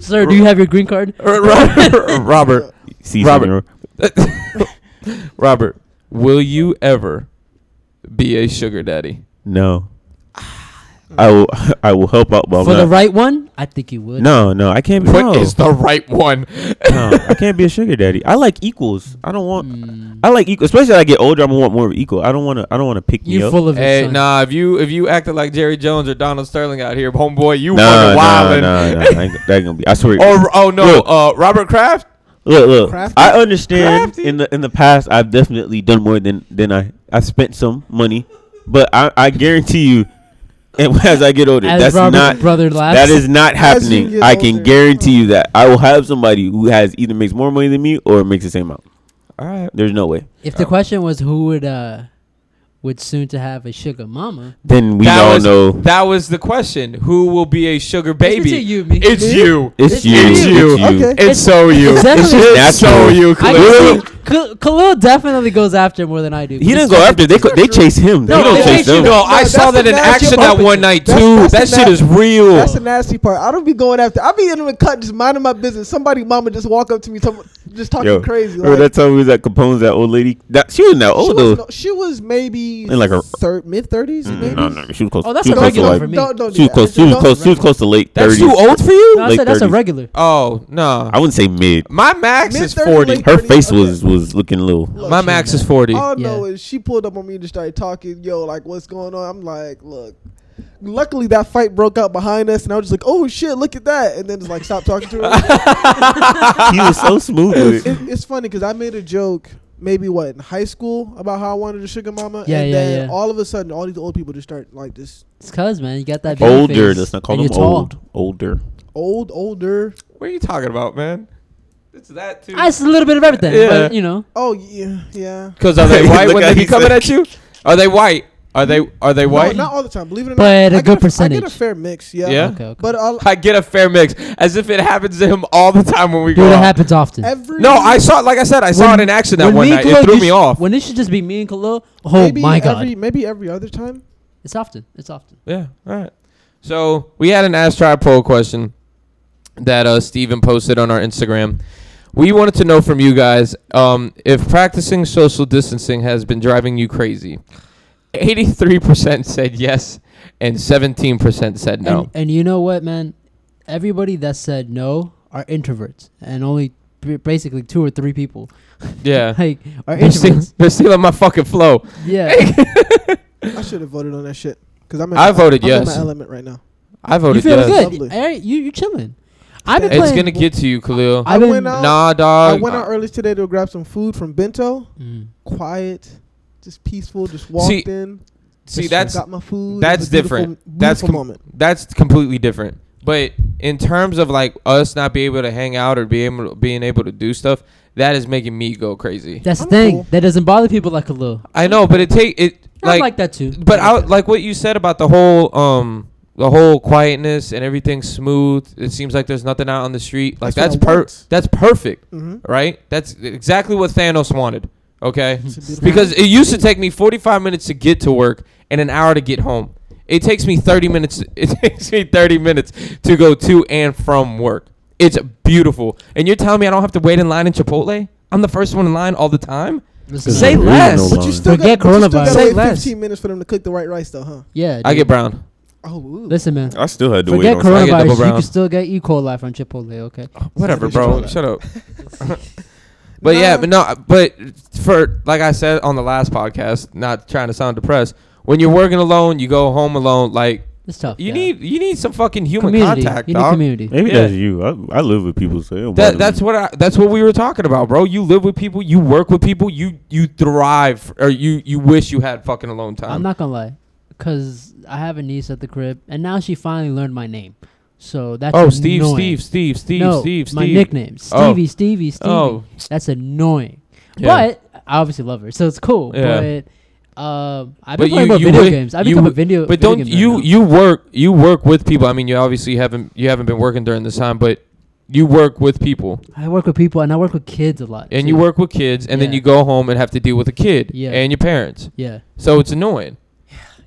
Speaker 3: Sir, do you have your green card?
Speaker 2: Robert. C.
Speaker 4: Robert.
Speaker 2: Senor.
Speaker 4: Robert, will you ever be a sugar daddy?
Speaker 2: No. I will. I will help out, but I'm
Speaker 3: For the
Speaker 2: not.
Speaker 3: right one, I think you would.
Speaker 2: No, no, I can't. Be, no,
Speaker 4: What is the right one?
Speaker 2: no, I can't be a sugar daddy. I like equals. I don't want.
Speaker 3: Mm.
Speaker 2: I like equal, especially as I get older. I'm gonna want more of equal. I don't want to. I don't want to pick me
Speaker 3: you
Speaker 2: up.
Speaker 3: full of it.
Speaker 4: Hey,
Speaker 3: son.
Speaker 4: nah, if you if you acted like Jerry Jones or Donald Sterling out here, homeboy, you
Speaker 2: Nah,
Speaker 4: fucking
Speaker 2: nah,
Speaker 4: wildin'.
Speaker 2: nah, nah. I ain't- That ain't gonna be. I swear.
Speaker 4: Or oh no,
Speaker 2: Look.
Speaker 4: uh, Robert Kraft.
Speaker 2: Look, look.
Speaker 5: Crafty?
Speaker 2: I understand
Speaker 4: Crafty?
Speaker 2: in the in the past I've definitely done more than than I I spent some money, but I I guarantee you, and as I get older,
Speaker 3: As
Speaker 2: that's
Speaker 3: Robert's
Speaker 2: not
Speaker 3: brother laughs.
Speaker 2: that is not
Speaker 5: As you
Speaker 2: happening.
Speaker 5: get
Speaker 2: I can
Speaker 5: older.
Speaker 2: guarantee you that I will have somebody who has either makes more money than me or makes the same amount.
Speaker 4: All right.
Speaker 2: There's no way.
Speaker 3: If the question was who would uh would soon to have a sugar mama,
Speaker 2: Then we
Speaker 4: that
Speaker 2: all
Speaker 4: was,
Speaker 2: know
Speaker 4: That was the question. Who will be a sugar baby?
Speaker 3: between you and me.
Speaker 4: It's
Speaker 5: Me?
Speaker 4: you.
Speaker 2: it's,
Speaker 3: It's
Speaker 2: you.
Speaker 3: you.
Speaker 2: It's you.
Speaker 5: Okay.
Speaker 4: It's, so you.
Speaker 3: Exactly.
Speaker 4: It's,
Speaker 2: It's
Speaker 4: it's so
Speaker 2: natural.
Speaker 4: you.
Speaker 3: I
Speaker 4: Khalil.
Speaker 3: can see Kh- Khalil definitely goes after more than I do.
Speaker 2: He didn't go after. They co- they chase him.
Speaker 3: No,
Speaker 2: he don't
Speaker 3: they
Speaker 2: chase
Speaker 3: chase you.
Speaker 2: them.
Speaker 4: No, I
Speaker 5: that's
Speaker 4: saw
Speaker 5: the
Speaker 4: that in
Speaker 5: natural
Speaker 4: action that
Speaker 5: puppet.
Speaker 4: one night
Speaker 5: That's-
Speaker 4: too.
Speaker 5: that's
Speaker 4: That
Speaker 5: the
Speaker 4: shit
Speaker 5: nat-
Speaker 4: is real.
Speaker 5: That's the nasty part. I don't be going after. I be in the cut, just minding my business. Somebody, mama, just walk up to me, talk, just talking
Speaker 2: Yo,
Speaker 5: crazy.
Speaker 2: Remember
Speaker 5: like,
Speaker 2: that time we was at Capone's? That old lady. That she wasn't that
Speaker 5: she,
Speaker 2: old
Speaker 5: was,
Speaker 2: though.
Speaker 5: no- she was maybe
Speaker 2: In like a-
Speaker 5: thir- mid thirties, maybe.
Speaker 2: No, no, she was close.
Speaker 3: Oh, that's
Speaker 2: she was
Speaker 3: a
Speaker 2: close to
Speaker 3: regular
Speaker 2: like
Speaker 3: for me.
Speaker 5: Don't, don't do
Speaker 2: She was
Speaker 5: that.
Speaker 2: close. She was
Speaker 5: Don't-
Speaker 2: close. She was close to late
Speaker 4: That's
Speaker 2: thirties.
Speaker 4: too old for you.
Speaker 3: No, I
Speaker 2: late
Speaker 3: said that's a
Speaker 2: 30s.
Speaker 3: regular.
Speaker 4: Oh no,
Speaker 2: I wouldn't say mid.
Speaker 4: my max
Speaker 5: Mid
Speaker 4: is
Speaker 5: 30s,
Speaker 4: forty.
Speaker 5: late
Speaker 2: Her
Speaker 5: 30s,
Speaker 2: face
Speaker 5: okay.
Speaker 2: was was looking little.
Speaker 5: Look,
Speaker 4: My max is forty.
Speaker 5: All I know
Speaker 3: Yeah.
Speaker 5: is she pulled up on me and just started talking. Yo, like, what's going on? I'm like, look. Luckily, that fight broke out behind us, and I was just like, oh shit, look at that. And then just like, stop talking to her.
Speaker 2: he was so smooth. With it.
Speaker 5: it, it's funny because I made a joke maybe what in high school about how I wanted a sugar mama,
Speaker 3: Yeah,
Speaker 5: and
Speaker 3: yeah,
Speaker 5: then
Speaker 3: yeah.
Speaker 5: all of a sudden, all these old people just start like this
Speaker 3: It's cuz man, you got that baby
Speaker 2: Older.
Speaker 3: face,
Speaker 2: Let's not call
Speaker 3: and
Speaker 2: them
Speaker 3: you're tall.
Speaker 2: old. Older.
Speaker 5: old, older.
Speaker 4: What are you talking about, man? It's that too.
Speaker 3: Ah, It's a little bit of everything,
Speaker 4: Yeah.
Speaker 3: but you know,
Speaker 5: Oh yeah, yeah.
Speaker 4: Because are they white
Speaker 2: Look
Speaker 4: when
Speaker 2: how
Speaker 4: they be
Speaker 2: he
Speaker 4: coming
Speaker 2: said-
Speaker 4: at you? Are they white? Are they are they
Speaker 5: No,
Speaker 4: white?
Speaker 5: not all the time. Believe it or not,
Speaker 3: But a
Speaker 5: I
Speaker 3: good
Speaker 5: get f- I
Speaker 3: percentage.
Speaker 5: get a fair mix. Yeah.
Speaker 4: Yeah.
Speaker 3: okay, okay.
Speaker 5: But I'll,
Speaker 4: I get a fair mix, as if it happens to him all the time when we
Speaker 3: dude,
Speaker 4: go.
Speaker 3: it
Speaker 4: out.
Speaker 3: happens often.
Speaker 5: every
Speaker 4: No, I saw. it. Like I said, uh, I saw it
Speaker 3: When-
Speaker 4: in action that
Speaker 3: when
Speaker 4: one
Speaker 3: me and
Speaker 4: night. It
Speaker 3: Khalil
Speaker 4: threw
Speaker 3: just-
Speaker 4: me off.
Speaker 3: When this should just be me and Khalil. Oh
Speaker 5: maybe
Speaker 3: my god,
Speaker 5: every maybe every other time.
Speaker 3: it's often. It's often.
Speaker 4: Yeah. All right. So we had an Ask Tribe poll question that uh, Steven posted on our Instagram. We wanted to know from you guys um, if practicing social distancing has been driving you crazy. 83% said yes, and 17% said no.
Speaker 3: And, and you know what, man? everybody that said no are introverts, and only b- basically two or three people
Speaker 4: Yeah.
Speaker 3: like are
Speaker 4: They're, steal-
Speaker 3: introverts.
Speaker 4: they're stealing my fucking flow.
Speaker 3: yeah,
Speaker 5: I should have voted on that shit because I'm. In
Speaker 4: I
Speaker 5: my-
Speaker 4: voted
Speaker 5: I'm in
Speaker 4: yes.
Speaker 5: my element right now.
Speaker 4: I
Speaker 3: you
Speaker 4: voted
Speaker 3: feel
Speaker 4: yes.
Speaker 3: good.
Speaker 5: Lovely.
Speaker 3: All right, you you chilling. I've been
Speaker 4: It's
Speaker 3: playing.
Speaker 4: gonna get to you, Khalil.
Speaker 5: I
Speaker 3: I've been-
Speaker 5: went out.
Speaker 4: nah,
Speaker 5: I
Speaker 4: dog.
Speaker 5: went out early today to grab some food from Bento.
Speaker 3: Mm.
Speaker 5: Quiet, just peaceful. Just walked
Speaker 4: See,
Speaker 5: in.
Speaker 4: See,
Speaker 5: just
Speaker 4: that's
Speaker 5: got my food.
Speaker 4: that's
Speaker 5: It was a beautiful-
Speaker 4: different. That's
Speaker 5: beautiful
Speaker 4: com-
Speaker 5: moment.
Speaker 4: that's completely different. But in terms of like us not being able to hang out or be able being able to do stuff, that is making me go crazy.
Speaker 3: That's
Speaker 5: I'm
Speaker 3: the thing
Speaker 5: cool.
Speaker 3: that doesn't bother people like Khalil.
Speaker 4: I know, but it take it
Speaker 3: I
Speaker 4: like,
Speaker 3: like that too.
Speaker 4: but I
Speaker 3: like
Speaker 4: would- like what you said about the whole um the whole quietness and everything smooth. It seems like there's nothing out on the street. Like
Speaker 5: That's
Speaker 4: that's
Speaker 5: what I
Speaker 4: per
Speaker 5: want.
Speaker 4: that's perfect,
Speaker 5: Mm-hmm.
Speaker 4: right? That's exactly what Thanos wanted. Okay?
Speaker 5: It's a beautiful
Speaker 4: Because it used to take me 45 minutes to get to work and an hour to get home. It takes me 30 minutes. It takes me 30 minutes to go to and from work. It's beautiful. And you're telling me I don't have to wait in line in Chipotle? I'm the first one in line all the time.
Speaker 3: Listen,
Speaker 4: say
Speaker 3: man.
Speaker 4: less.
Speaker 2: no
Speaker 4: But
Speaker 5: But
Speaker 2: line.
Speaker 5: you still
Speaker 3: Forget
Speaker 5: got, but you still
Speaker 3: coronavirus.
Speaker 5: gotta
Speaker 4: Say
Speaker 5: wait
Speaker 4: less.
Speaker 5: 15 minutes for them to cook the right rice, though, huh?
Speaker 3: Yeah,
Speaker 4: I
Speaker 3: dude.
Speaker 4: get brown.
Speaker 5: Oh, ooh.
Speaker 3: Listen, man.
Speaker 2: I still had to
Speaker 3: Forget
Speaker 2: wait on
Speaker 4: I get double
Speaker 3: coronavirus. You
Speaker 4: brown.
Speaker 3: can still get E. coli from Chipotle. Okay.
Speaker 4: Whatever,
Speaker 5: Somebody
Speaker 4: bro.
Speaker 5: should
Speaker 4: Shut up. But yeah,
Speaker 5: Nah.
Speaker 4: but no, but for like I said on the last podcast, not trying to sound depressed. When you're working alone, you go home alone. Like
Speaker 3: It's tough.
Speaker 4: you
Speaker 3: yeah.
Speaker 4: need you need some fucking human
Speaker 3: community.
Speaker 4: contact,
Speaker 3: you need
Speaker 4: dog.
Speaker 3: community.
Speaker 2: Maybe
Speaker 4: Yeah.
Speaker 2: that's you. I, I live with people, so it don't bother
Speaker 4: That
Speaker 2: me.
Speaker 4: that's what I that's what we were talking about, bro. You live with people, you work with people, you you thrive or you you wish you had fucking alone time.
Speaker 3: I'm not gonna lie, cause I have a niece at the crib, and now she finally learned my name. So that's
Speaker 4: oh, Steve,
Speaker 3: annoying.
Speaker 4: Steve, Steve, Steve,
Speaker 3: no,
Speaker 4: Steve, Steve.
Speaker 3: my nickname,
Speaker 4: Oh.
Speaker 3: Stevie, Stevie, Stevie.
Speaker 4: Oh.
Speaker 3: That's annoying.
Speaker 4: Yeah.
Speaker 3: But I obviously love her, so it's cool.
Speaker 4: Yeah.
Speaker 3: But um, I've
Speaker 4: But
Speaker 3: been playing
Speaker 4: you-
Speaker 3: more
Speaker 4: you
Speaker 3: video
Speaker 4: would-
Speaker 3: games. I've
Speaker 4: you
Speaker 3: become a
Speaker 4: would-
Speaker 3: video.
Speaker 4: But
Speaker 3: video
Speaker 4: don't
Speaker 3: game nerd
Speaker 4: you
Speaker 3: now.
Speaker 4: you work you work with people. I mean, you obviously haven't you haven't been working during this time, but you work with people
Speaker 3: I work with people, and I work with kids a lot.
Speaker 4: and
Speaker 3: too.
Speaker 4: you work with kids and then
Speaker 3: Yeah.
Speaker 4: you go home and have to deal with a kid
Speaker 3: Yeah.
Speaker 4: and your parents.
Speaker 3: Yeah.
Speaker 4: So it's annoying.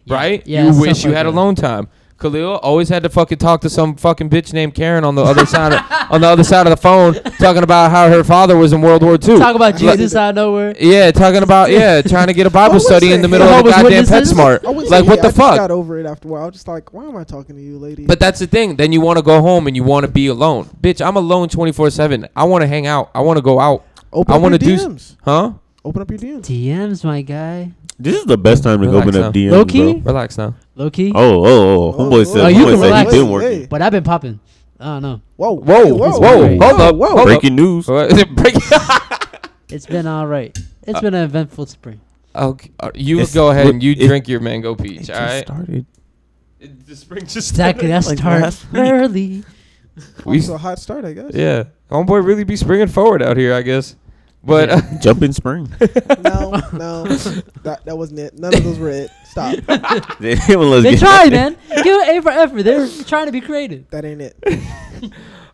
Speaker 4: Right?
Speaker 3: Yeah,
Speaker 4: you
Speaker 3: stuff
Speaker 4: wish you
Speaker 3: like
Speaker 4: had
Speaker 3: that.
Speaker 4: alone time. Khalil always had to fucking talk to some fucking bitch named Karen on the other side of, on the other side of the phone, talking about how her father was in World War II.
Speaker 3: Talk about
Speaker 5: I
Speaker 3: Jesus
Speaker 5: did it.
Speaker 3: out of nowhere.
Speaker 4: yeah, talking about yeah, trying to get a Bible
Speaker 5: wouldn't
Speaker 4: study in
Speaker 5: say
Speaker 4: the middle of a
Speaker 3: Jehovah's
Speaker 4: goddamn
Speaker 3: Witnesses.
Speaker 5: I wouldn't
Speaker 4: PetSmart.
Speaker 5: say
Speaker 4: Like
Speaker 5: yeah,
Speaker 4: what
Speaker 5: I
Speaker 4: the
Speaker 5: just Got
Speaker 4: fuck?
Speaker 5: over it after a while. I was just like, why am I talking to you, lady?
Speaker 4: But that's the thing. Then you want to go home and you want to be alone, bitch. I'm alone 24 seven. I want to hang out. I want to go out,
Speaker 5: open
Speaker 4: I
Speaker 5: up
Speaker 4: wanna
Speaker 5: your
Speaker 4: do s-
Speaker 5: DMs.
Speaker 4: huh?
Speaker 5: open up your DMs.
Speaker 3: DMs, my guy.
Speaker 2: This is the best time to
Speaker 4: Relax
Speaker 2: open
Speaker 4: now.
Speaker 2: up DMs, bro.
Speaker 3: Low key?
Speaker 4: Relax now.
Speaker 3: Low key.
Speaker 2: Oh, oh, oh!
Speaker 5: Oh,
Speaker 2: Homeboy
Speaker 5: oh,
Speaker 2: said,
Speaker 3: oh, you
Speaker 2: homeboy
Speaker 3: can
Speaker 2: said
Speaker 3: relax.
Speaker 2: he been working.
Speaker 3: But I've been popping. I don't know.
Speaker 5: Whoa,
Speaker 4: Whoa,
Speaker 5: Hey,
Speaker 4: whoa,
Speaker 2: Hey.
Speaker 4: hold up,
Speaker 5: whoa.
Speaker 4: hold
Speaker 2: Breaking news.
Speaker 4: up. Break-
Speaker 3: It's been all right.
Speaker 4: Uh,
Speaker 3: It's been an eventful spring.
Speaker 4: okay, uh, you
Speaker 2: It's-
Speaker 4: go ahead
Speaker 2: it-
Speaker 4: and you
Speaker 2: it-
Speaker 4: drink your mango peach. All right.
Speaker 2: started.
Speaker 4: It- The spring just
Speaker 3: Exactly. That's
Speaker 2: Like
Speaker 3: start
Speaker 2: last week.
Speaker 3: early.
Speaker 4: We-
Speaker 5: It's a hot start, I guess.
Speaker 4: Yeah, homeboy really be springing forward out here, I guess. But
Speaker 3: Yeah.
Speaker 2: Jump in spring.
Speaker 5: No, no, that that wasn't it. None of those were it. Stop.
Speaker 2: they tried,
Speaker 3: They tried, man. Give it A for effort. They're trying to be creative.
Speaker 5: That ain't it.
Speaker 4: all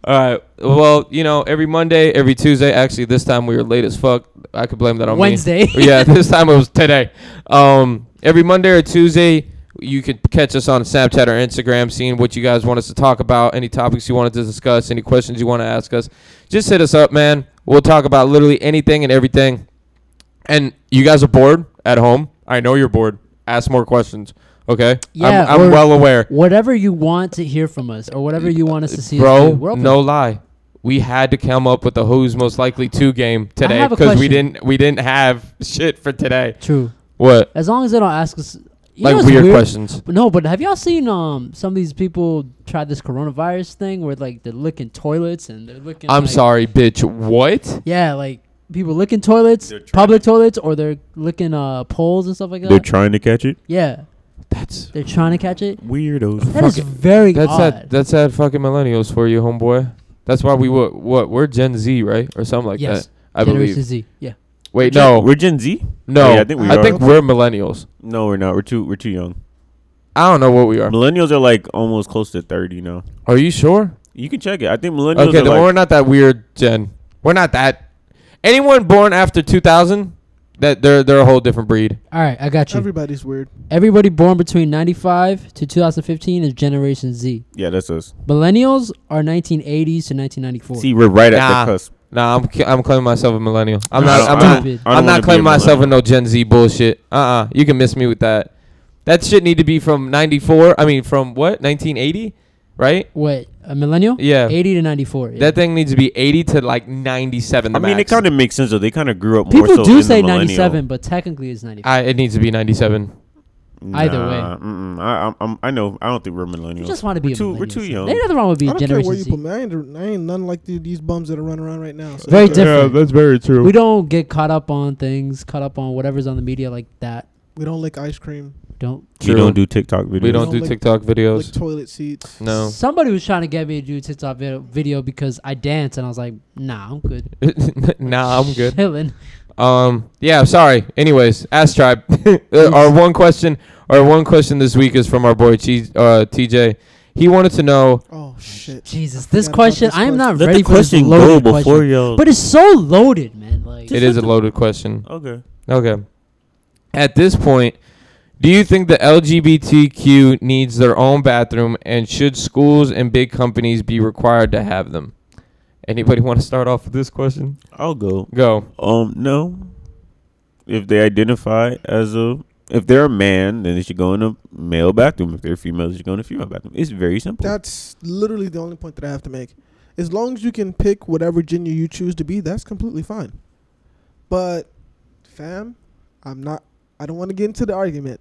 Speaker 4: right, well, you know, every Monday, every Tuesday. Actually, this time we were late as fuck. I could blame that on me.
Speaker 3: Wednesday.
Speaker 4: yeah, this time it was today. Um, every Monday or Tuesday, you could catch us on Snapchat or Instagram, seeing what you guys want us to talk about, any topics you wanted to discuss, any questions you want to ask us. Just hit us up, man. We'll talk about literally anything and everything. And you guys are bored at home. I know you're bored. Ask more questions. Okay.
Speaker 3: Yeah,
Speaker 4: I'm, I'm
Speaker 3: or-
Speaker 4: well aware.
Speaker 3: Whatever you want to hear from us, or whatever you want us to see, us do, we're
Speaker 4: Bro,
Speaker 3: open.
Speaker 4: no lie. We had to come up with a who's most likely to game today
Speaker 3: have a
Speaker 4: because we
Speaker 3: question.
Speaker 4: didn't we didn't have shit for today.
Speaker 3: True.
Speaker 4: What?
Speaker 3: As long as they don't ask us you know
Speaker 4: like
Speaker 3: what's
Speaker 4: weird, questions.
Speaker 3: No, but have y'all seen um some of these people try this coronavirus thing where like they're licking toilets and they're licking.
Speaker 4: I'm
Speaker 3: like-
Speaker 4: sorry, bitch. What?
Speaker 3: Yeah, like people licking toilets,
Speaker 2: They're trying-
Speaker 3: public toilets, or they're licking uh poles and stuff like that.
Speaker 2: They're trying to catch it.
Speaker 3: yeah,
Speaker 4: That's
Speaker 3: they're trying to catch it.
Speaker 2: Weirdos.
Speaker 3: That is
Speaker 4: Fuck it.
Speaker 3: very
Speaker 4: that's
Speaker 3: odd.
Speaker 4: that that's that fucking millennials for you, homeboy. That's why we what what we're Gen Z, right? Or something like
Speaker 3: Yes.
Speaker 4: that. I
Speaker 3: Generation
Speaker 4: believe.
Speaker 3: Z. Yeah.
Speaker 4: Wait, no.
Speaker 2: we're Gen Z. Yeah,
Speaker 4: no. I
Speaker 2: I
Speaker 4: think
Speaker 2: think
Speaker 4: we
Speaker 2: we
Speaker 4: I
Speaker 2: are.
Speaker 4: think we're millennials.
Speaker 2: No, we're not. We're too. We're too young.
Speaker 4: I don't know what we are.
Speaker 2: Millennials are like almost close to thirty now.
Speaker 4: Are you sure?
Speaker 2: You can check it. I think millennials
Speaker 4: Okay,
Speaker 2: are
Speaker 4: then
Speaker 2: like
Speaker 4: we're not that weird, Gen. We're not that. Anyone born after 2000, that they're they're a whole different breed.
Speaker 3: All right, I got you.
Speaker 5: Everybody's weird.
Speaker 3: Everybody born between 95 to 2015 is Generation Z.
Speaker 2: yeah, that's us.
Speaker 3: Millennials are 1980s to 1994.
Speaker 2: See, we're right at
Speaker 4: Nah.
Speaker 2: the cusp.
Speaker 4: Nah, I'm c- I'm claiming myself a millennial. I'm
Speaker 2: I
Speaker 4: not
Speaker 2: don't-
Speaker 4: I'm
Speaker 2: I don't-
Speaker 4: not
Speaker 3: Stupid.
Speaker 2: I don't
Speaker 4: I'm
Speaker 2: wanna
Speaker 4: not
Speaker 2: be a
Speaker 4: claiming myself
Speaker 2: millennial.
Speaker 4: with no Gen Z bullshit. Uh uh You can miss me with that. That shit need to be from 94. I mean, from what? 1980? Right?
Speaker 3: Wait, a millennial?
Speaker 4: Yeah.
Speaker 3: 80 to 94. yeah.
Speaker 4: That thing needs to be 80 to like 97. The
Speaker 2: I mean,
Speaker 4: max.
Speaker 2: it kind of makes sense though. They kind of grew up more so
Speaker 3: People do
Speaker 2: in
Speaker 3: say
Speaker 2: the millennial.
Speaker 3: 97, but technically it's 95.
Speaker 4: I, it needs to be 97.
Speaker 3: Either way.
Speaker 2: Nah, mm-mm. I, I'm- I'm, I know. I don't think we're millennials.
Speaker 3: You just want to be
Speaker 2: we're
Speaker 3: a
Speaker 2: too,
Speaker 3: millennial.
Speaker 2: we're too
Speaker 3: son.
Speaker 2: young.
Speaker 3: Ain't nothing wrong with
Speaker 5: I
Speaker 3: being
Speaker 5: don't care where
Speaker 3: Generation
Speaker 5: you
Speaker 3: Z.
Speaker 5: put me. I ain't, I ain't nothing like the, these bums that are running around right now. So
Speaker 3: Very different.
Speaker 2: that's very true.
Speaker 3: we don't get caught up on things, caught up on whatever's on the media like that.
Speaker 5: we don't lick ice cream,
Speaker 3: Don't.
Speaker 2: We don't do TikTok videos.
Speaker 4: We don't
Speaker 5: don't
Speaker 4: do
Speaker 5: like-
Speaker 4: TikTok
Speaker 5: lick
Speaker 4: videos.
Speaker 5: toilet seats.
Speaker 4: No.
Speaker 3: Somebody was trying to get me to do a TikTok video, video because I dance, and I was like, Nah, I'm good.
Speaker 4: nah, I'm good.
Speaker 3: Chilling.
Speaker 4: Um, yeah, sorry. Anyways, ask tribe. Uh, our one question, our one question this week is from our boy T, uh, TJ. He wanted to know.
Speaker 5: Oh shit!
Speaker 3: Jesus,
Speaker 5: forgot
Speaker 3: this
Speaker 5: about
Speaker 3: question.
Speaker 5: this
Speaker 3: I am not
Speaker 2: Let
Speaker 3: ready
Speaker 2: the question
Speaker 3: for this
Speaker 2: go
Speaker 3: loaded
Speaker 2: before
Speaker 3: question.
Speaker 2: y'all.
Speaker 3: But it's so loaded, man. Like
Speaker 4: It is a loaded question.
Speaker 2: okay.
Speaker 4: Okay. At this point, do you think the LGBTQ needs their own bathroom, and should schools and big companies be required to have them? Anybody want to start off with this question?
Speaker 2: I'll go.
Speaker 4: Go.
Speaker 2: Um, no. If they identify as a, if they're a man, then they should go in a male bathroom. If they're female, they should go in a female bathroom. It's very simple.
Speaker 5: That's literally the only point that I have to make. As long as you can pick whatever gender you choose to be, that's completely fine. But, fam, I'm not. I don't want to get into the argument.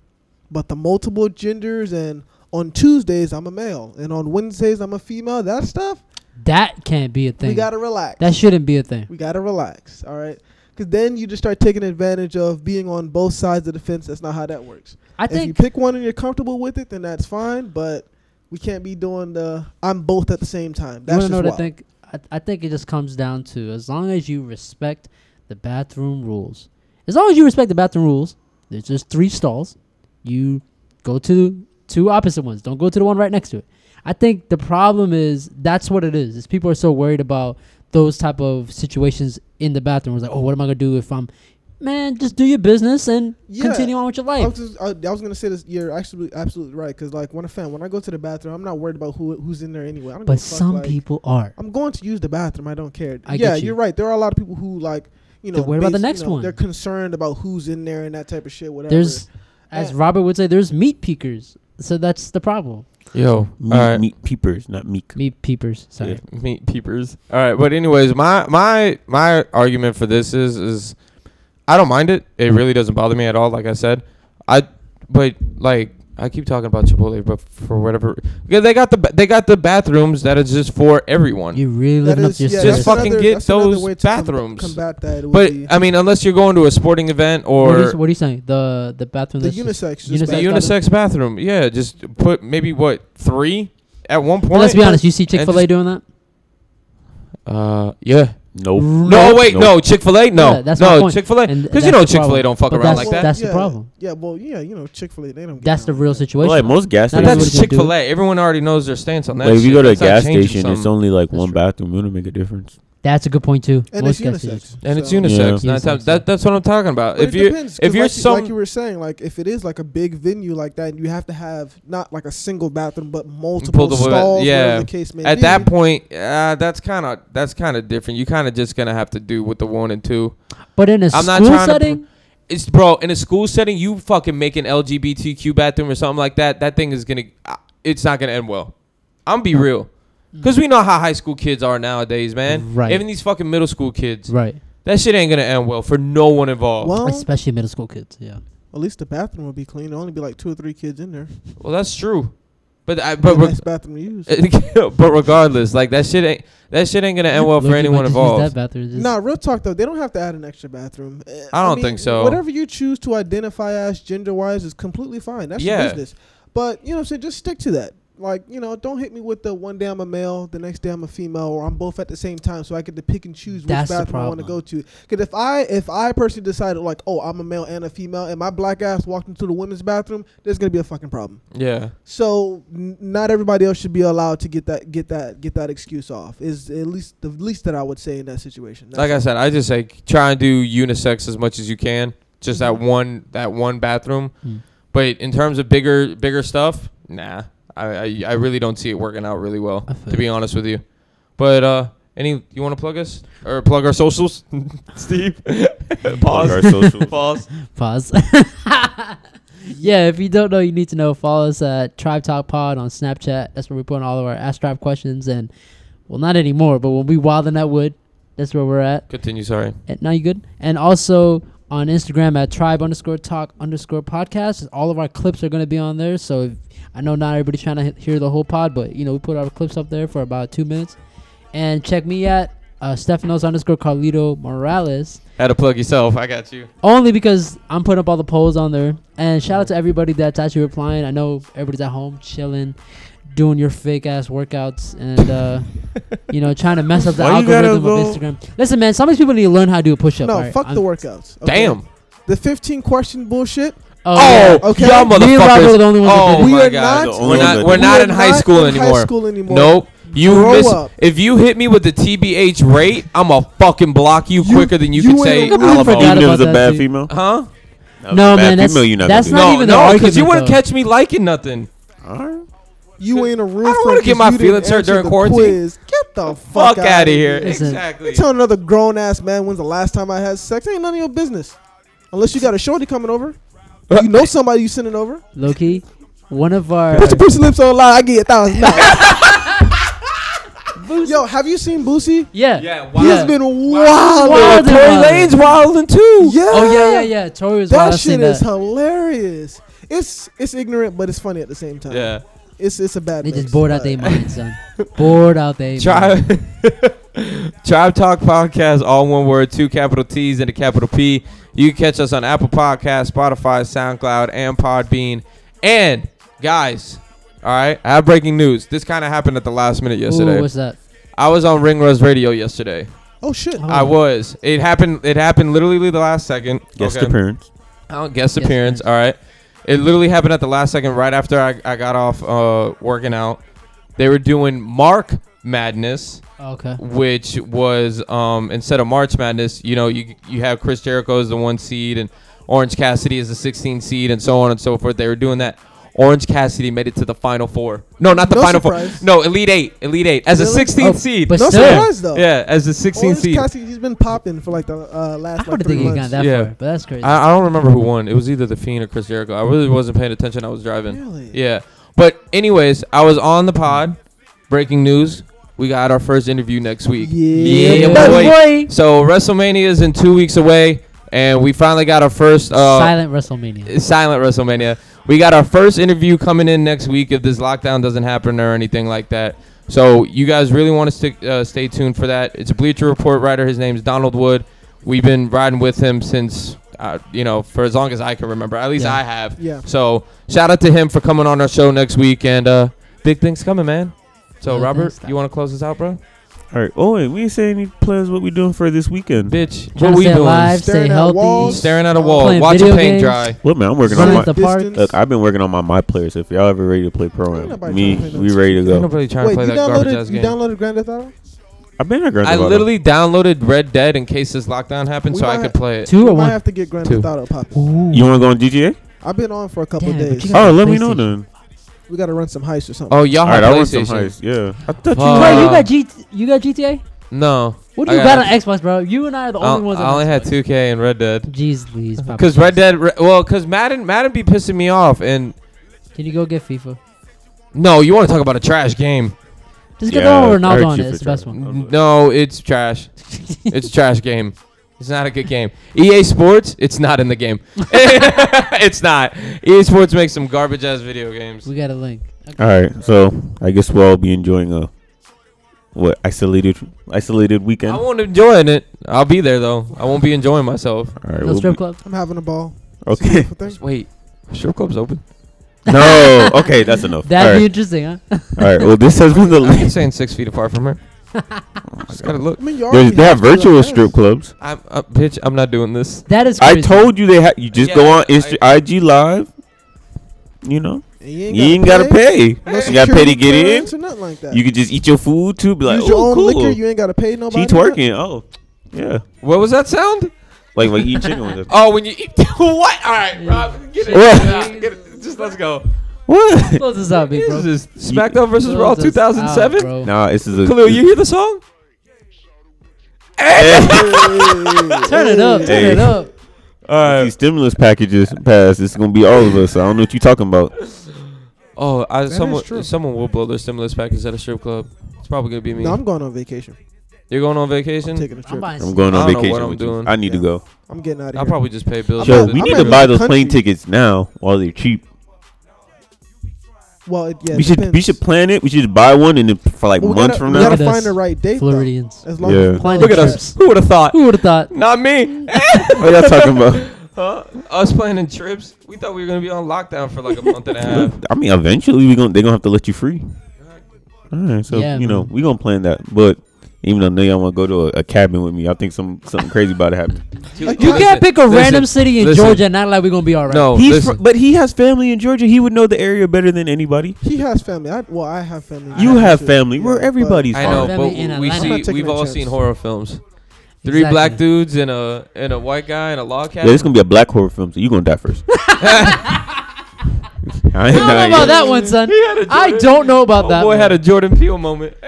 Speaker 5: But the multiple genders and on Tuesdays I'm a male and on Wednesdays I'm a female. That stuff
Speaker 3: that can't be a thing.
Speaker 5: we gotta relax.
Speaker 3: that shouldn't be a thing.
Speaker 5: We gotta relax, all right? Because then you just start taking advantage of being on both sides of the fence. That's not how that works.
Speaker 3: I
Speaker 5: if you
Speaker 3: think
Speaker 5: pick one and you're comfortable with it, then that's fine. But we can't be doing the I'm both at the same time. That's
Speaker 3: you
Speaker 5: just
Speaker 3: wanna know what I
Speaker 5: wild.
Speaker 3: think? I, I think it just comes down to as long as you respect the bathroom rules. As long as you respect the bathroom rules, there's just three stalls. You go to two opposite ones. Don't go to the one right next to it. I think the problem is that's what it is. Is people are so worried about those type of situations in the bathroom. It's like, oh, what am I gonna do if I'm? Man, just do your business and
Speaker 5: Yeah.
Speaker 3: continue on with your
Speaker 5: I
Speaker 3: life.
Speaker 5: was, just, I, I was gonna say this. You're actually absolutely right. Because like when a fan, when I go to the bathroom, I'm not worried about who who's in there anyway. I don't give
Speaker 3: But
Speaker 5: a fuck,
Speaker 3: some
Speaker 5: like,
Speaker 3: people are.
Speaker 5: I'm going to use the bathroom. I don't care.
Speaker 3: I
Speaker 5: yeah,
Speaker 3: get you.
Speaker 5: are right. There are a lot of people who like you know.
Speaker 3: They're worried about the
Speaker 5: base- you
Speaker 3: next
Speaker 5: know,
Speaker 3: one.
Speaker 5: They're concerned about who's in there and that type of shit. Whatever.
Speaker 3: There's, as
Speaker 5: Yeah.
Speaker 3: Robert would say, there's meat peekers. So that's the problem.
Speaker 4: Yo. All
Speaker 2: Meat,
Speaker 4: right.
Speaker 2: meat peepers, not meek.
Speaker 3: Meat peepers. Sorry.
Speaker 2: Yeah.
Speaker 4: meat peepers. All right, but anyways, my my my argument for this is is I don't mind it. It really doesn't bother me at all. Like I said, I but like I keep talking about Chipotle, but for whatever, yeah, they got the ba- they got the bathrooms that is just for everyone.
Speaker 3: You really
Speaker 5: That
Speaker 3: living up
Speaker 5: is-
Speaker 3: to your
Speaker 5: yeah,
Speaker 3: standards.
Speaker 4: Just
Speaker 5: that's
Speaker 4: fucking
Speaker 5: another-
Speaker 4: get
Speaker 5: that's another
Speaker 4: those
Speaker 5: way to com-
Speaker 4: bathrooms.
Speaker 5: combat that. would
Speaker 4: but
Speaker 5: be-
Speaker 4: I mean, unless you're going to a sporting event or
Speaker 3: what, are you, what are you saying? The the bathroom.
Speaker 5: the
Speaker 3: that's just-
Speaker 5: unisex. just
Speaker 3: unisex
Speaker 4: the
Speaker 5: back-
Speaker 3: bathroom.
Speaker 4: unisex bathroom, yeah, just put maybe what three at one point.
Speaker 3: Well, let's be honest. You see Chick Fil A
Speaker 4: just-
Speaker 3: doing that?
Speaker 4: Uh, yeah.
Speaker 2: Nope.
Speaker 4: No,
Speaker 3: Nope.
Speaker 4: wait,
Speaker 2: Nope.
Speaker 4: no Chick Fil A, no,
Speaker 3: Yeah, that's my
Speaker 4: no
Speaker 3: point.
Speaker 4: Chick Fil A,
Speaker 3: And
Speaker 4: because
Speaker 3: that's
Speaker 4: you know
Speaker 3: the
Speaker 4: Chick Fil A
Speaker 3: problem.
Speaker 4: don't fuck
Speaker 3: But
Speaker 4: around
Speaker 3: that's-
Speaker 4: like that.
Speaker 3: that's the
Speaker 5: yeah,
Speaker 3: problem.
Speaker 5: Yeah, well, yeah, you know, Chick Fil A, they don't.
Speaker 3: That's
Speaker 5: get
Speaker 3: the
Speaker 5: down
Speaker 3: real
Speaker 5: like that.
Speaker 3: situation.
Speaker 2: like most gas
Speaker 3: Not
Speaker 2: stations,
Speaker 3: everybody
Speaker 4: That's
Speaker 3: can do
Speaker 4: Chick Fil A. Everyone already knows their stance on that.
Speaker 2: like if
Speaker 4: shit.
Speaker 2: you go to a
Speaker 4: It's not
Speaker 2: gas
Speaker 4: changing
Speaker 2: station, it's
Speaker 4: something.
Speaker 2: only like one
Speaker 5: true.
Speaker 2: bathroom. It wouldn't make a difference.
Speaker 3: That's a good point too.
Speaker 5: And
Speaker 3: most
Speaker 5: it's
Speaker 3: guys do
Speaker 5: unisex,
Speaker 3: that.
Speaker 4: and it's
Speaker 5: so-
Speaker 4: unisex.
Speaker 2: Yeah.
Speaker 4: and that's how-
Speaker 3: Unisex,
Speaker 4: that- that's what I'm talking about.
Speaker 5: But
Speaker 4: If
Speaker 5: it
Speaker 4: you
Speaker 5: depends, 'cause
Speaker 4: if you're
Speaker 5: like, you-
Speaker 4: some
Speaker 5: like you were saying, like if it is like a big venue like that, you have to have not like a single bathroom, but multiple
Speaker 4: Multiple ba-
Speaker 5: stalls.
Speaker 4: yeah.
Speaker 5: whatever the case may
Speaker 4: at
Speaker 5: be.
Speaker 4: that point, uh, that's kind of that's kind of different. You kind of just gonna have to do with the one and two.
Speaker 3: But in a
Speaker 4: I'm not
Speaker 3: school
Speaker 4: trying to pr-
Speaker 3: setting,
Speaker 4: It's bro in a school setting. You fucking make an LGBTQ bathroom or something like that. That thing is gonna uh, it's not gonna end well. I'm be real, because we know how high school kids are nowadays, man.
Speaker 3: Right.
Speaker 4: Even these fucking middle school kids.
Speaker 3: right?
Speaker 4: That shit ain't gonna end well for no one involved.
Speaker 5: well, at
Speaker 3: Especially middle school kids. Yeah.
Speaker 5: least the bathroom will be clean. There'll only be like two or three kids in there.
Speaker 4: Well, that's true. But I,
Speaker 5: But
Speaker 4: but
Speaker 5: a
Speaker 4: reg-
Speaker 5: nice bathroom to use.
Speaker 4: but regardless, like that shit ain't that shit ain't gonna end well for
Speaker 3: Loki might
Speaker 4: anyone
Speaker 3: just use
Speaker 4: involved.
Speaker 3: That bathroom. Just-
Speaker 5: Nah, real talk though, they don't have to add an extra bathroom. Eh,
Speaker 4: I don't think so.
Speaker 5: Whatever you choose to identify as gender wise is completely fine. That's
Speaker 4: Yeah.
Speaker 5: your business. But you know what I'm saying, just stick to that. Like, you know, don't hit me with the one day I'm a male, the next day I'm a female, or I'm both at the same time so I get to pick and choose which
Speaker 3: That's the
Speaker 5: bathroom I want to go
Speaker 3: problem.
Speaker 5: to. Cause if I if I personally decided like, oh, I'm a male and a female and my black ass walked into the women's bathroom, there's gonna be a fucking problem.
Speaker 4: Yeah,
Speaker 5: So n- not everybody else should be allowed to get that get that get that excuse off. Is at least the least that I would say in that situation.
Speaker 4: like I said, I just say try and do unisex as much as you can. Just
Speaker 3: Mm-hmm.
Speaker 4: that one that one bathroom.
Speaker 3: Mm.
Speaker 4: But in terms of bigger bigger stuff, nah, I I, I really don't see it working out really well.
Speaker 3: I feel
Speaker 4: To be
Speaker 3: you.
Speaker 4: honest with you, but uh, any you want to plug us or plug our socials, Steve?
Speaker 2: Like
Speaker 4: Pause.
Speaker 2: our social-
Speaker 4: Pause.
Speaker 3: Pause. yeah, if you don't know, you need to know. Follow us at Tribe Talk Pod on Snapchat. That's where we put on all of our Ask Tribe questions. And, well, not anymore, but when we wildin' at Wood, that's where we're at.
Speaker 4: Continue. Sorry.
Speaker 3: And now you good? And also on Instagram at tribe underscore talk underscore podcast. All of our clips are going to be on there. So if, I know not everybody's trying to he- hear the whole pod, but you know we put our clips up there for about two minutes. And check me at uh, Stefanos underscore Carlito Morales.
Speaker 4: Had to plug yourself. I got you.
Speaker 3: Only because I'm putting up all the polls on there. And shout out to everybody that's actually replying. I know everybody's at home chilling, doing your fake ass workouts, and uh, you know trying to mess up the
Speaker 2: Why you gotta
Speaker 3: algorithm
Speaker 2: go-
Speaker 3: of Instagram. Listen, man, some of these people need to learn how to do a push up.
Speaker 5: No, fuck
Speaker 3: Oh,
Speaker 5: the workouts. okay?
Speaker 4: Damn.
Speaker 5: The 15 question bullshit.
Speaker 4: Oh,
Speaker 5: Okay.
Speaker 4: y'all
Speaker 5: Me
Speaker 3: and Robert are
Speaker 4: motherfuckers.
Speaker 3: the only ones that
Speaker 4: oh
Speaker 3: did
Speaker 5: it. We
Speaker 4: my
Speaker 5: are
Speaker 4: god.
Speaker 5: not-
Speaker 2: The
Speaker 4: we're
Speaker 2: only
Speaker 4: not
Speaker 2: ones
Speaker 4: we're
Speaker 2: that
Speaker 4: not
Speaker 5: We
Speaker 4: in
Speaker 5: are
Speaker 4: high
Speaker 5: not
Speaker 4: school
Speaker 5: in high
Speaker 4: anymore.
Speaker 5: school anymore.
Speaker 4: Nope. You
Speaker 5: Grow
Speaker 4: miss
Speaker 5: up.
Speaker 4: if you hit me with the TBH rate, I'm gonna fucking block you,
Speaker 5: You-
Speaker 4: quicker than you,
Speaker 5: you
Speaker 4: can
Speaker 5: ain't
Speaker 4: say
Speaker 5: really
Speaker 4: Alamo.
Speaker 3: forgot
Speaker 2: Even if it's
Speaker 3: about
Speaker 2: a
Speaker 3: that,
Speaker 2: bad
Speaker 3: dude.
Speaker 2: female.
Speaker 4: Huh?
Speaker 2: That was a bad
Speaker 3: No, man, that's-
Speaker 2: female, you're not
Speaker 3: that's
Speaker 2: gonna
Speaker 3: not
Speaker 2: do.
Speaker 4: No,
Speaker 3: even the
Speaker 4: no, because
Speaker 3: argument,
Speaker 4: you wouldn't
Speaker 3: though.
Speaker 4: catch me liking nothing.
Speaker 2: Alright.
Speaker 5: You ain't a real
Speaker 4: I don't
Speaker 5: want
Speaker 4: wanna
Speaker 5: to
Speaker 4: get my feelings hurt during quarantine.
Speaker 5: Get the fuck,
Speaker 4: Fuck out of here.
Speaker 3: Listen.
Speaker 4: Exactly.
Speaker 5: You tell another grown ass man when's the last time I had sex? Ain't none of your business. Unless you got a shorty coming over.
Speaker 4: Uh,
Speaker 5: You know somebody you sending over.
Speaker 3: Low key, one of our
Speaker 5: Put your pussy lips on a lie. I give you a thousand dollars. Yo, have you seen Boosie?
Speaker 3: yeah.
Speaker 4: Yeah,
Speaker 5: He has
Speaker 4: wow.
Speaker 5: been wild.
Speaker 3: Wild.
Speaker 4: Tory
Speaker 3: Wildin'
Speaker 4: Lane's wilding too.
Speaker 5: Yeah.
Speaker 3: Oh yeah, yeah, yeah. Tori was wild.
Speaker 5: That
Speaker 3: I've seen
Speaker 5: shit
Speaker 3: that.
Speaker 5: is hilarious. It's it's ignorant, but it's funny at the same time.
Speaker 4: Yeah.
Speaker 5: It's it's a bad.
Speaker 3: They just
Speaker 5: mix,
Speaker 3: bored out
Speaker 5: but-
Speaker 3: their mind, son. bored out their mind.
Speaker 4: Tribe, Tribe Talk Podcast, all one word, two capital T's and a capital P. You can catch us on Apple Podcasts, Spotify, SoundCloud, and Podbean. And guys, all right, I have breaking news. This kind of happened at the last minute
Speaker 3: Ooh,
Speaker 4: yesterday.
Speaker 3: what's that?
Speaker 4: I was on Ringrose Radio yesterday.
Speaker 5: Oh shit.
Speaker 3: Oh.
Speaker 4: I was. It happened. It happened literally the last second.
Speaker 2: Guest
Speaker 4: Okay.
Speaker 2: appearance.
Speaker 4: Oh, guest
Speaker 3: Guest appearance.
Speaker 4: appearance. All right. It literally happened at the last second, right after I, I got off uh, working out. They were doing Mark Madness,
Speaker 3: Okay.
Speaker 4: which was um, instead of March Madness, you know, you you have Chris Jericho as the one seed and Orange Cassidy as the 16 seed and so on and so forth. They were doing that. Orange Cassidy made it to the final four. No, not the
Speaker 5: No
Speaker 4: final
Speaker 5: surprise.
Speaker 4: four. No, Elite Eight. Elite Eight as
Speaker 5: Really?
Speaker 4: a 16th
Speaker 3: Oh,
Speaker 4: seed.
Speaker 3: but
Speaker 5: No
Speaker 3: still,
Speaker 4: yeah.
Speaker 5: surprise though.
Speaker 4: yeah, as the 16th
Speaker 5: Orange
Speaker 4: seed.
Speaker 5: Cassidy, he's been popping for like the uh,
Speaker 3: I
Speaker 5: last like
Speaker 3: wouldn't
Speaker 5: three
Speaker 3: think he
Speaker 5: months.
Speaker 3: got that
Speaker 4: Yeah.
Speaker 3: far, but that's crazy.
Speaker 4: I, I don't remember who won. It was either the Fiend or Chris Jericho. I really wasn't paying attention. I was driving.
Speaker 5: Really?
Speaker 4: Yeah. But anyways, I was on the pod. Breaking news: We got our first interview next week.
Speaker 5: Yeah,
Speaker 4: boy.
Speaker 3: boy.
Speaker 4: So WrestleMania is in two weeks away, and we finally got our first uh,
Speaker 3: Silent WrestleMania.
Speaker 4: silent WrestleMania. We got our first interview coming in next week if this lockdown doesn't happen or anything like that. So you guys really want to stick, uh, stay tuned for that. It's a Bleacher Report writer. His name's Donald Wood. We've been riding with him since, uh, you know, for as long as I can remember. At least
Speaker 3: Yeah.
Speaker 4: I have.
Speaker 5: Yeah.
Speaker 4: So shout out to him for coming on our show next week, and uh, big things coming, man. So
Speaker 3: Big
Speaker 4: Robert,
Speaker 3: things.
Speaker 4: you want to close this out, bro?
Speaker 2: All right. Oh, wait, we ain't say any plans what we doing for this weekend.
Speaker 4: Bitch,
Speaker 3: Trying
Speaker 4: what
Speaker 3: to
Speaker 4: we
Speaker 3: stay
Speaker 4: doing?
Speaker 3: alive,
Speaker 5: Staring
Speaker 3: stay
Speaker 5: at
Speaker 3: healthy.
Speaker 5: walls.
Speaker 4: Staring at a
Speaker 5: I'm
Speaker 4: wall,
Speaker 3: playing
Speaker 4: watching
Speaker 3: video
Speaker 4: paint
Speaker 3: games.
Speaker 4: dry.
Speaker 2: What man? I'm working
Speaker 3: Running
Speaker 2: on
Speaker 3: at
Speaker 2: my.
Speaker 3: the park.
Speaker 5: Distance.
Speaker 2: Look, I've been working on my my players. If y'all ever ready to play pro
Speaker 5: Ain't
Speaker 2: am,
Speaker 5: nobody trying
Speaker 2: me,
Speaker 5: to play
Speaker 2: we
Speaker 5: no
Speaker 2: ready to
Speaker 4: Ain't
Speaker 2: go.
Speaker 4: nobody trying
Speaker 5: Wait,
Speaker 4: to play
Speaker 5: you
Speaker 4: that garbage
Speaker 5: downloaded
Speaker 4: ass
Speaker 5: you
Speaker 4: game.
Speaker 5: downloaded Grand Theft Auto?
Speaker 2: I've been at Grand
Speaker 4: I
Speaker 2: Theft Auto.
Speaker 4: literally downloaded Red Dead in case this lockdown happened
Speaker 5: We
Speaker 4: so I
Speaker 5: might-
Speaker 4: could play it.
Speaker 3: Two
Speaker 5: We
Speaker 3: or
Speaker 5: might
Speaker 3: one?
Speaker 5: have to get Grand
Speaker 4: Two.
Speaker 5: Theft Auto popping.
Speaker 3: Ooh.
Speaker 2: You want to go on GTA?
Speaker 5: I've been on for a couple
Speaker 3: Damn, but
Speaker 5: days.
Speaker 3: you got-
Speaker 2: Oh, let me know
Speaker 3: PlayStation.
Speaker 2: then.
Speaker 5: We got to run some heists or something.
Speaker 4: Oh, y'all
Speaker 2: All right,
Speaker 4: have
Speaker 2: I want some
Speaker 4: PlayStation.
Speaker 2: heist. Yeah, I thought you.
Speaker 4: Fuck.
Speaker 3: Bro, you
Speaker 4: Uh,
Speaker 3: got G- you got GTA?
Speaker 4: no.
Speaker 3: What
Speaker 4: I
Speaker 3: do you got on
Speaker 4: got-
Speaker 3: Xbox, bro? You and I are the only ones.
Speaker 4: I, I
Speaker 3: on
Speaker 4: only had
Speaker 3: Xbox.
Speaker 4: 2K and Red Dead.
Speaker 3: Jeez, please, Papa.
Speaker 4: Cause Red Dead, Re- well, cause Madden, Madden be pissing me off, and
Speaker 3: Can you go get FIFA?
Speaker 4: no, you want to talk about a trash game?
Speaker 3: Just get
Speaker 2: Yeah,
Speaker 3: the one
Speaker 2: I heard
Speaker 3: Ronaldo on
Speaker 2: you
Speaker 3: it.
Speaker 2: for
Speaker 3: It's the best
Speaker 2: trying.
Speaker 3: one.
Speaker 2: Okay.
Speaker 4: No, it's trash. it's a trash game. It's not a good game. EA Sports, it's not in the game. it's not. EA Sports makes some garbage ass video games.
Speaker 3: We got a link. Okay.
Speaker 2: All right, so I guess we'll all be enjoying a what isolated isolated weekend.
Speaker 4: I
Speaker 2: All
Speaker 4: won't enjoy it. I'll be there though. I won't be enjoying myself.
Speaker 2: right,
Speaker 3: No
Speaker 2: we'll
Speaker 3: strip
Speaker 2: be-
Speaker 3: club.
Speaker 5: I'm having a ball. It's a
Speaker 2: okay.
Speaker 5: beautiful thing.
Speaker 4: Wait, strip club's open.
Speaker 2: no, okay, that's enough.
Speaker 3: That'd
Speaker 2: all
Speaker 3: be
Speaker 2: right,
Speaker 3: interesting, huh?
Speaker 2: all right. Well, this has been the.
Speaker 4: I'm not
Speaker 2: There's,
Speaker 4: saying six feet apart from her. Just gotta look.
Speaker 5: I mean, Oh, you already
Speaker 2: they have
Speaker 5: to do
Speaker 2: virtual
Speaker 5: that.
Speaker 2: strip clubs.
Speaker 4: I'm, uh, bitch, I'm not doing this.
Speaker 3: That is.
Speaker 2: I
Speaker 3: Crazy.
Speaker 2: told you they had. You just
Speaker 4: Yeah,
Speaker 2: go on
Speaker 4: I-
Speaker 2: Insta- IG live. You know,
Speaker 5: And You
Speaker 2: you ain't gotta pay. You gotta pay to get in.
Speaker 5: Or nothing like that.
Speaker 2: You could just eat your food too. Be like,
Speaker 5: Use your
Speaker 2: oh,
Speaker 5: own liquor.
Speaker 2: cool.
Speaker 5: You ain't gotta pay nobody.
Speaker 2: She twerking. Oh, yeah.
Speaker 4: What was that sound?
Speaker 2: Like like eat chicken with it.
Speaker 4: Oh, when you eat. what? All right, Rob, get it.
Speaker 2: Yeah.
Speaker 4: Get it. Just let's go.
Speaker 2: What?
Speaker 3: Close this out, big bro.
Speaker 4: This is SmackDown versus Raw
Speaker 3: Close this out,
Speaker 4: 2007.
Speaker 3: bro.
Speaker 2: Nah, this is a.
Speaker 4: Khalil, you hear the song?
Speaker 2: Hey.
Speaker 3: Turn it up. Turn
Speaker 2: Hey.
Speaker 3: it up.
Speaker 4: All
Speaker 2: These stimulus packages pass. It's gonna be all of us. I don't know what you're talking about.
Speaker 4: Oh, I,
Speaker 5: is true.
Speaker 4: someone someone will blow their stimulus package at a strip club. It's probably gonna be me.
Speaker 5: No, I'm going on vacation.
Speaker 4: You're going on
Speaker 5: I'm
Speaker 4: vacation.
Speaker 5: taking a
Speaker 3: I'm
Speaker 5: trip.
Speaker 3: buying.
Speaker 2: I'm going
Speaker 4: I
Speaker 2: on
Speaker 4: don't know what
Speaker 2: vacation
Speaker 4: I'm
Speaker 2: with
Speaker 4: doing.
Speaker 2: you. I need
Speaker 5: Yeah.
Speaker 2: to go.
Speaker 5: I'm getting out of here.
Speaker 4: I'll probably just pay bills.
Speaker 5: I'm
Speaker 2: Yo,
Speaker 5: not-
Speaker 2: we
Speaker 5: I'm
Speaker 2: need
Speaker 5: not
Speaker 2: to
Speaker 5: in
Speaker 2: buy
Speaker 5: the
Speaker 2: those plane
Speaker 5: country.
Speaker 2: tickets now while they're cheap.
Speaker 5: well, it, yeah,
Speaker 2: we
Speaker 5: it
Speaker 2: should we
Speaker 5: depends.
Speaker 2: should plan it. We should buy one and then for like
Speaker 5: But we
Speaker 2: months
Speaker 5: gotta-
Speaker 2: from
Speaker 5: we
Speaker 2: now.
Speaker 5: gotta
Speaker 3: Look at
Speaker 5: find
Speaker 3: us,
Speaker 5: the right date. though.
Speaker 3: Floridians.
Speaker 5: As long
Speaker 2: Yeah.
Speaker 5: as we
Speaker 3: Planning
Speaker 4: Look at
Speaker 3: trips.
Speaker 4: us. Who would have thought?
Speaker 3: Who would have thought?
Speaker 4: Not me.
Speaker 2: what y'all talking about?
Speaker 4: Huh? Us planning trips. We thought we were gonna be on lockdown for like a month and a
Speaker 3: Uh,
Speaker 4: half.
Speaker 2: I mean, eventually we gonna they gonna have to let you free. All right, so
Speaker 3: Yeah,
Speaker 2: you know
Speaker 3: man.
Speaker 2: we gonna plan that. But even though none of y'all want to go to a, a cabin with me, I think some something crazy about to happen.
Speaker 4: You,
Speaker 5: Like,
Speaker 3: You
Speaker 5: Listen,
Speaker 3: can't pick a random
Speaker 4: listen,
Speaker 3: city in
Speaker 4: listen.
Speaker 3: Georgia and act like we're gonna be all right.
Speaker 4: No,
Speaker 2: He's
Speaker 4: listen.
Speaker 2: fr- but he has family in Georgia. He would know the area better than anybody.
Speaker 5: He has family. I, well, I have family.
Speaker 2: You
Speaker 5: Yeah,
Speaker 2: have
Speaker 5: sure.
Speaker 2: family.
Speaker 5: Yeah,
Speaker 2: We're
Speaker 5: but
Speaker 2: everybody's
Speaker 4: I
Speaker 2: fine.
Speaker 4: know,
Speaker 3: Family
Speaker 4: but
Speaker 3: in
Speaker 4: we
Speaker 3: Atlanta.
Speaker 5: I'm not
Speaker 4: see
Speaker 5: taking
Speaker 4: we've
Speaker 5: that
Speaker 4: all
Speaker 5: chance.
Speaker 4: seen horror films. Three black dudes and a and a white guy in a log
Speaker 2: Yeah, it's
Speaker 4: cabin.
Speaker 2: gonna be a black horror film, so you gonna die first. I ain't
Speaker 3: I
Speaker 2: dying
Speaker 3: don't know
Speaker 2: yet.
Speaker 3: about that one, son. I don't know about
Speaker 4: Oh,
Speaker 3: that.
Speaker 4: boy
Speaker 3: one.
Speaker 4: had a Jordan Peele moment.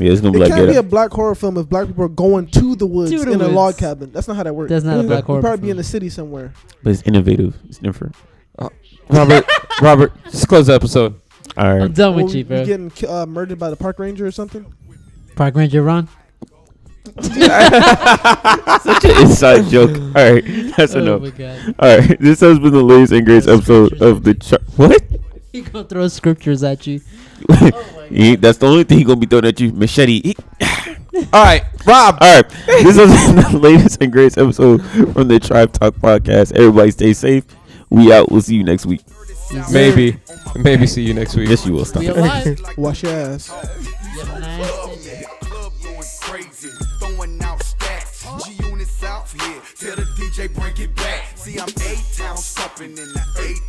Speaker 2: Yeah, it's gonna be
Speaker 5: It
Speaker 2: like
Speaker 5: can't be a
Speaker 2: that.
Speaker 5: black horror film if black people are going to the woods
Speaker 3: To the
Speaker 5: in a
Speaker 3: woods.
Speaker 5: log cabin. That's not how that works.
Speaker 3: That's not a black horror
Speaker 5: You'd probably be
Speaker 3: film.
Speaker 5: in the city somewhere.
Speaker 2: But it's innovative. It's different.
Speaker 4: Robert, Robert, just close the episode.
Speaker 2: All
Speaker 3: I'm
Speaker 2: right.
Speaker 3: done
Speaker 5: Or
Speaker 4: Oh,
Speaker 3: with you,
Speaker 5: you
Speaker 3: bro.
Speaker 5: getting ki- uh, murdered by the park ranger or something?
Speaker 3: Park Ranger Ron.
Speaker 2: Such an inside joke. All right, that's
Speaker 3: oh
Speaker 2: enough.
Speaker 3: my god.
Speaker 2: All right, this has been the latest and greatest
Speaker 3: That's
Speaker 2: episode
Speaker 3: scriptures.
Speaker 2: of the char- what?
Speaker 3: He gonna throw scriptures at you. Oh
Speaker 2: He- that's the only thing he gonna be throwing at you, machete. He-
Speaker 4: All right, Rob.
Speaker 2: All right, this has been the latest and greatest episode from the Tribe Talk podcast. Everybody, stay safe. We out. We'll see you next week.
Speaker 4: Maybe, maybe see you next week.
Speaker 2: Yes, you will. Stop.
Speaker 3: We
Speaker 2: it.
Speaker 3: alive.
Speaker 5: Wash your ass.
Speaker 3: You have a nice day.
Speaker 1: Club going crazy, throwing out stacks. G units out here, tell the DJ break it back. See, I'm eight town something in the eight